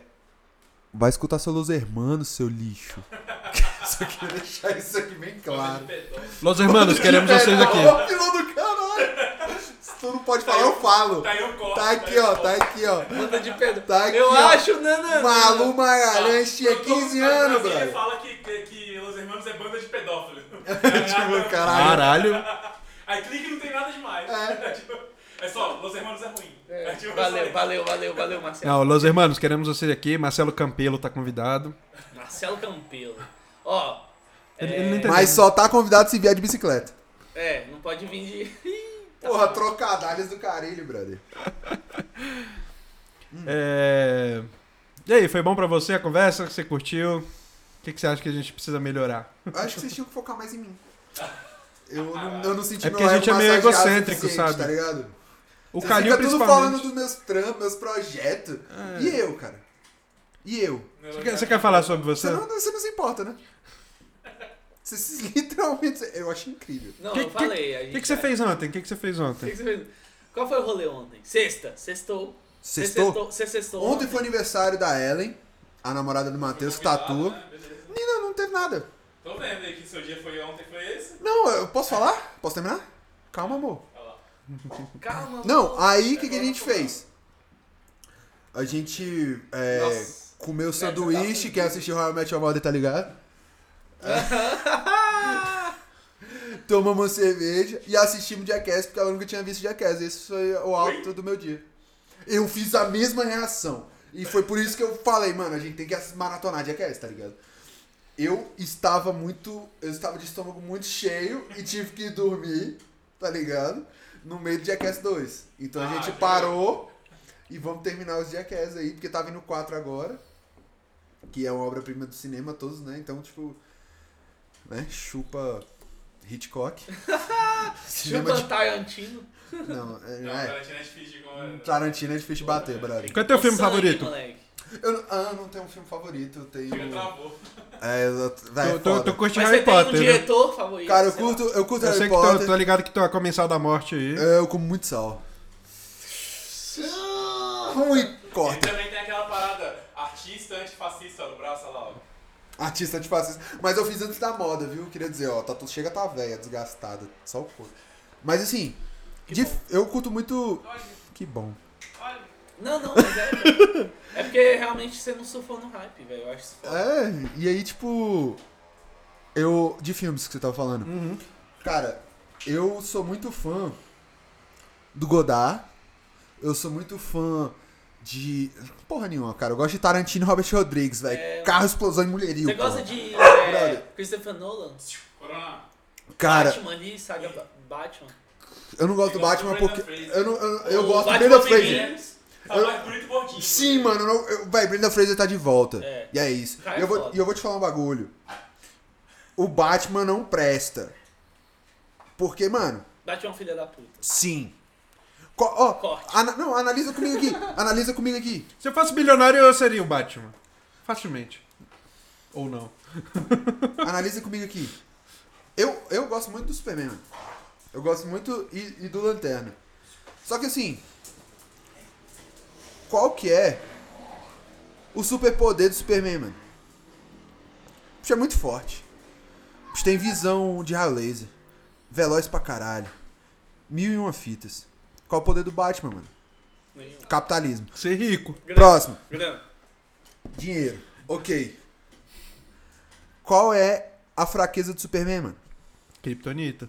Speaker 3: Vai escutar seu Los Hermanos, seu lixo. Só queria deixar isso aqui bem claro. É,
Speaker 1: Los Hermanos, queremos vocês aqui.
Speaker 3: Ô, filho do caralho! Se tu não pode falar, eu falo.
Speaker 4: Tá aí o corte.
Speaker 3: Tá aqui, ó, tá aqui, ó.
Speaker 2: Banda de Pedro.
Speaker 3: Tá aqui,
Speaker 2: eu
Speaker 3: ó.
Speaker 2: acho, né, Nanã.
Speaker 3: Malu Magalhães tinha
Speaker 4: Eu tô-
Speaker 3: 15
Speaker 4: mas
Speaker 3: é anos,
Speaker 4: assim, Ele
Speaker 3: brother.
Speaker 4: fala que, que, que Los Hermanos é banda de pedófilo.
Speaker 3: Tipo, caralho.
Speaker 1: Caralho.
Speaker 4: Aí clique não tem nada demais.
Speaker 3: É.
Speaker 4: Tipo, é só, Los Hermanos é ruim. É tipo
Speaker 2: Valeu,
Speaker 4: assim.
Speaker 2: valeu, valeu, valeu, Marcelo.
Speaker 1: Não, Los Hermanos, queremos vocês aqui. Marcelo Campelo tá convidado.
Speaker 2: Marcelo Campelo. Ó,
Speaker 1: Ele, ele não entendeu.
Speaker 3: Mas só tá convidado se vier de bicicleta.
Speaker 2: é, não pode vir de.
Speaker 3: Porra, trocadalhas do carilho, brother.
Speaker 1: É... E aí, foi bom pra você a conversa? Você curtiu? O que, que você acha que a gente precisa melhorar?
Speaker 3: Eu acho que vocês tinham que focar mais em mim. Eu não, eu não senti
Speaker 1: É porque
Speaker 3: meu
Speaker 1: a gente
Speaker 3: ego
Speaker 1: é meio
Speaker 3: massageado o
Speaker 1: egocêntrico,
Speaker 3: suficiente,
Speaker 1: sabe?
Speaker 3: Tá ligado?
Speaker 1: O
Speaker 3: Você
Speaker 1: Calil,
Speaker 3: fica tudo falando
Speaker 1: principalmente. É.
Speaker 3: dos meus trampos, meus projetos. E eu, cara? E eu?
Speaker 1: Você quer, você quer falar sobre você?
Speaker 3: Você não, você não se importa, né? Você se, literalmente. Eu acho incrível.
Speaker 2: Não,
Speaker 1: Que-
Speaker 2: eu
Speaker 1: que-
Speaker 2: falei. a
Speaker 1: O que,
Speaker 2: gente-
Speaker 1: que você fez ontem? O que, que você fez
Speaker 2: O que
Speaker 1: ontem?
Speaker 2: que você fez? Qual foi o rolê ontem? Sexta. Sextou. Você
Speaker 3: Sextou?
Speaker 2: Você sextou.
Speaker 3: Ontem foi aniversário da Ellen, a namorada do Matheus,
Speaker 4: Convidado,
Speaker 3: tatua.
Speaker 4: né? Beleza.
Speaker 3: Nina, não teve nada.
Speaker 4: Tô vendo aí que seu dia foi ontem, foi esse?
Speaker 3: Não, eu posso falar? Posso terminar? Calma, amor.
Speaker 2: Calma.
Speaker 3: Não,
Speaker 2: mano.
Speaker 3: aí o que, que a gente fez? A gente é,
Speaker 4: Nossa.
Speaker 3: comeu sanduíche, quem assistiu Royal Match Your Mother, tá ligado? É. Tomamos uma cerveja e assistimos Jackass, porque ela nunca tinha visto Jackass. Esse foi o alto do meu dia. Eu fiz a mesma reação. E foi por isso que eu falei, mano, a gente tem que maratonar Jackass, tá ligado? Eu estava muito. Eu estava de estômago muito cheio e tive que dormir, tá ligado? No meio do Jackass 2. Então a
Speaker 4: Ah,
Speaker 3: gente
Speaker 4: entendi.
Speaker 3: parou e vamos terminar os Jackass aí, porque tá vindo 4 agora. Que é uma obra-prima do cinema, todos, né? Então, tipo. Né? Chupa Hitchcock. cinema
Speaker 2: Chupa
Speaker 3: de.
Speaker 2: Tarantino.
Speaker 3: Não, é,
Speaker 4: Não,
Speaker 3: é.
Speaker 4: cara, tinha Netflix como
Speaker 1: Hum,
Speaker 4: era.
Speaker 3: Tarantino é difícil de bater, brother.
Speaker 1: Qual é teu
Speaker 2: Ô,
Speaker 1: filme
Speaker 2: sangue,
Speaker 1: favorito?
Speaker 2: moleque.
Speaker 3: Eu não- ah, não tenho um filme favorito, eu tenho.
Speaker 4: Chega, travou.
Speaker 3: É, eu, vai,
Speaker 1: Tu, tu,
Speaker 3: foda.
Speaker 1: tu curte
Speaker 2: Mas
Speaker 1: Harry
Speaker 2: você tem um
Speaker 1: Potter, né?
Speaker 2: diretor favorito?
Speaker 3: Cara, eu
Speaker 2: sei lá.
Speaker 3: curto, eu curto
Speaker 1: Eu sei
Speaker 3: Harry
Speaker 1: que tu,
Speaker 3: Potter.
Speaker 1: tô ligado que tu é comensal da morte aí.
Speaker 3: É, Eu como muito sal. Ruim,
Speaker 4: E
Speaker 3: corta.
Speaker 4: também tem aquela parada artista antifascista no braço, olha lá, ó.
Speaker 3: Artista de fascista. Mas eu fiz antes da moda, viu? Queria dizer, ó, tá, tu- chega tá velha, desgastada, só o corpo. Mas assim, de- eu curto muito. Que bom.
Speaker 2: Não, não, mas é. velho. é porque realmente você não surfou no hype, velho. Eu acho isso foda.
Speaker 3: É, e aí, tipo. Eu. De filmes que você tava falando.
Speaker 1: Uhum.
Speaker 3: Cara, eu sou muito fã do Godard. Eu sou muito fã de. Porra nenhuma, cara. Eu gosto de Tarantino e Robert Rodrigues, velho.
Speaker 2: É.
Speaker 3: Carro, explosão e mulherio.
Speaker 2: Você
Speaker 3: porra.
Speaker 2: gosta de é,
Speaker 3: Brother.
Speaker 2: Christopher Nolan?
Speaker 4: Corona.
Speaker 3: Cara,
Speaker 2: Batman e saga Ba- Batman.
Speaker 3: eu não gosto
Speaker 4: Você
Speaker 3: do
Speaker 4: gosta
Speaker 3: Batman
Speaker 4: do
Speaker 3: porque.
Speaker 4: Brendan Fraser.
Speaker 3: Eu, não, eu, eu
Speaker 2: O
Speaker 3: gosto do
Speaker 2: Batman é
Speaker 3: Brenda
Speaker 2: tem
Speaker 3: Fraser.
Speaker 2: menos.
Speaker 4: Tá
Speaker 3: Eu-
Speaker 4: mais bonito e gordinho.
Speaker 3: Sim, mano. eu Não, eu, véi, Brenda Fraser tá de volta.
Speaker 2: É.
Speaker 3: E é isso.
Speaker 2: Cara,
Speaker 3: E eu,
Speaker 2: é
Speaker 3: vou,
Speaker 2: foda.
Speaker 3: e eu vou te falar um bagulho. O Batman não presta. Porque, mano.
Speaker 2: Batman é um filho da puta.
Speaker 3: Sim. Co- ó,
Speaker 2: Corte.
Speaker 3: ana- não, analisa comigo aqui. analisa comigo aqui.
Speaker 1: Se eu fosse bilionário, eu seria o Batman. Facilmente. Ou não.
Speaker 3: Analisa comigo aqui. Eu, eu gosto muito do Superman. mano. Eu gosto muito e, e do Lanterna. Só que assim. Qual que é o superpoder do Superman, mano? O bicho é muito forte. O bicho tem visão de raio laser. Veloz pra caralho. Mil e uma fitas. Qual é o poder do Batman, mano?
Speaker 2: Nenhum.
Speaker 3: Capitalismo.
Speaker 1: Ser rico.
Speaker 2: Grana.
Speaker 3: Próximo.
Speaker 2: Grana.
Speaker 3: Dinheiro. Ok. Qual é a fraqueza do Superman, mano?
Speaker 1: Kryptonita.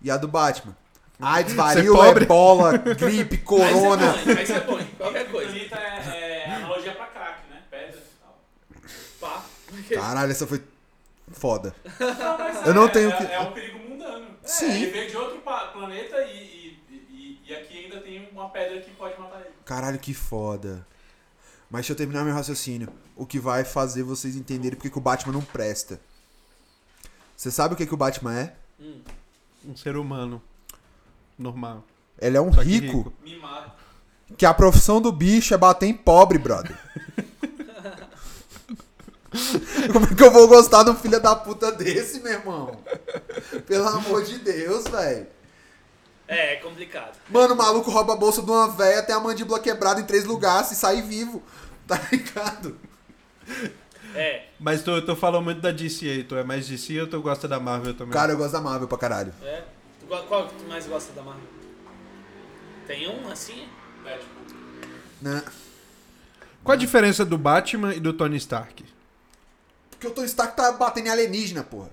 Speaker 3: E a do Batman? AIDS,
Speaker 1: Ser
Speaker 3: varíola,
Speaker 1: pobre.
Speaker 3: ebola, gripe, corona.
Speaker 2: Mas é bom, mas é bom. Qualquer coisa.
Speaker 4: Bonita é, é analogia pra crack, né? Pedra e tal.
Speaker 2: Pá.
Speaker 3: Caralho, essa foi foda.
Speaker 4: Não, mas
Speaker 3: Eu não
Speaker 4: é,
Speaker 3: tenho
Speaker 4: é,
Speaker 3: que-
Speaker 4: é um perigo mundano. É,
Speaker 3: Sim.
Speaker 4: ele veio de outro pa- planeta e, e, e, e aqui ainda tem uma pedra que pode matar ele.
Speaker 3: Caralho, que foda. Mas deixa eu terminar meu raciocínio. O que vai fazer vocês entenderem porque que o Batman não presta. Você sabe o que, que o Batman é?
Speaker 1: Um ser humano. Normal.
Speaker 3: Ele é um
Speaker 1: Só que
Speaker 3: rico,
Speaker 1: rico.
Speaker 4: Me mata.
Speaker 3: que a profissão do bicho é bater em pobre, brother. Como é que eu vou gostar de um filho da puta desse, meu irmão? Pelo amor de Deus, velho.
Speaker 2: É, é complicado.
Speaker 3: Mano, o maluco rouba a bolsa de uma véia, tem a mandíbula quebrada em três lugares e sai vivo. Tá ligado?
Speaker 2: É,
Speaker 1: Mas tu, tu falou muito da DC aí, tu é mais DC ou tu gosta da Marvel também?
Speaker 3: Cara, eu gosto da Marvel pra caralho.
Speaker 2: é. Tu go- Qual que tu mais gosta da Marvel? Tem um assim?
Speaker 4: Deadpool.
Speaker 3: Né?
Speaker 1: Qual a diferença do Batman e do Tony Stark?
Speaker 3: Porque o Tony Stark tá batendo em alienígena, porra.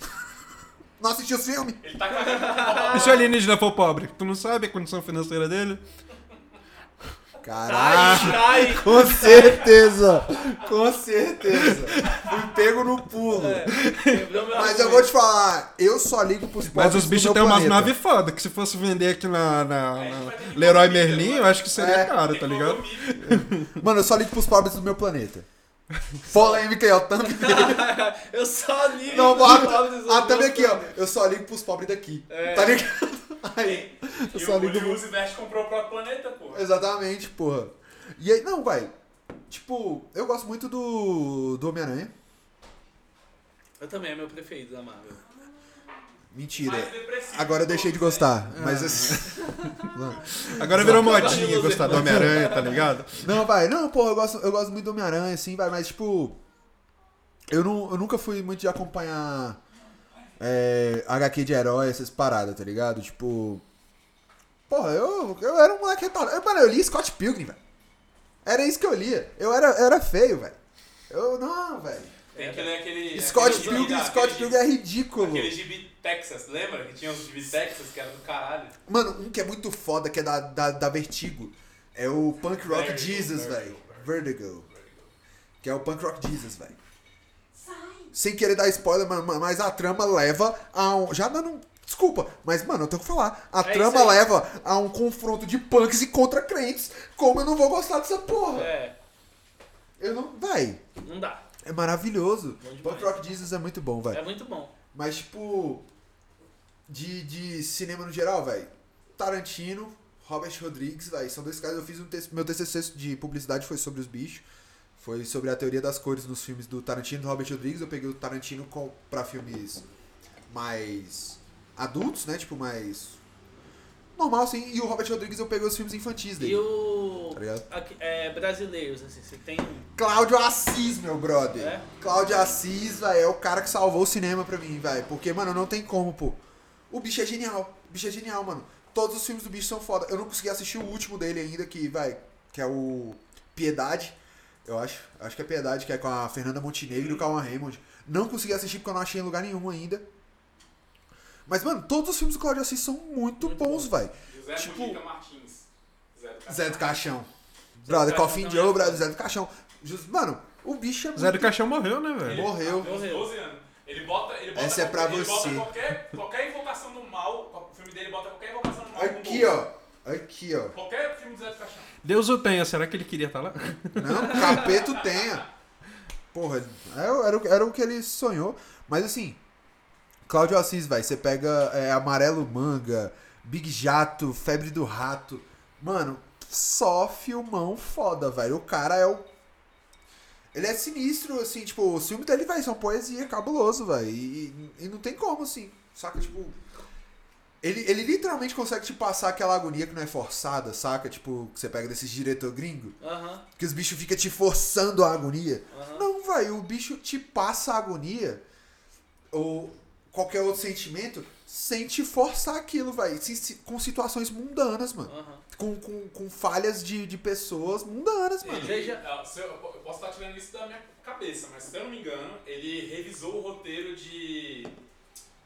Speaker 3: Não assistiu o filme?
Speaker 4: Ele tá cagando.
Speaker 1: E se o alienígena for pobre? Tu não sabe a condição financeira dele?
Speaker 3: Caralho.
Speaker 2: Ai,
Speaker 1: Ah,
Speaker 4: Tá
Speaker 3: Com certeza! Com certeza! Fui pego no pulo.
Speaker 2: quebrou meu
Speaker 3: Mas
Speaker 2: argumento.
Speaker 3: eu vou te falar, eu só ligo pros pobres
Speaker 1: Mas os
Speaker 3: do
Speaker 1: bichos
Speaker 3: meu
Speaker 1: têm umas
Speaker 3: planeta.
Speaker 1: naves foda, que se fosse vender aqui na, na-
Speaker 4: É, a gente
Speaker 1: na
Speaker 4: vai ter que
Speaker 1: Leroy
Speaker 4: comprar
Speaker 1: Merlin,
Speaker 4: agora.
Speaker 1: eu acho que seria
Speaker 3: É.
Speaker 1: caro, tá ligado?
Speaker 3: Mano, eu só ligo pros pobres do meu planeta. Polêmica aí, ó. Thumb dele.
Speaker 2: Eu só ligo.
Speaker 3: Não,
Speaker 2: pro
Speaker 3: a,
Speaker 2: Bob dos
Speaker 3: a thumb
Speaker 2: outros.
Speaker 3: ah, tá aqui, ó. Eu só ligo pros pobres daqui.
Speaker 2: É.
Speaker 3: Tá ligado? Aí. Eu
Speaker 4: E
Speaker 3: só
Speaker 4: o
Speaker 3: ligo. É.
Speaker 4: Julius Invest comprou o próprio planeta, pô.
Speaker 3: Exatamente, porra. E aí, não, vai. Tipo, eu gosto muito do, do Homem-Aranha.
Speaker 2: Eu também, é meu preferido da Marvel.
Speaker 3: Mentira.
Speaker 4: Mais depressivo.
Speaker 3: Agora eu deixei de gostar. Mas assim.
Speaker 1: Agora virou
Speaker 2: Exatamente.
Speaker 1: modinha gostar do Homem-Aranha, tá ligado?
Speaker 3: Não, vai. Não, pô, eu gosto, eu gosto muito do Homem-Aranha, assim, vai, mas tipo. Eu, não, eu nunca fui muito de acompanhar é, HQ de herói, essas paradas, tá ligado? Tipo. Porra, eu, eu era um moleque retardado. Eu- Mano, eu li Scott Pilgrim, velho. Era isso que eu lia. Eu era, eu era feio, velho. Eu não, velho.
Speaker 4: Tem que ler aquele.
Speaker 3: Scott
Speaker 4: é aquele gibi
Speaker 3: Pilgrim,
Speaker 4: da-
Speaker 3: Scott
Speaker 4: aquele
Speaker 3: Pilgrim é ridículo.
Speaker 4: Aquele gibi Texas, lembra? Que tinha uns gibi Texas que era do caralho.
Speaker 3: Mano, um que é muito foda, que é da, da, da Vertigo. É o Punk Rock
Speaker 4: Vertigo,
Speaker 3: Jesus,
Speaker 4: Vertigo,
Speaker 3: velho. Vertigo. Que é o Punk Rock Jesus, velho. Sem querer dar spoiler, ma- ma- mas a trama leva a um. Já dando. um- Desculpa, mas, mano, eu tenho que falar. A
Speaker 2: É
Speaker 3: trama
Speaker 2: isso aí.
Speaker 3: leva a um confronto de punks e contra crentes. Como eu não vou gostar dessa porra?
Speaker 2: É,
Speaker 3: Eu não. Véi,
Speaker 2: não dá.
Speaker 3: é maravilhoso.
Speaker 2: Bom demais.
Speaker 3: Punk Rock Jesus é muito bom, velho.
Speaker 2: É muito bom.
Speaker 3: Mas, tipo, de, de cinema no geral, velho. Tarantino, Robert Rodrigues, velho. São dois caras. Eu fiz um te- meu TCC de publicidade foi sobre os bichos. Foi sobre a teoria das cores nos filmes do Tarantino e do Robert Rodrigues. Eu peguei o Tarantino com, pra filmes mais adultos, né? Tipo, mais normal, assim. E o Robert Rodrigues eu peguei os filmes infantis dele.
Speaker 2: E o.
Speaker 3: Tá ligado?
Speaker 2: aqui- é, brasileiros, assim, você tem. um-
Speaker 3: Cláudio Assis, meu brother.
Speaker 2: É?
Speaker 3: Cláudio Assis, velho, é o cara que salvou o cinema pra mim, velho. Porque, mano, não tem como, pô. O bicho é genial. O bicho é genial, mano. Todos os filmes do bicho são foda. Eu não consegui assistir o último dele ainda, que, vai, que é o Piedade. Eu acho. Acho que é Piedade, que é com a Fernanda Montenegro e o Calma Raymond. Não consegui assistir porque eu não achei em lugar nenhum ainda. Mas, mano, todos os filmes do Cláudio Assis são muito,
Speaker 2: Muito
Speaker 3: bons, velho.
Speaker 4: José
Speaker 3: Tipo-
Speaker 4: Mujica Martins. Zé do Caixão.
Speaker 3: Zé do Caixão. Brother,
Speaker 2: Caixão
Speaker 3: Coffin
Speaker 2: também é
Speaker 3: Joe,
Speaker 2: foda.
Speaker 3: brother, Zé do Caixão. Jus- Mano, o bicho é muito
Speaker 1: Zé do Caixão morreu, né,
Speaker 4: Ele-
Speaker 1: velho?
Speaker 3: morreu.
Speaker 4: há uns 12 anos. Ele bota, ele bota,
Speaker 3: Essa é pra
Speaker 4: ele bota
Speaker 3: você.
Speaker 4: qualquer, qualquer invocação do mal, o filme dele bota qualquer invocação do mal. no
Speaker 3: Aqui,
Speaker 4: bolso.
Speaker 3: ó. Aqui, ó.
Speaker 4: Qualquer filme do Zé do Caixão.
Speaker 1: Deus o tenha, será que ele queria estar lá?
Speaker 3: Não, capeta tenha. Porra, era, era, o- era o que ele sonhou. Mas assim, Cláudio Assis, vai. Você pega é, Amarelo Manga, Big Jato, Febre do Rato. Mano, só filmão foda, velho. O cara é o. Ele é sinistro, assim, tipo, o filme dele, vai são poesia, cabuloso, velho. E, e não tem como, assim, saca? Tipo. Ele, ele literalmente consegue te passar aquela agonia que não é forçada, saca? Tipo, que você pega desses diretor gringo.
Speaker 2: Aham,
Speaker 3: Que os bichos ficam te forçando a agonia.
Speaker 2: aham.
Speaker 3: Não, velho, o bicho te passa a agonia ou qualquer outro sentimento sem te forçar aquilo, velho. Se- se- Com situações mundanas, mano.
Speaker 2: Aham.
Speaker 3: Com, com, com falhas de, de pessoas mundanas, mano.
Speaker 2: Veja-
Speaker 4: Ah, se eu, eu posso estar tirando isso da minha cabeça, mas se eu não me engano, ele revisou o roteiro de.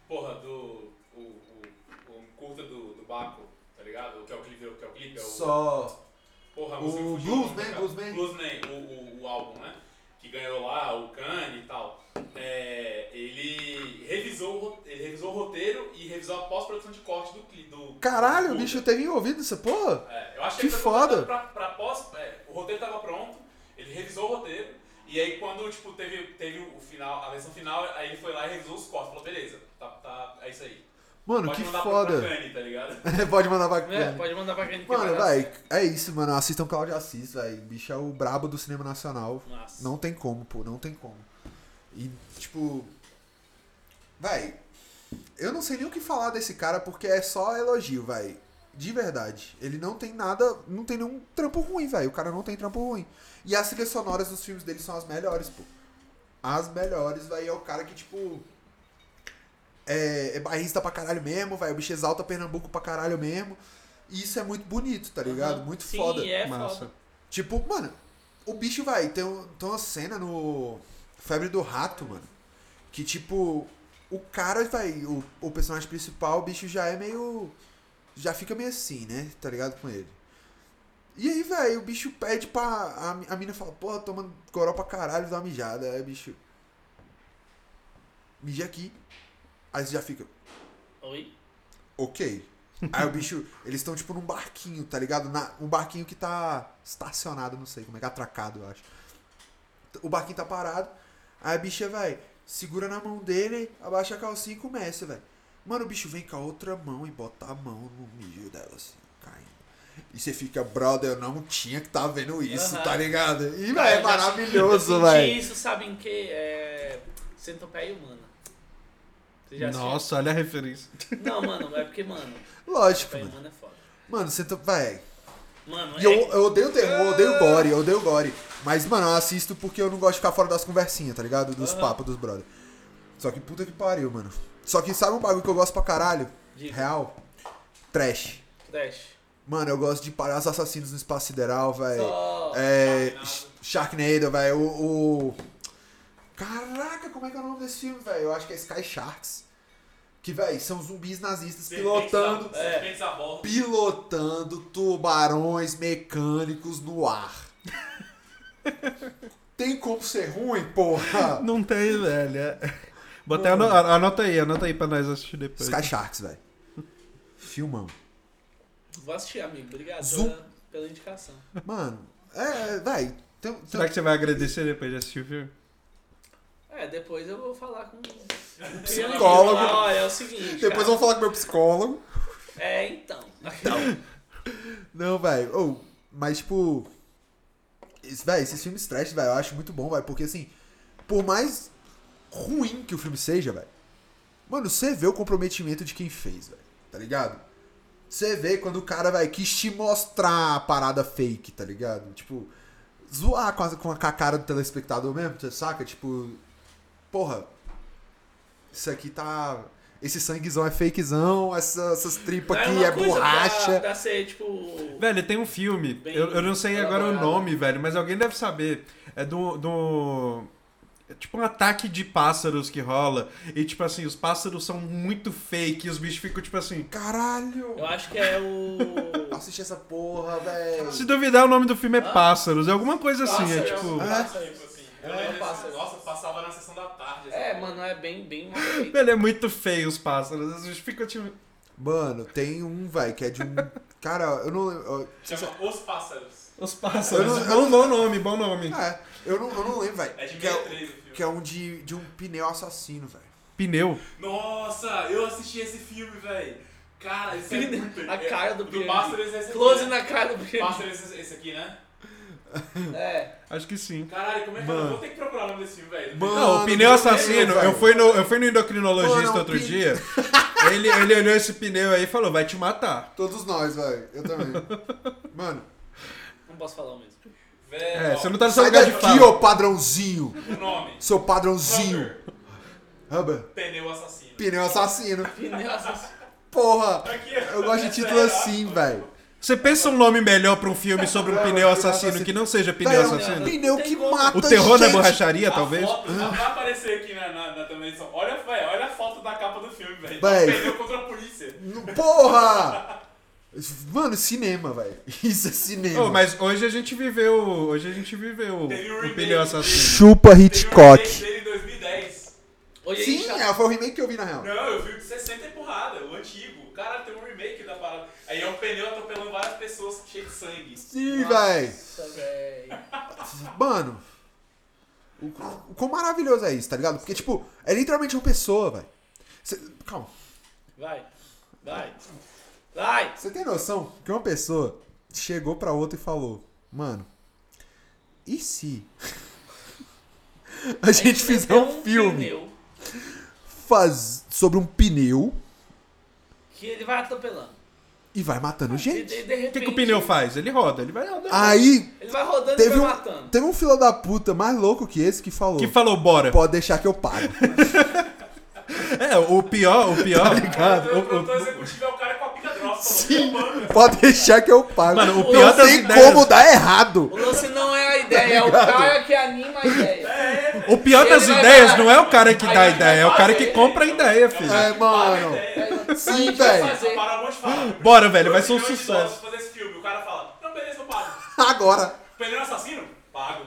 Speaker 4: Porra, do. O, o, o curta do, do Baco, tá ligado? O que é o clipe, o que é o clipe, é o.
Speaker 3: Só.
Speaker 4: Porra, a
Speaker 3: O
Speaker 4: música me fugiu
Speaker 3: Blues
Speaker 4: o nome,
Speaker 3: Man,
Speaker 4: cara.
Speaker 3: Blues Man.
Speaker 4: Blues Man, o, o, o álbum, né? Que ganhou lá o Cannes e tal. É, ele, revisou, o ro- ele revisou o roteiro e revisou a pós-produção de corte do clipe. Do,
Speaker 3: Caralho,
Speaker 4: do
Speaker 3: o
Speaker 4: curta.
Speaker 3: bicho teve envolvido nessa porra?
Speaker 4: É, eu acho que,
Speaker 3: Que
Speaker 4: ele foi
Speaker 3: foda.
Speaker 4: contratado Pra, pra pós, é, o roteiro tava pronto, ele revisou o roteiro, e aí quando tipo, teve, teve o final, a versão final, aí ele foi lá e revisou os cortes, falou, beleza, tá, tá, é isso aí.
Speaker 3: Mano,
Speaker 4: Pode
Speaker 3: que
Speaker 4: mandar Pro
Speaker 3: foda.
Speaker 4: Kanye, tá ligado?
Speaker 3: Pode mandar pra
Speaker 2: É, pode mandar pra quem
Speaker 3: Mano, vai, é isso, mano. Assistam Cláudio Assis, velho. O bicho é o brabo do cinema nacional.
Speaker 2: Nossa.
Speaker 3: Não tem como, pô, não tem como. E, tipo. Vai. Eu não sei nem o que falar desse cara porque é só elogio, vai. De verdade. Ele não tem nada. Não tem nenhum trampo ruim, velho. O cara não tem trampo ruim. E as trilhas sonoras dos filmes dele são as melhores, pô. as melhores, vai é o cara que, tipo. É, é bairrista pra caralho mesmo, vai. O bicho exalta Pernambuco pra caralho mesmo. E isso é muito bonito, tá ligado? Muito
Speaker 2: Sim,
Speaker 3: foda.
Speaker 2: é
Speaker 1: Massa.
Speaker 2: foda.
Speaker 3: Tipo, mano, o bicho vai. Tem, um- tem uma cena no Febre do Rato, mano. Que tipo, o cara vai. O, o personagem principal, o bicho já é meio. Já fica meio assim, né? Tá ligado com ele. E aí, velho, o bicho pede pra. A, mi- a mina fala, porra, tomando goró pra caralho, dá uma mijada. Aí, o bicho. Mija aqui. Aí você já fica
Speaker 2: Oi?
Speaker 3: ok. Aí o bicho, eles estão tipo num barquinho, tá ligado? Na, um barquinho que tá estacionado, não sei como é que é, atracado, eu acho. O barquinho tá parado, aí a bicha, vai, segura na mão dele, abaixa a calcinha e começa, velho. Mano, o bicho vem com a outra mão e bota a mão no milho dela, assim, caindo. E você fica, brother, eu não tinha que tá vendo isso,
Speaker 2: Aham.
Speaker 3: tá ligado? E,
Speaker 2: Cara,
Speaker 3: velho, é
Speaker 2: eu já senti-
Speaker 3: maravilhoso,
Speaker 2: eu
Speaker 3: velho.
Speaker 2: senti isso, sabe em que? É... Centopeia humana. Você já assistiu?
Speaker 1: Nossa, olha a referência.
Speaker 2: Não, mano, é porque, mano,
Speaker 3: Lógico,
Speaker 2: Centopeia
Speaker 3: mano.
Speaker 2: humana é foda.
Speaker 3: Mano, você tá, vai,
Speaker 2: Mano, é...
Speaker 3: E eu, eu odeio terror, eu odeio gore, eu odeio gore. Mas, mano, eu assisto porque eu não gosto de ficar fora das conversinhas, tá ligado? Dos
Speaker 2: Aham.
Speaker 3: papos dos brother. Só que puta que pariu, mano. Só que sabe um bagulho que eu gosto pra caralho?
Speaker 2: Diga.
Speaker 3: Real? Trash.
Speaker 2: Trash.
Speaker 3: Mano, eu gosto de parar os assassinos no espaço sideral, velho.
Speaker 2: Só... Ah,
Speaker 3: É.
Speaker 4: Sharknado.
Speaker 3: Sh- Sharknado, velho. O, o- Caraca, como é que é o nome desse filme, velho? Eu acho que é Sky Sharks. Que, velho, são zumbis nazistas pilotando
Speaker 4: Serpentes a-
Speaker 2: É.
Speaker 4: Serpentes a bordo.
Speaker 3: pilotando tubarões mecânicos no ar. Tem como ser ruim, porra?
Speaker 1: Não tem, velho. é. Botei, ano- a- anota aí, anota aí pra nós assistir depois.
Speaker 3: Sky Sharks, velho. Filmão.
Speaker 2: Vou assistir, amigo. Obrigado
Speaker 3: Zoom.
Speaker 2: pela, pela indicação.
Speaker 3: Mano, é, velho. Tem, tem-
Speaker 1: Será que você vai agradecer depois de assistir o filme?
Speaker 2: É, depois eu vou falar com o
Speaker 3: psicólogo.
Speaker 2: Olha, é o seguinte.
Speaker 3: Depois eu
Speaker 2: cara.
Speaker 3: vou falar com meu psicólogo.
Speaker 2: É, então. Então.
Speaker 3: Não, velho. Ou, mas, tipo. Esse, véi, esses filmes trash, velho, eu acho muito bom, velho. Porque, assim, por mais ruim que o filme seja, velho. Mano, você vê o comprometimento de quem fez, velho. Tá ligado? Você vê quando o cara, velho, quis te mostrar a parada fake, tá ligado? Tipo, zoar com a, com a com a cara do telespectador mesmo, você saca? Tipo, porra, isso aqui tá. Esse sanguezão é fakezão, essa- essas tripas
Speaker 2: Não
Speaker 3: aqui
Speaker 2: uma
Speaker 3: é
Speaker 2: coisa
Speaker 3: borracha.
Speaker 2: Pra, pra ser, tipo.
Speaker 1: Velho, tem um filme,
Speaker 2: Bem
Speaker 1: eu, eu não sei agora o
Speaker 2: elaborado.
Speaker 1: nome, velho, mas alguém deve saber. É do. do é tipo um ataque de pássaros que rola. E, tipo assim, os pássaros são muito fake e os bichos ficam, tipo assim.
Speaker 3: Caralho!
Speaker 2: Eu acho que é o.
Speaker 3: Assiste essa porra, velho.
Speaker 1: Se duvidar, o nome do filme é
Speaker 2: Ah.
Speaker 1: Pássaros. É alguma coisa assim, é
Speaker 2: Pássaro,
Speaker 1: tipo.
Speaker 2: um pássaro.
Speaker 4: Tipo assim, eu
Speaker 2: É,
Speaker 4: lembro
Speaker 2: passa.
Speaker 4: desse- Nossa, passava na sessão da tarde. assim, essa
Speaker 2: É,
Speaker 4: porra.
Speaker 2: mano, é bem, bem mal feito.
Speaker 1: Velho, é muito feio os pássaros. Os bichos ficam, tipo.
Speaker 3: Mano, tem um, velho, que é de um. Cara, eu não lembro.
Speaker 4: Chama Os Pássaros.
Speaker 1: Os pássaros.
Speaker 3: Eu não- eu
Speaker 1: bom, bom nome, bom nome.
Speaker 3: É, eu não, eu não lembro, velho.
Speaker 4: É de
Speaker 3: Que, é,
Speaker 4: 63 o filme.
Speaker 3: que é um de, de um pneu assassino, velho.
Speaker 1: Pneu.
Speaker 4: Nossa, eu assisti esse filme, velho. Cara, esse é muito...
Speaker 2: A
Speaker 4: é-
Speaker 2: cara do
Speaker 4: Do
Speaker 2: Pirani.
Speaker 4: Pássaro, esse é esse aqui,
Speaker 2: Close
Speaker 4: né?
Speaker 2: na cara do Breno.
Speaker 4: Pássaro, esse esse aqui, né?
Speaker 2: É.
Speaker 1: Acho que sim.
Speaker 4: Caralho, como é que eu
Speaker 3: Mano.
Speaker 4: vou ter que procurar o nome desse filme, velho?
Speaker 3: Mano. é
Speaker 1: Não, o pneu assassino,
Speaker 3: velho.
Speaker 1: eu fui no, eu fui no endocrinologista
Speaker 3: Mano, é um
Speaker 1: outro
Speaker 3: pin-
Speaker 1: dia, ele, ele olhou esse pneu aí e falou, vai te matar.
Speaker 3: Todos nós, velho. Eu também. Mano,
Speaker 2: Não posso falar o mesmo.
Speaker 4: Velho,
Speaker 1: É,
Speaker 4: ó,
Speaker 1: você não tá no seu
Speaker 3: sai
Speaker 1: lugar de
Speaker 3: daqui,
Speaker 1: fala.
Speaker 3: ô padrãozinho.
Speaker 4: o nome.
Speaker 3: Seu padrãozinho.
Speaker 4: Rubber,
Speaker 3: Hubber.
Speaker 4: Pneu assassino.
Speaker 3: Pneu assassino.
Speaker 2: Pneu assassino.
Speaker 3: Porra!
Speaker 4: Aqui,
Speaker 3: Eu gosto de
Speaker 4: essa
Speaker 3: título
Speaker 4: é a-
Speaker 3: assim, velho.
Speaker 1: Você pensa um nome melhor pra um filme sobre um
Speaker 3: Não,
Speaker 1: pneu
Speaker 3: pneu
Speaker 1: assassino
Speaker 3: assassino.
Speaker 1: que não seja pneu
Speaker 3: Véi,
Speaker 1: assassino?
Speaker 3: Pneu que
Speaker 2: Tem como.
Speaker 3: mata
Speaker 1: O terror é da
Speaker 3: gente.
Speaker 1: borracharia,
Speaker 4: a
Speaker 1: talvez? Ah.
Speaker 4: Foto, vai aparecer aqui na, na, na também edição. Olha, velho, olha a foto da capa do filme, velho.
Speaker 3: Véi.
Speaker 4: Pneu contra a polícia.
Speaker 3: Porra! Mano, cinema, velho. Isso é cinema.
Speaker 1: Oh, mas hoje a gente viveu, hoje a gente viveu
Speaker 4: Teve um
Speaker 1: o
Speaker 4: remake.
Speaker 1: pneu assassino.
Speaker 3: Chupa
Speaker 4: Teve um remake dele em 2010.
Speaker 2: Hoje a gente
Speaker 3: Sim,
Speaker 2: tá-
Speaker 3: é, foi o remake que eu vi na real.
Speaker 4: Não, eu vi o de 60 e porrada, o antigo. Caralho, tem um remake da parada. Aí é um pneu atropelando várias pessoas cheio de sangue.
Speaker 3: Sim,
Speaker 2: Nossa,
Speaker 3: véi.
Speaker 2: véi.
Speaker 3: Mano, o, o quão maravilhoso é isso, tá ligado? Porque, tipo, é literalmente uma pessoa, velho. Calma,
Speaker 2: Vai. Vai. Vai.
Speaker 3: você tem noção que uma pessoa chegou pra outra e falou: Mano, e se a gente fizer
Speaker 2: meteu
Speaker 3: um filme
Speaker 2: pneu
Speaker 3: faz sobre um pneu
Speaker 2: que ele vai atropelando.
Speaker 3: e vai matando
Speaker 2: E
Speaker 3: gente.
Speaker 2: de, de repente,
Speaker 1: O que, que o pneu faz? Ele roda, ele vai rodando.
Speaker 3: Aí
Speaker 2: Ele vai rodando
Speaker 3: teve
Speaker 2: e vai
Speaker 3: um,
Speaker 2: matando.
Speaker 3: teve um fila da puta mais louco que esse que falou:
Speaker 1: Que falou, bora.
Speaker 3: pode deixar que eu pago.
Speaker 1: É, o pior, o
Speaker 3: Tá
Speaker 1: pior.
Speaker 4: Então, O
Speaker 1: o- o-
Speaker 4: produtor executivo é o cara com a pica grossa. Sim.
Speaker 3: pode deixar que eu pago.
Speaker 1: Mano, o
Speaker 3: Não
Speaker 1: pior das
Speaker 3: tem
Speaker 1: ideias.
Speaker 3: como dar errado.
Speaker 2: O lance não é a ideia, é o cara que anima a ideia.
Speaker 1: O pior
Speaker 2: Ele
Speaker 1: das
Speaker 2: vai
Speaker 1: ideias
Speaker 2: parar.
Speaker 1: não é o cara que
Speaker 4: Aí
Speaker 1: dá a
Speaker 4: ele vai
Speaker 1: ideia, é o cara que
Speaker 4: fazer.
Speaker 1: compra a ideia, filho.
Speaker 3: É, mano. Sim, velho.
Speaker 2: fazer.
Speaker 4: Para um monte de falar.
Speaker 1: Bora, velho, vai ser um
Speaker 4: Dois milhões de dólares
Speaker 1: sucesso.
Speaker 4: pra fazer esse filme. O cara fala, não, beleza, eu pago.
Speaker 3: Agora.
Speaker 4: Pneu assassino? Pago.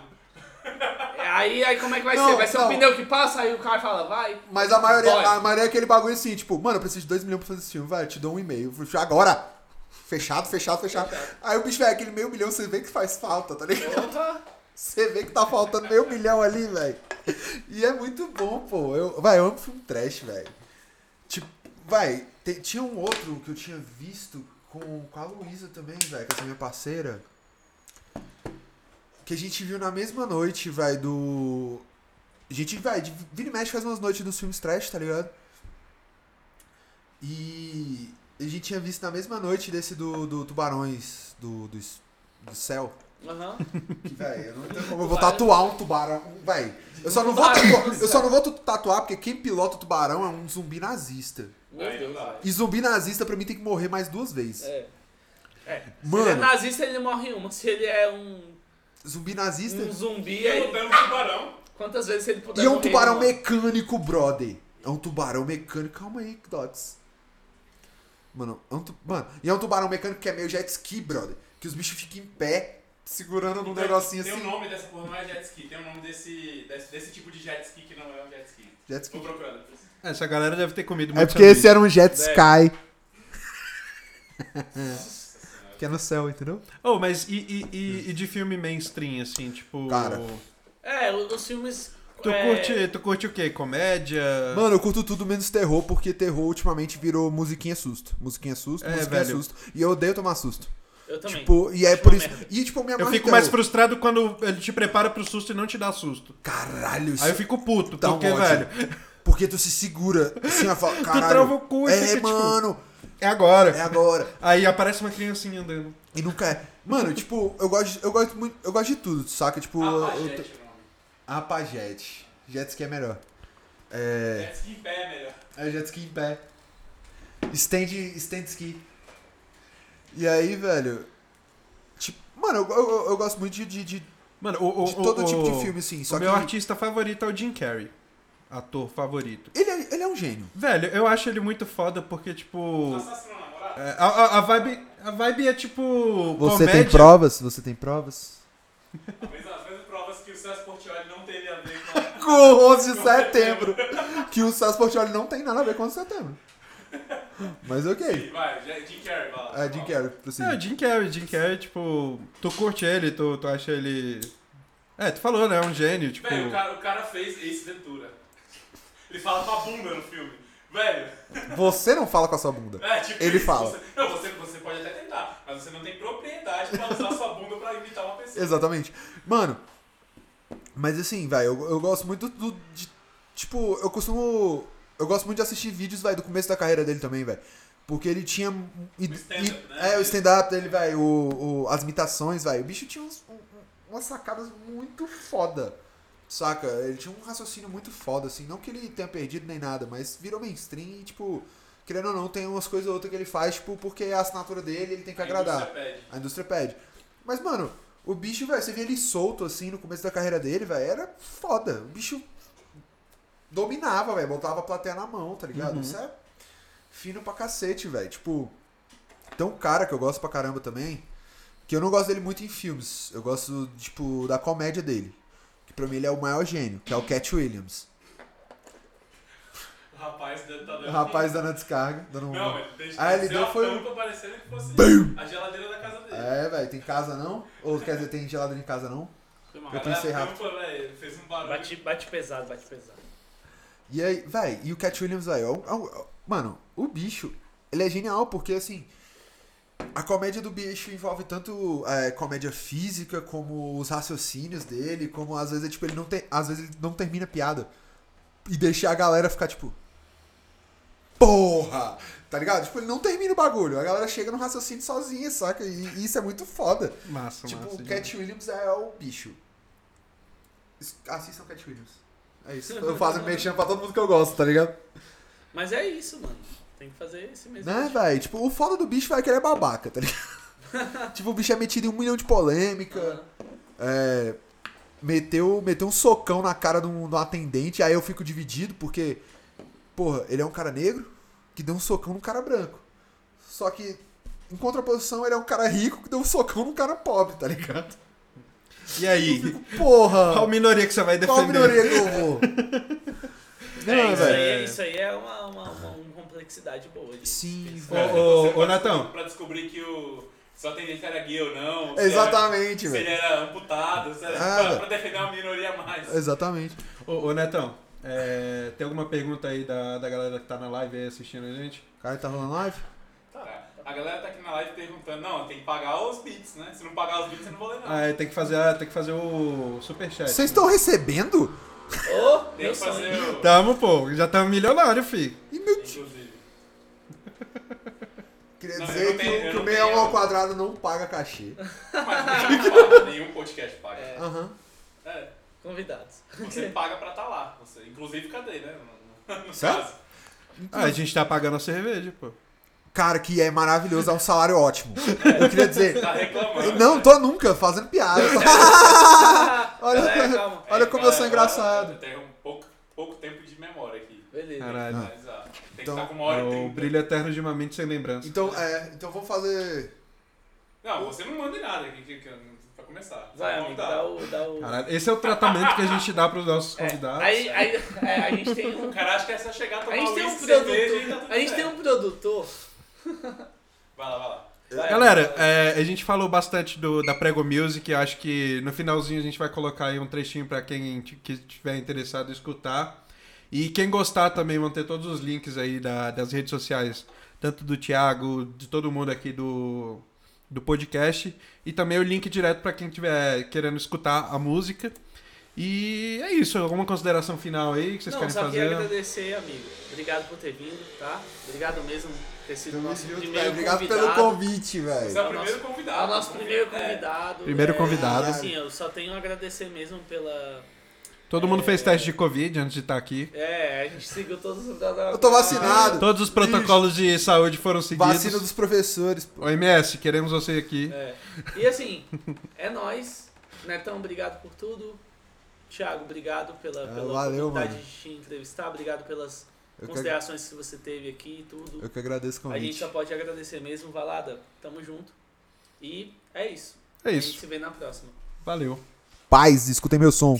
Speaker 2: Aí, aí como é que vai
Speaker 3: Não,
Speaker 2: ser? Vai ser
Speaker 3: não.
Speaker 2: um pneu que passa, aí o cara fala, vai.
Speaker 3: Mas a maioria,
Speaker 2: Bora.
Speaker 3: a maioria é aquele bagulho assim, tipo, mano, eu preciso de 2 milhões pra fazer esse filme, vai, eu te dou um e-mail. Eu falei, Agora! Fechado, fechado, fechado. Aí o bicho, velho, aquele meio milhão, você vê que faz falta, tá ligado?
Speaker 2: Porra.
Speaker 3: Você vê que tá faltando meio milhão ali, velho. E é muito bom, pô. Eu, vai, eu amo filme trash, velho. Tipo, vai, te- tinha um outro que eu tinha visto com, com a Luísa também, velho, com essa minha parceira. Que a gente viu na mesma noite, velho, do. A gente, vai, de- vira e mexe faz umas noites dos filmes trash, tá ligado? E a gente tinha visto na mesma noite desse do, do Tubarões, do, do, do Céu.
Speaker 2: Aham.
Speaker 3: Que, Véi, eu não tenho como. Eu vou tatuar um tubarão. Véi, eu só não vou,
Speaker 2: Tubarão,
Speaker 3: tatuar, eu só não vou tu- tatuar porque quem pilota o tubarão é um zumbi nazista.
Speaker 2: Meu
Speaker 4: Aí,
Speaker 2: Deus,
Speaker 4: não dá.
Speaker 2: velho.
Speaker 3: E zumbi nazista pra mim tem que morrer mais duas vezes.
Speaker 2: É. Se ele é
Speaker 3: Mano,
Speaker 2: nazista, ele morre uma. Se ele é um,
Speaker 3: zumbi nazista
Speaker 2: um zumbi,
Speaker 4: E
Speaker 2: aí,
Speaker 4: lutando com o tubarão.
Speaker 2: quantas vezes ele puder
Speaker 3: e é um
Speaker 2: morrer,
Speaker 3: tubarão
Speaker 2: mano?
Speaker 3: mecânico, brother. É um tubarão mecânico. Calma aí, Dots. Mano, é um tu- mano, e é um tubarão mecânico que é meio jet ski, brother. Que os bichos ficam em pé, segurando num
Speaker 4: Então,
Speaker 3: negocinho
Speaker 4: tem
Speaker 3: assim.
Speaker 2: um
Speaker 4: Tem o nome dessa porra, não é jet ski. Tem o nome desse, desse, desse tipo de jet ski que não é um jet ski.
Speaker 3: Jet ski.
Speaker 4: Vou procurando.
Speaker 1: Essa galera deve ter comido muito
Speaker 3: É porque esse
Speaker 1: sanduíche.
Speaker 3: era um jet
Speaker 4: Velho.
Speaker 3: sky. que é no céu, entendeu?
Speaker 1: Oh, mas e, e- e- e de filme mainstream, assim, tipo.
Speaker 3: Cara.
Speaker 2: É, o- os filmes.
Speaker 1: Tu,
Speaker 2: é,
Speaker 1: curte, tu curte o quê? Comédia?
Speaker 3: É. Mano, eu curto tudo menos terror, porque terror ultimamente virou musiquinha susto. Musiquinha susto,
Speaker 1: É,
Speaker 3: musiquinha
Speaker 1: velho.
Speaker 3: susto. E eu odeio tomar susto.
Speaker 2: Eu também.
Speaker 3: Tipo, e é
Speaker 2: Acho
Speaker 3: por
Speaker 2: uma
Speaker 3: isso.
Speaker 2: merda.
Speaker 3: E tipo, minha
Speaker 1: eu
Speaker 3: mãe
Speaker 1: fico
Speaker 3: terror.
Speaker 1: mais frustrado quando ele te prepara pro susto e não te dá susto.
Speaker 3: Caralho, isso.
Speaker 1: Aí eu fico puto,
Speaker 3: dá um
Speaker 1: porque,
Speaker 3: ódio.
Speaker 1: velho,
Speaker 3: Porque tu se segura. Assim, eu falo, caralho.
Speaker 1: trava o cu e
Speaker 3: É,
Speaker 1: fica, tipo,
Speaker 3: mano,
Speaker 1: é agora.
Speaker 3: é agora.
Speaker 1: Aí aparece uma criancinha andando.
Speaker 3: E nunca é. Mano, tipo, eu gosto, eu gosto muito. Eu gosto de tudo, saca? Tipo,
Speaker 4: Ah,
Speaker 3: eu-
Speaker 4: jet,
Speaker 3: eu-
Speaker 4: o nome.
Speaker 3: Apa Jet. Jet ski é melhor. É.
Speaker 4: Jet ski em pé é melhor.
Speaker 3: É jet ski em pé. Stand, stand ski. E aí, velho. Tipo, mano, eu, eu, eu gosto muito de, de, de- de
Speaker 1: Mano, o, o, o-
Speaker 3: todo
Speaker 1: o-
Speaker 3: tipo de filme, assim. Só
Speaker 1: o
Speaker 3: que.
Speaker 1: meu artista favorito é o Jim Carrey. Ator favorito.
Speaker 3: Ele, é, ele é um gênio.
Speaker 1: Velho, eu acho ele muito foda porque, tipo.
Speaker 4: Assassino namorado.
Speaker 1: é, A, a- a vibe, a vibe é tipo. comédia.
Speaker 3: provas? Você tem provas?
Speaker 4: Talvez as mesmas provas que o Celso Portioli não teve a ver com a...
Speaker 3: Com o 11 de setembro. que o Celso Portioli não tem nada a ver com o 11 de setembro. Mas
Speaker 4: Sim,
Speaker 3: ok.
Speaker 4: Vai, Jet- Jim Carrey, vai lá.
Speaker 3: É, Jim Carrey, prossiga.
Speaker 1: É, o Jim Carrey, Jim Carrey, tipo, tu curte ele, tu, tu acha ele. É, tu falou, né? É um gênio, tipo.
Speaker 4: Velho, o cara, o cara fez Ace Ventura. Ele fala com a bunda no filme. Velho,
Speaker 1: É,
Speaker 3: Você não fala com a sua bunda.
Speaker 4: é tipo
Speaker 3: Ele
Speaker 4: isso,
Speaker 3: fala.
Speaker 4: Você, não, você, você pode até tentar, mas você não tem propriedade pra usar sua bunda pra imitar uma pessoa.
Speaker 3: Exatamente. Mano, mas assim, velho, eu, eu gosto muito do. de- tipo, eu costumo. Eu gosto muito de assistir vídeos, velho, do começo da carreira dele também, velho. Porque ele tinha. e-
Speaker 4: O stand-up,
Speaker 3: e-
Speaker 4: né?
Speaker 3: É, o stand-up dele, velho, o, o- as imitações, velho. O bicho tinha uns- um- um- umas sacadas muito foda. Saca? Ele tinha um raciocínio muito foda, assim. Não que ele tenha perdido nem nada, mas virou mainstream e, tipo, querendo ou não, tem umas coisas ou outras que ele faz, tipo, porque é a assinatura dele ele tem que
Speaker 4: A
Speaker 3: agradar.
Speaker 4: indústria pede.
Speaker 3: A indústria pede. Mas, mano, o bicho, velho, você vê ele solto assim no começo da carreira dele, velho, era foda. O bicho dominava, velho, botava a plateia na mão, tá ligado? Isso é fino pra cacete, velho. Tipo, tem um cara que eu gosto pra caramba também, que eu não gosto dele muito em filmes. Eu gosto, tipo, da comédia dele. Que pra mim ele é o maior gênio, que é o Cat Williams.
Speaker 4: O rapaz deve tá dando.
Speaker 3: O rapaz dando a descarga, dando um.
Speaker 4: Não, ele deixa
Speaker 3: Ah, ele
Speaker 4: ser
Speaker 3: deu
Speaker 4: a
Speaker 3: foi um-
Speaker 4: tampa parecendo que fosse a geladeira da casa dele.
Speaker 3: É, velho, tem casa não? Ou quer dizer, tem geladeira em casa não?
Speaker 2: Foi mal.
Speaker 3: Eu
Speaker 4: Mas
Speaker 3: tenho que ser
Speaker 4: a
Speaker 3: rápido.
Speaker 4: tampa, velho, ele fez um barulho.
Speaker 2: Bate, bate pesado, bate pesado.
Speaker 3: E aí, véi, e o Cat Williams, véi, é um- é um- é um- mano, o bicho, ele é genial, porque assim, a comédia do bicho envolve tanto é, comédia física, como os raciocínios dele, como às vezes, é, tipo, ele não tem, às vezes ele não termina a piada. E deixa a galera ficar, tipo, porra! Tá ligado? Tipo, ele não termina o bagulho. A galera chega no raciocínio sozinha, saca? E, e isso é muito foda.
Speaker 1: Massa,
Speaker 3: tipo,
Speaker 1: massa.
Speaker 3: o
Speaker 1: demais.
Speaker 3: Cat Williams é o bicho. Es- Assistam o Cat Williams. É isso. Eu faço mexendo pra todo mundo que eu gosto, tá ligado?
Speaker 2: Mas é isso, mano. Tem que fazer esse mesmo.
Speaker 3: Né,
Speaker 2: tipo.
Speaker 3: velho? Tipo, o foda do bicho vai que ele é babaca, tá ligado? tipo, o bicho é metido em um milhão de polêmica.
Speaker 2: Aham.
Speaker 3: é, meteu, meteu um socão na cara de um, de um atendente, aí eu fico dividido, porque, porra, ele é um cara negro que deu um socão num cara branco. Só que, em contraposição, ele é um cara rico que deu um socão num cara pobre, tá ligado?
Speaker 1: E aí? Qual
Speaker 3: Porra!
Speaker 1: minoria que você vai defender?
Speaker 3: Qual minoria que eu vou?
Speaker 2: é,
Speaker 3: Não,
Speaker 2: isso, aí,
Speaker 3: velho.
Speaker 2: é- isso aí é uma, uma, uma, uma complexidade boa. De
Speaker 3: Sim,
Speaker 2: pensar.
Speaker 1: Ô,
Speaker 4: Cara,
Speaker 1: ô,
Speaker 4: você
Speaker 1: ô,
Speaker 4: pra-
Speaker 1: Natão.
Speaker 4: Pra descobrir que o só atendente era gay ou não. se
Speaker 3: Exatamente,
Speaker 4: era- Se ele
Speaker 3: velho.
Speaker 4: era amputado, sabe?
Speaker 3: Ah,
Speaker 4: pra,
Speaker 3: velho.
Speaker 4: pra defender uma minoria a mais.
Speaker 3: É. Exatamente.
Speaker 1: Ô, ô Netão, é, tem alguma pergunta aí da, da galera que tá na live aí assistindo a gente?
Speaker 3: Cara, tá rolando live?
Speaker 4: Tá. A galera tá aqui na live perguntando, não, tem que pagar os bits, né? Se não pagar os bits, eu não vou ler não.
Speaker 1: Ah, é, tem que fazer, a- tem que fazer o
Speaker 4: É,
Speaker 1: superchat.
Speaker 3: Vocês estão recebendo?
Speaker 2: Ô,
Speaker 4: Tem
Speaker 2: meu
Speaker 4: que fazer
Speaker 2: sonho.
Speaker 4: o...
Speaker 1: Tamo, pô. Já tamo milionário, fi. Ah,
Speaker 3: Ih, meu tio.
Speaker 4: Inclusive.
Speaker 3: Queria
Speaker 4: Não, eu
Speaker 3: dizer
Speaker 4: não
Speaker 3: que,
Speaker 4: tenho-
Speaker 3: o-
Speaker 4: eu
Speaker 3: que o
Speaker 4: não
Speaker 3: 61
Speaker 4: tenho.
Speaker 3: ao quadrado não paga cachê.
Speaker 4: Mas ninguém paga, nenhum podcast paga.
Speaker 2: É.
Speaker 3: Aham.
Speaker 4: É,
Speaker 2: Convidados.
Speaker 4: você
Speaker 3: É.
Speaker 4: paga pra estar lá. Você, inclusive, cadê, né? No- no- no
Speaker 3: Certo?
Speaker 4: caso.
Speaker 1: Ah, a gente tá pagando a cerveja, pô.
Speaker 3: Cara, que é maravilhoso, é um salário ótimo. Eu queria dizer.
Speaker 4: Tá reclamando.
Speaker 3: Não, tô nunca fazendo piada.
Speaker 4: É.
Speaker 3: olha-
Speaker 2: Galera, calma.
Speaker 3: Olha como eu sou
Speaker 4: cara,
Speaker 3: engraçado.
Speaker 4: É, Eu tenho um pouco, pouco tempo de memória aqui.
Speaker 2: Beleza.
Speaker 1: Caralho.
Speaker 4: Mas, ah, tem que
Speaker 3: Então,
Speaker 4: estar com uma hora
Speaker 1: É
Speaker 4: e
Speaker 1: o
Speaker 4: trinta.
Speaker 1: brilho eterno de uma mente sem lembrança.
Speaker 3: Então, é, então vamos fazer.
Speaker 4: Não, você não manda em nada aqui que, que, pra começar. tá.
Speaker 2: Vai, amigo, dá o. Dá o...
Speaker 1: Caralho, esse é o tratamento que a gente dá pros nossos
Speaker 2: É,
Speaker 1: convidados.
Speaker 2: aí, aí, é, a gente tem um.
Speaker 4: O cara acha que é só chegar,
Speaker 2: A
Speaker 4: tomar
Speaker 2: gente tem
Speaker 4: uísque,
Speaker 2: um
Speaker 4: cerveja e tá
Speaker 2: produtor.
Speaker 4: tudo
Speaker 2: A gente tem
Speaker 4: certo.
Speaker 2: um produtor.
Speaker 4: Vai lá, vai lá.
Speaker 2: Vai,
Speaker 1: Galera,
Speaker 2: vai.
Speaker 1: é, a gente falou bastante do, da Prego Music, acho que no finalzinho a gente vai colocar aí um trechinho pra quem t- que tiver interessado em escutar. E quem gostar também vão ter todos os links aí da- das redes sociais, tanto do Thiago, de todo mundo aqui do, do podcast, e também o link direto pra quem tiver querendo escutar a música. E é isso, alguma consideração final aí que vocês
Speaker 2: Não,
Speaker 1: querem
Speaker 2: só queria
Speaker 1: fazer?
Speaker 2: agradecer, amigo. Obrigado por ter vindo, tá? Obrigado mesmo por ter sido o nosso
Speaker 3: Velho,
Speaker 2: primeiro
Speaker 3: Obrigado
Speaker 2: convidado.
Speaker 3: pelo convite,
Speaker 4: Você é
Speaker 3: velho.
Speaker 4: o
Speaker 2: o nosso-
Speaker 4: primeiro convidado.
Speaker 2: Ao nosso primeiro
Speaker 4: É.
Speaker 2: convidado.
Speaker 1: Primeiro
Speaker 2: É,
Speaker 1: convidado.
Speaker 2: Assim, eu só tenho a agradecer mesmo pela.
Speaker 1: Todo mundo fez teste de Covid antes de estar aqui.
Speaker 2: É, a gente seguiu todos os.
Speaker 3: Eu tô vacinado.
Speaker 1: Todos os protocolos de saúde foram seguidos.
Speaker 3: Vacina dos professores. pô.
Speaker 1: OMS, queremos você aqui.
Speaker 2: É. E assim, é nóis. Netão, obrigado por tudo. Thiago, obrigado pela,
Speaker 3: Ah,
Speaker 2: pela
Speaker 3: valeu,
Speaker 2: oportunidade
Speaker 3: mano.
Speaker 2: de te entrevistar. Obrigado pelas
Speaker 3: Eu que, ag-
Speaker 2: considerações que você teve aqui e tudo.
Speaker 3: eu que agradeço o
Speaker 2: A gente
Speaker 3: convite.
Speaker 2: só pode agradecer mesmo. Valada, tamo junto. E é isso.
Speaker 1: É
Speaker 2: A gente
Speaker 1: isso.
Speaker 2: se vê na próxima.
Speaker 1: Valeu.
Speaker 3: Paz, escutem meu som.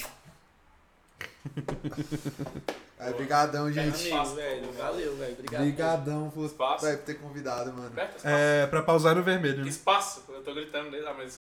Speaker 3: É, Obrigadão,
Speaker 2: Amigo,
Speaker 3: gente.
Speaker 4: Espaço,
Speaker 2: velho.
Speaker 4: por favor.
Speaker 2: Valeu, velho. Obrigado.
Speaker 3: Obrigadão por
Speaker 4: Espaço.
Speaker 3: velho, por ter convidado, mano.
Speaker 4: Aperta o espaço.
Speaker 1: É, pra É, pausar no vermelho, né?
Speaker 4: Espaço. Eu tô gritando desde lá, mas